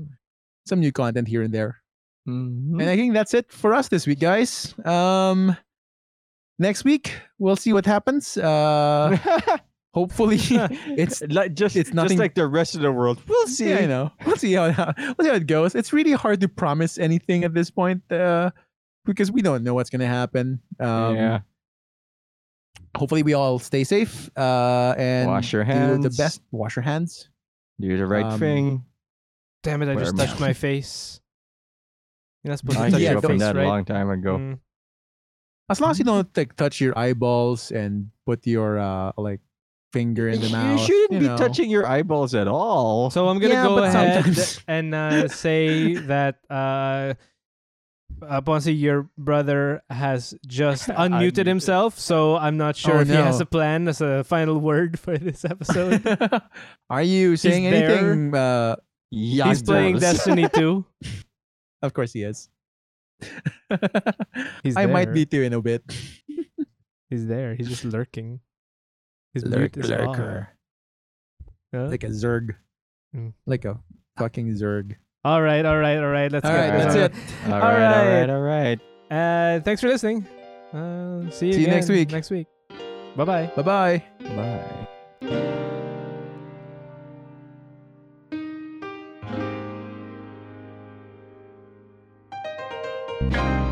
Speaker 3: some new content here and there.
Speaker 1: Mhm.
Speaker 3: And I think that's it for us this week, guys. Um, next week we'll see what
Speaker 1: (laughs)
Speaker 3: happens. Uh, hopefully it's
Speaker 1: like just
Speaker 3: it's
Speaker 1: it's
Speaker 3: nothing-
Speaker 1: just like the rest of the world. We'll see.
Speaker 3: Yeah, I know. (laughs) We'll see how we'll see how it goes. It's really hard to promise anything at this point uh, because we don't know what's going to happen. Um,
Speaker 1: yeah.
Speaker 3: Hopefully, we all stay safe uh, and
Speaker 1: Wash your
Speaker 3: do
Speaker 1: hands.
Speaker 3: the best. Wash your hands.
Speaker 1: Do the right
Speaker 3: Um,
Speaker 1: thing.
Speaker 2: Damn it! I
Speaker 1: Wear
Speaker 2: just
Speaker 1: a
Speaker 2: touched
Speaker 1: mask.
Speaker 2: my face. You're not supposed
Speaker 1: I
Speaker 2: to touch
Speaker 1: gave
Speaker 3: yeah,
Speaker 2: your
Speaker 1: up on
Speaker 2: face,
Speaker 1: that a
Speaker 2: right?
Speaker 1: long time ago.
Speaker 2: Mm.
Speaker 3: As long as you
Speaker 1: Mm-hmm.
Speaker 3: don't like touch your eyeballs and put your uh, like finger in the
Speaker 1: You
Speaker 3: mouth.
Speaker 1: shouldn't be
Speaker 3: know.
Speaker 1: touching your eyeballs at all.
Speaker 2: So I'm gonna
Speaker 3: Yeah,
Speaker 2: go
Speaker 3: but
Speaker 2: ahead
Speaker 3: sometimes-
Speaker 2: (laughs) and uh, say that uh, uh, Ponce, your brother has (laughs) just
Speaker 1: Unmuted.
Speaker 2: unmuted himself, so I'm not sure
Speaker 3: Oh,
Speaker 2: if he has
Speaker 3: no.
Speaker 2: a plan as a final word (laughs) for this (laughs) episode.
Speaker 3: (laughs) Are you saying
Speaker 2: there.
Speaker 3: anything? Uh,
Speaker 1: Yeah,
Speaker 2: He's playing
Speaker 1: this.
Speaker 2: (laughs) Destiny 2.
Speaker 3: of course, he is. (laughs)
Speaker 2: He's
Speaker 3: I might
Speaker 2: there.
Speaker 3: be too in a bit.
Speaker 2: He's there. He's just lurking.
Speaker 1: (laughs)
Speaker 2: His
Speaker 3: Lurk-
Speaker 2: mute is off. Huh?
Speaker 3: like a zerg,
Speaker 2: Mm.
Speaker 3: like a fucking zerg.
Speaker 2: all right, all right, all right. Let's
Speaker 3: All
Speaker 2: get
Speaker 3: right,
Speaker 1: go.
Speaker 3: that's
Speaker 2: out.
Speaker 3: it.
Speaker 1: All right, all right,
Speaker 2: Alright.
Speaker 1: all right.
Speaker 2: Uh, thanks for listening. Uh, see you,
Speaker 3: See you next
Speaker 2: again
Speaker 3: week.
Speaker 2: Next week. Bye bye.
Speaker 3: Bye bye.
Speaker 1: Bye.
Speaker 4: Thank